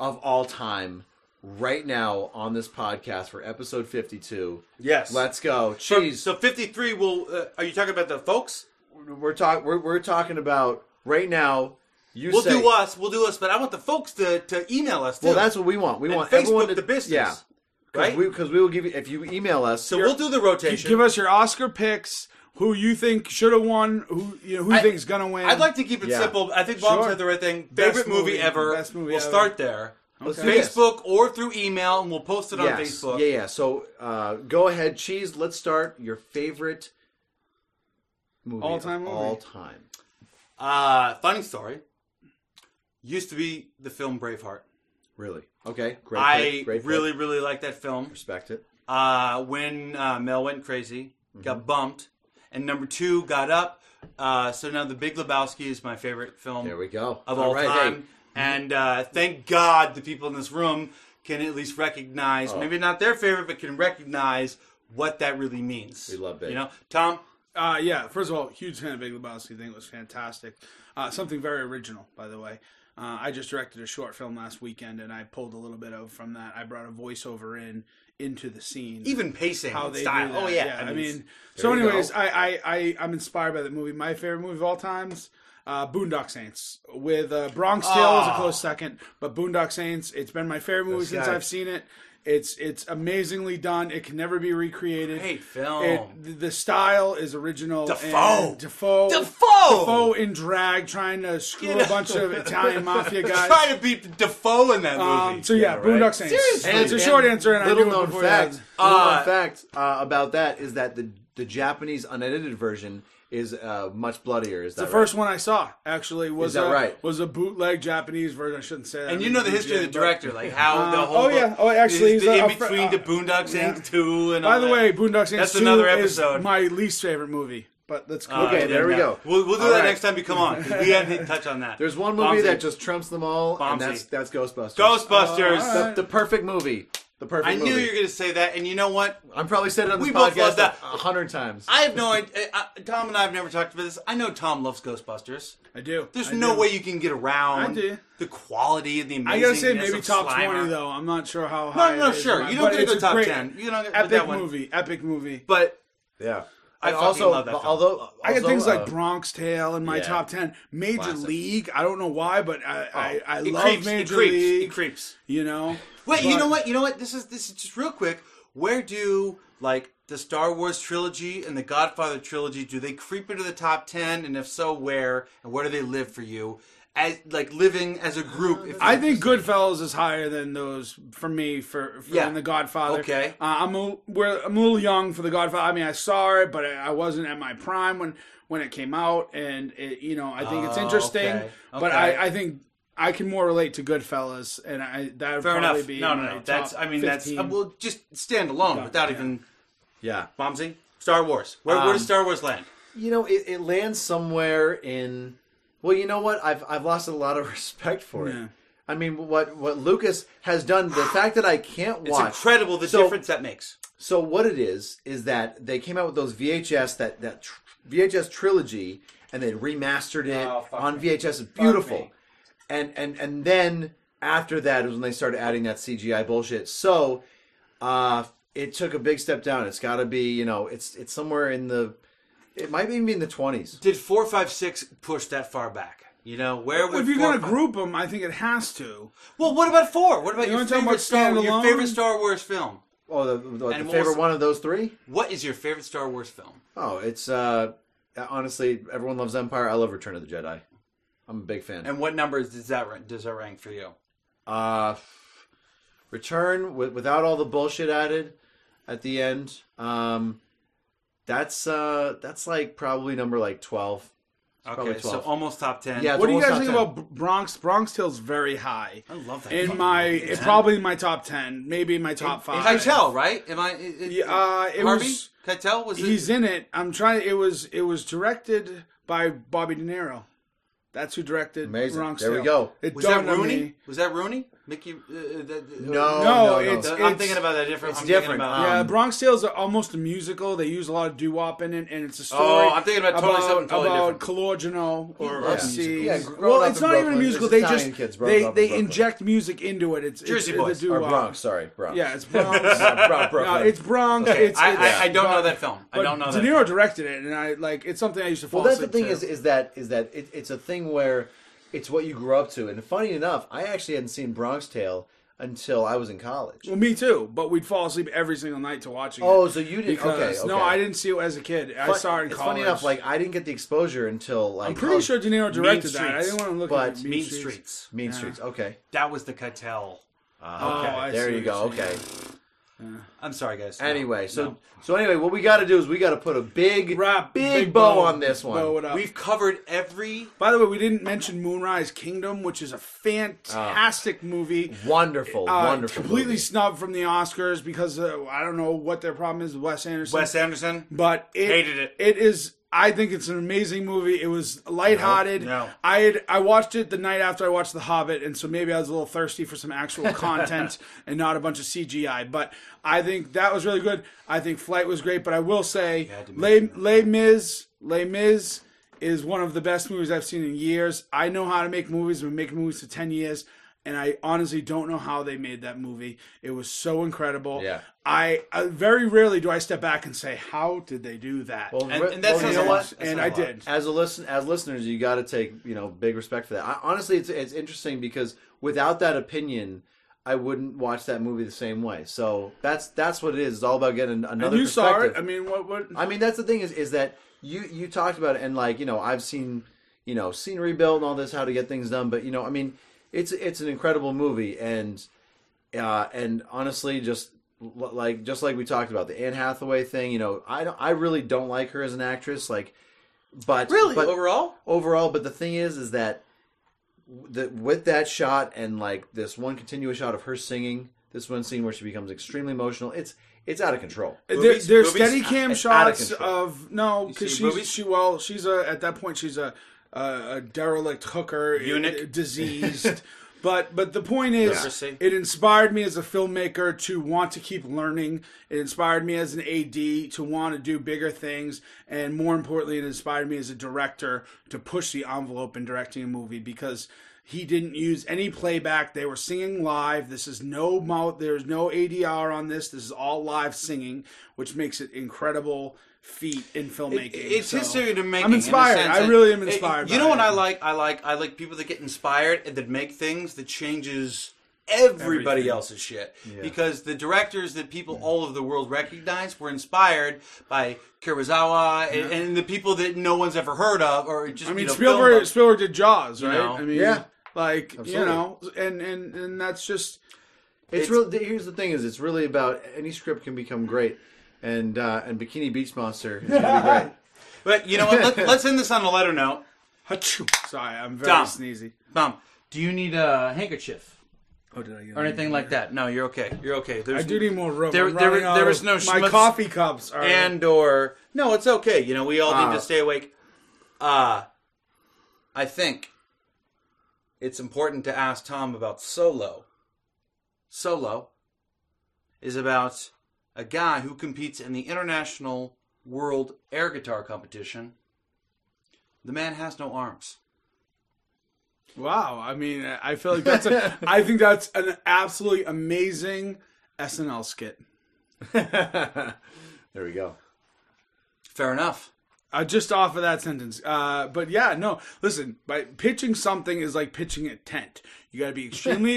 of all time right now on this podcast for episode fifty two.
Yes.
Let's go.
So-
Jeez,
So fifty three will. Uh, are you talking about the folks?
we're talking we're, we're talking about right now. You
We'll
say,
do us. We'll do us. But I want the folks to, to email us too.
Well, that's what we want. We want
Facebook
everyone to
the business.
Yeah,
right.
because we, will give you if you email us.
so we'll do the rotation.
Give us your Oscar picks. Who you think should have won? Who you know? Who you think's gonna win?
I'd like to keep it
Yeah.
simple. I think Bob
Sure.
said the right thing.
Best
Favorite movie,
movie,
ever.
best movie
we'll
ever.
start there.
Let's do this.
Facebook or through email, and we'll post it on
Yes.
Facebook.
Yeah, yeah. So uh, go ahead, cheese. Let's start your favorite movie
All-time
of
movie.
all time.
Uh, funny story. Used to be the film Braveheart.
Really? Okay. Great.
I
pick, great pick.
really, really like that film.
respect it.
Uh, when uh, Mel went crazy,
Mm-hmm.
got bumped, and number two got up. Uh, so now The Big Lebowski is my favorite film.
There we go.
of all
right,
time.
hey. Mm-hmm.
And uh, thank God the people in this room can at least recognize,
Oh.
maybe not their favorite, but can recognize what that really means. We
love Big.
You know, Tom,
Uh, yeah, first of all, huge fan of Big Lebowski. I think it was fantastic. Uh, something very original, by the way. Uh, I just directed a short film last weekend, and I pulled a little bit of from that. I brought a voiceover in into the scene.
even pacing,
how they
style.
do that.
Oh, yeah.
I mean,
it's-
so
you go.
anyways, I, I I I'm inspired by the movie. My favorite movie of all times. Uh, Boondock Saints with uh, Bronx Tale was a close second, but Boondock Saints. It's been my favorite movie since
guy.
I've seen it. It's it's amazingly done. It can never be recreated.
Great film.
It- th- the style is original.
Defoe.
and Defoe.
Defoe!
Defoe in drag, trying to screw
know.
a bunch of Italian mafia guys.
try to beat Defoe in that movie.
um, so yeah,
Yeah, right.
Boondock Saints.
Seriously.
And-
it's a short
and
answer, and I
little
knew it
known
before
fact.
that.
little
Uh,
known fact uh, about that is that the The Japanese unedited version is uh, much bloodier. Is that
The first one I saw actually was
that
a,
right?
was a bootleg Japanese version. I shouldn't say that.
And you know the history of the
but-
director, like how the
Uh,
whole.
oh, yeah. Oh, actually,
is
he's
the
a-
in
a fr-
between the
uh,
Boondocks
yeah.
Inc. two and.
By
all
the
that.
way, Boondock Saints
That's
2
another
is
episode.
my least favorite movie, but that's cool.
Okay, there we go.
We'll, we'll do
All
that
right.
next time you come on. 'cause We had to touch on that.
There's one movie
Bombsy.
that just trumps them all,
Bombsy.
and that's that's Ghostbusters.
Ghostbusters.
Uh, all
The, the perfect movie. The perfect.
I knew
movie.
you were going to say that, and you know what?
I'm probably said it on this
We both
podcast
love
a
that.
hundred times.
I have no idea. I, Tom and I have never talked about this. I know Tom loves Ghostbusters.
I do.
There's
I
no
do.
way you can get around
I do.
the quality and the amazing.
I gotta say maybe top twenty
though.
though. I'm not sure how.
No, no,
High
no,
it is in
sure.
my-
You don't
but
get to
it's
go
a
top
great
ten. You don't get with
Epic
that one.
movie. Epic movie.
But
yeah.
I
And
fucking
also,
love that film.
although
I got
also,
things
uh,
like Bronx Tale in my
yeah.
top ten. Major
Classic. Oh,
League. I don't know why, but I I, I
it
love
creeps. It
Major
creeps.
League.
It creeps.
You know.
Wait, you
But-
know what? You know what? This is this is just real quick. Where do like the Star Wars trilogy and the Godfather trilogy do they creep into the top ten? And if so, where and where do they live for you? As like living as a group. if
I
you-
think Goodfellas is higher than those for me for, for
Yeah.
than The Godfather.
Okay.
uh, I'm a, we're, I'm a little young for The Godfather. I mean, I saw it, but I, I wasn't at my prime when when it came out, and it, you know, I think it's
Oh,
interesting.
okay.
But
Okay.
I, I think I can more relate to Goodfellas, and I that would
fair
probably
enough.
be
No,
in
no,
my
no.
top
That's I mean that's
15.
uh, well just stand alone without even
Yeah.
bombsing. Star Wars. Where, where does
Um,
Star Wars land?
You know, it, it lands somewhere in. Well, you know what? I've I've lost a lot of respect for
Yeah.
it. I mean, what what Lucas has done, the fact that I can't
It's
watch.
incredible the
So-
difference that makes.
So what it is is that they came out with those VHS that that tr- VHS trilogy, and they remastered it
Oh, fuck
on
me.
VHS. It's beautiful.
me.
And and and then after that is when they started adding that CGI bullshit. So uh it took a big step down. It's got to be you know it's it's somewhere in the it might even be in the twenties.
Did four five six push that far back? You know where would
if you're
four,
gonna
five-
group them, I think it has to.
Well, what about four? What about
You
your
wanna talk
favorite
about
Star your
standalone?
favorite Star Wars film?
Oh, the, the, the
And what
favorite
was-
one of those three?
What is your favorite Star Wars film?
Oh, it's uh honestly everyone loves Empire. I love Return of the Jedi. I'm a big fan.
And what number does that rank, does that rank for you?
Uh, f- return with, without all the bullshit added at the end. Um, that's uh, that's like probably number like twelve. probably
Okay, so
12.
almost top ten.
Yeah,
What do you
almost top
guys think
10.
about Br- Bronx? Bronx Tale's very high.
I love that.
In
fucking
my,
movie.
it's probably in my top ten, maybe in my top five.
Keitel, right? Am I? It, it,
Yeah, uh, it
Harvey
was-
Keitel was. it-
He's in it. I'm trying. It was it was directed by Bobby De Niro. That's who directed
Amazing.
Bronx
There we
Tale.
go.
It
was that
dawned on
Rooney?
me.
Was that Rooney? Mickey? Uh, that,
No,
No,
Oh, no, no.
it's-
I'm thinking about that different.
it's
I'm thinking
different.
about-
Um,
Yeah, Bronx Tale's are almost a musical. They use a lot of doo wop in it, and it's a story.
Oh, I'm thinking about totally
about,
something totally um,
about Calogeno or
loves
Upsea.
musicals. Yeah, growing
well,
up
it's
in
not even a
Brooklyn,
musical.
it's
They
Italian
just
kids growing
they
up in
they
Brooklyn.
inject music into it. It's
Jersey
it's,
Boys,
the
or
doo-wop.
Bronx. Sorry, Bronx.
um, Yeah, it's Bronx.
Bro- Bro-
no,
Brooklyn.
it's Bronx. It's,
I-
it's-
I- I don't know
but-
that film. I
but
don't know
De
that
Niro directed it, and I like it's something I used to fall
well, that's the thing
asleep to.
is is that is that it, it's a thing where it's what you grew up to. And funny enough, I actually hadn't seen Bronx Tale until I was in college.
Well, me too. But we'd fall asleep every single night to watching it.
Oh, so you didn't?
because
okay, okay.
no, I didn't see it as a kid. I
Fun-
saw it in
it's
college.
funny enough, like I didn't get the exposure until like oh,
I'm pretty
college-
sure De Niro directed that. I
Streets,
didn't want to look
but
at
Mean Streets.
Mean Streets. Okay,
That was the Keitel.
Ah,
Oh, I
there
see
you
what
go.
you're saying.
Okay.
I'm sorry, guys. No,
Anyway, so
no.
so anyway, what we got to do is we got to put a big
Wrap
big, bow, on this one.
bow it up.
we've covered every
By the way, we didn't mention Moonrise Kingdom, which is a fantastic movie.
Ah. Wonderful,
Uh,
wonderful.
completely
movie.
snubbed from the Oscars because uh, I don't know what their problem is with Wes Anderson.
Wes Anderson.
but it,
Hated it.
It is. I think it's an amazing movie. It was lighthearted.
No, no.
I had I watched it the night after I watched The Hobbit, and so maybe I was a little thirsty for some actual content and not a bunch of CGI. But I think that was really good. I think Flight was great, but I will say
had to
Les,
mention
Les Mis Les Mis is one of the best movies I've seen in years. I know how to make movies. I've been making movies for ten years. And I honestly don't know how they made that movie. It was so incredible.
Yeah.
I, I very rarely do I step back and say, "How did they do that?"
Well,
And,
re-
and that's
well,
not
you
a
know
lot.
what?
That's
And
not a
I
lot.
did.
As a listen, as listeners, you got to take you know big respect for that. I, honestly, it's it's interesting because without that opinion, I wouldn't watch that movie the same way. So that's that's what it is. It's all about getting another.
you saw it.
perspective.
I mean, what? What?
I mean, that's the thing is is that you you talked about it, and like you know, I've seen you know scenery built and all this, how to get things done. But you know, I mean, it's it's an incredible movie, and uh, and honestly, just l- like just like we talked about the Anne Hathaway thing. You know, I don't, I really don't like her as an actress. Like, but
Really?
but
overall?
overall, but the thing is, is that the, with that shot and like this one continuous shot of her singing, this one scene where she becomes extremely emotional, it's it's out of control.
There,
Boobies-
there's
boobies
steady cam
out- out of
shots
control.
of no because
see
she's
boobies?
she well she's a at that point she's a a, a derelict hooker
Eunuch.
uh, diseased. But but the point is,
Leprosy.
it inspired me as a filmmaker to want to keep learning. It inspired me as an AD to want to do bigger things, and more importantly, it inspired me as a director to push the envelope in directing a movie because he didn't use any playback. They were singing live. This is no mouth. There's no ADR on this. This is all live singing, which makes it incredible feat in filmmaking.
It's
So,
history to make.
I'm inspired. I really am inspired.
You
by
know what
it.
I like? I like I like people that get inspired and that make things that changes everybody
Everything.
else's shit. Because the directors that people all over the world recognize were inspired by Kurosawa and, and the people that no one's ever heard of, or just
I mean,
you know, film-
Spielberg. Spielberg did Jaws, right?
know?
I mean,
Yeah.
like you
Absolutely.
know, and and and that's just
It's, really here's the thing is it's really about any script can become great, and uh, and Bikini Beach Monster is gonna be great.
But you know what? Let, let's end this on a lighter note.
Achoo. Sorry, I'm very
Dumb.
sneezy.
Mom, do you need a handkerchief
Oh, did I get
or anything like that? No, you're okay. You're okay. There's
I do need more room.
There-
I'm
there-
running out
there
of-
is no
my
schmutz-
coffee cups are
and or no, it's okay. You know, we all need
Ah.
to stay awake. Uh I think it's important to ask Tom about Solo. Solo is about a guy who competes in the international world air guitar competition. The man has no arms.
wow. I mean, I feel like that's. A, I think that's an absolutely amazing SNL skit.
There we go.
Fair enough.
Uh, just off of that sentence. Uh, but yeah, no. Listen, by pitching something is like pitching a tent. You got to be extremely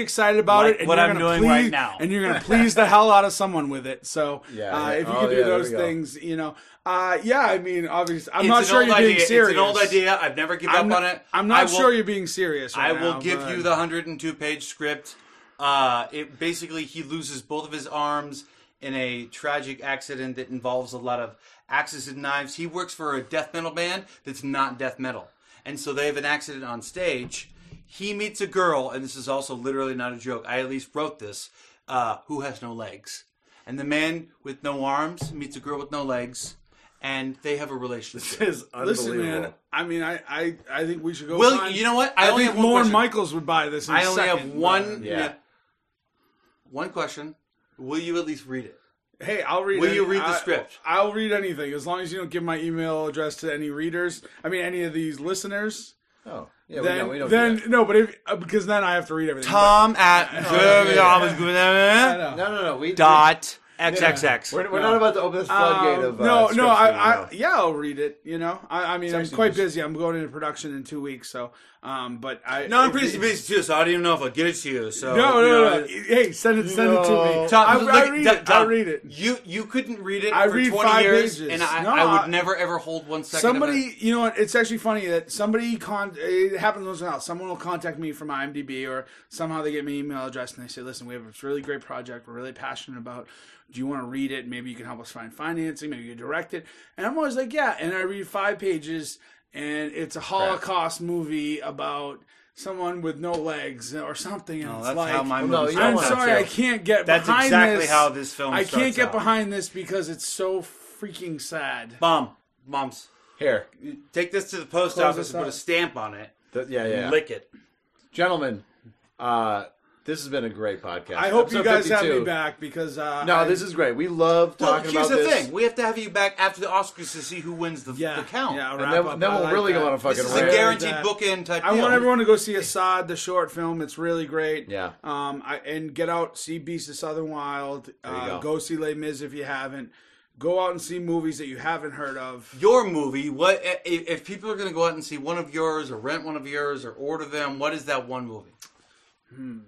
excited about
Like
it. And
what
you're
I'm
gonna
doing right
please-
now.
and you're going to please the hell out of someone with it. So
Yeah,
uh,
yeah.
if you
Oh,
can do
yeah, there
those
we go.
things, you know, uh, yeah. I mean, obviously, I'm
It's
not
an
sure
old
you're
idea.
being serious.
It's an old idea. I've never given
I'm
up
not,
on it.
I'm
I
not
will-
sure you're being serious. Right
I will
now,
give
but-
you the 102 page script. Uh, it basically he loses both of his arms in a tragic accident that involves a lot of axes and knives. He works for a death metal band that's not death metal, and so they have an accident on stage. He meets a girl, and this is also literally not a joke. I at least wrote this. Uh, who has no legs, and the man with no arms meets a girl with no legs, and they have a relationship.
It's unbelievable.
Listen, man. I mean, I, I, I think we should go.
Will,
find-
you know what? I only
think
have one
Lauren
question.
Michaels would buy this. In
I
a
only have
second,
one.
but-
Yeah.
yeah. One question. Will you at least read it?
Hey, I'll read.
Will you read the
I-
script?
I'll read anything as long as you don't give my email address to any readers. I mean, any of these listeners.
Oh yeah,
Then,
we know we don't.
then
do
no, but if uh, because then I have to read everything. but- Oh, I
at
know.
that. no, no, no. We
dot xxx.
We're, we're not about to open this floodgate
Um,
of uh,
no, no,
scripts
I,
that we know.
I, yeah, I'll read it. You know, I, I mean, I'm
actually
quite
just-
busy. I'm going into production in two weeks, so, um, but I.
No, I'm
if
pretty
you-
busy too, so I don't even know if I'll get it to you. So
No,
you know,
no, no. Hey, send it, send it to
No.
me.
Tom,
I,
look-
I read
Tom,
it. I read it.
You you couldn't read it
I
for
read
20
five
years,
pages.
and I,
No,
I would
I-
never ever hold one second. of
somebody
it.
you know what it's actually funny that somebody con it happens once in a while someone will contact me from imdb or somehow they get my email address and they say listen we have this really great project we're really passionate about do you want to read it maybe you can help us find financing maybe you can direct it and i'm always like yeah and i read five pages and it's a holocaust movie about someone with no legs or something and it's
Oh, that's
like
how my
no,
movie
you don't
i'm
want
starts out,
sorry
too.
i can't get
That's
behind
exactly
this.
how this film
i can't
starts
get
out.
behind this because it's so freaking sad
Mom, moms,
here.
take this to the post
Close
office
this
and put
up.
a stamp on it.
Th- yeah, yeah.
Lick it.
Gentlemen, uh, this has been a great podcast.
I hope
Episode
you guys have
52.
me back because uh,
No,
I-
this is great. We love
Well,
talking
here's
about
the
this.
thing: we have to have you back after the Oscars to see who wins the,
yeah,
the count.
Yeah, I'll
And
wrap
then,
up.
then
I
we'll
like
really
that.
go on a fucking
This is
rant.
a
Really
guaranteed
that.
bookend type.
I
deal.
want everyone to go see Assad, the short film. It's really great.
Yeah.
Um, I, and get out, see Beast of Southern Wild. Uh,
go.
go. see Les Mis if you haven't. Go out and see movies that you haven't heard of.
your movie. What i- if, if people are going to go out and see one of yours, or rent one of yours, or order them? What is that one movie?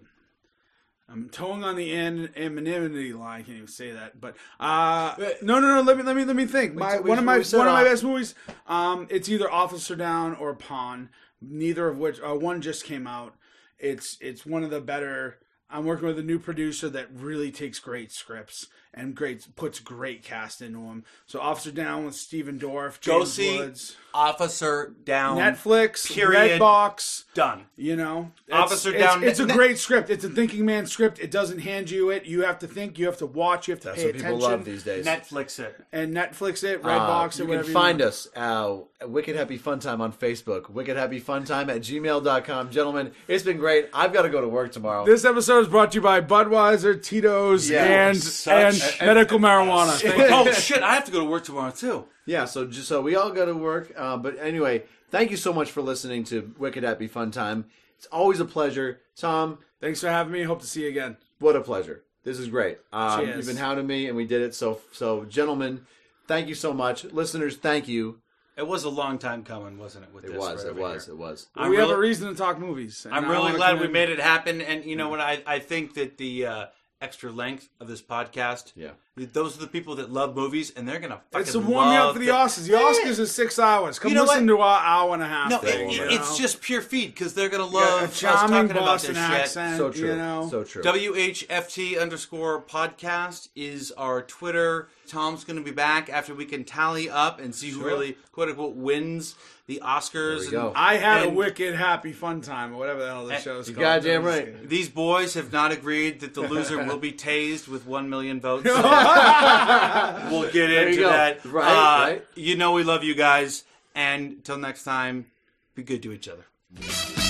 I'm towing on the an- anonymity line. I can't even say that, but uh, no, no, no. Let me, let me, let me think. My
we-
one of my
we
one
said
of my
off.
best movies. Um, it's either Officer Down or Pawn. Neither of which. Uh, one just came out. It's it's one of the better. I'm working with a new producer that really takes great scripts and great puts great cast into him. So Officer Down with Steven Dorff, James
Go see
Woods,
Officer Down.
Netflix,
Period.
Redbox.
Done.
You know, It's-
Officer
it's,
Down-
It's a
Net-
great script. It's a thinking man script. It doesn't hand you it. You have to think. You have to watch. You have to
That's
pay
what people
attention.
love these days.
Netflix it.
And Netflix it,
Uh,
Redbox it,
you can
whatever.
find
you
us uh, at Wicked Happy Fun Time on Facebook, Wicked Happy Fun Time at gmail.com. Gentlemen, it's been great. I've got to go to work tomorrow.
This episode is brought to you by Budweiser, Tito's,
Yeah,
and
such-
and medical marijuana.
oh shit! I have to go to work tomorrow too.
yeah, so just, so we all go to work. Uh, but anyway, thank you so much for listening to Wicked Happy Fun Time. It's always a pleasure. Tom,
Thanks for having me. Hope to see you again.
what a pleasure. This is great. Um,
Cheers.
you've been hounding me, and we did it. So, so gentlemen, thank you so much. Listeners, thank you.
It was a long time coming, wasn't it? With
It
this
was,
right
it
over
was,
here?
it was.
I'm
we have
really-
a reason to talk movies. and
I'm
I
really
wanna
glad we
commend-
made it happen. And you know what? I, I think that the uh, extra length of this podcast,
Yeah.
those are the people that love movies, and they're gonna fucking
It's a warm me up
love
for the
that.
Oscars. The Oscars is six hours. Come
You know
listen
what?
to our hour and a half.
No, it,
thing,
it-
you
it's
know?
just pure feed because they're gonna
You got
love
a
us
charming
talking about
Boston
this shit.
accent.
So true.
You know?
So true.
WHFT underscore podcast is our Twitter. Tom's going to be back after we can tally up and see who really quote unquote wins the Oscars.
we
and
go.
I had
And-
a wicked happy fun time or whatever the hell this
And-
show's
Eh, You
called.
goddamn
I'm just
right.
kidding.
These boys have not agreed that the loser will be tased with one million votes. we'll get
you
into
go.
that.
Right,
Uh,
right.
You know we love you guys, and till next time, be good to each other.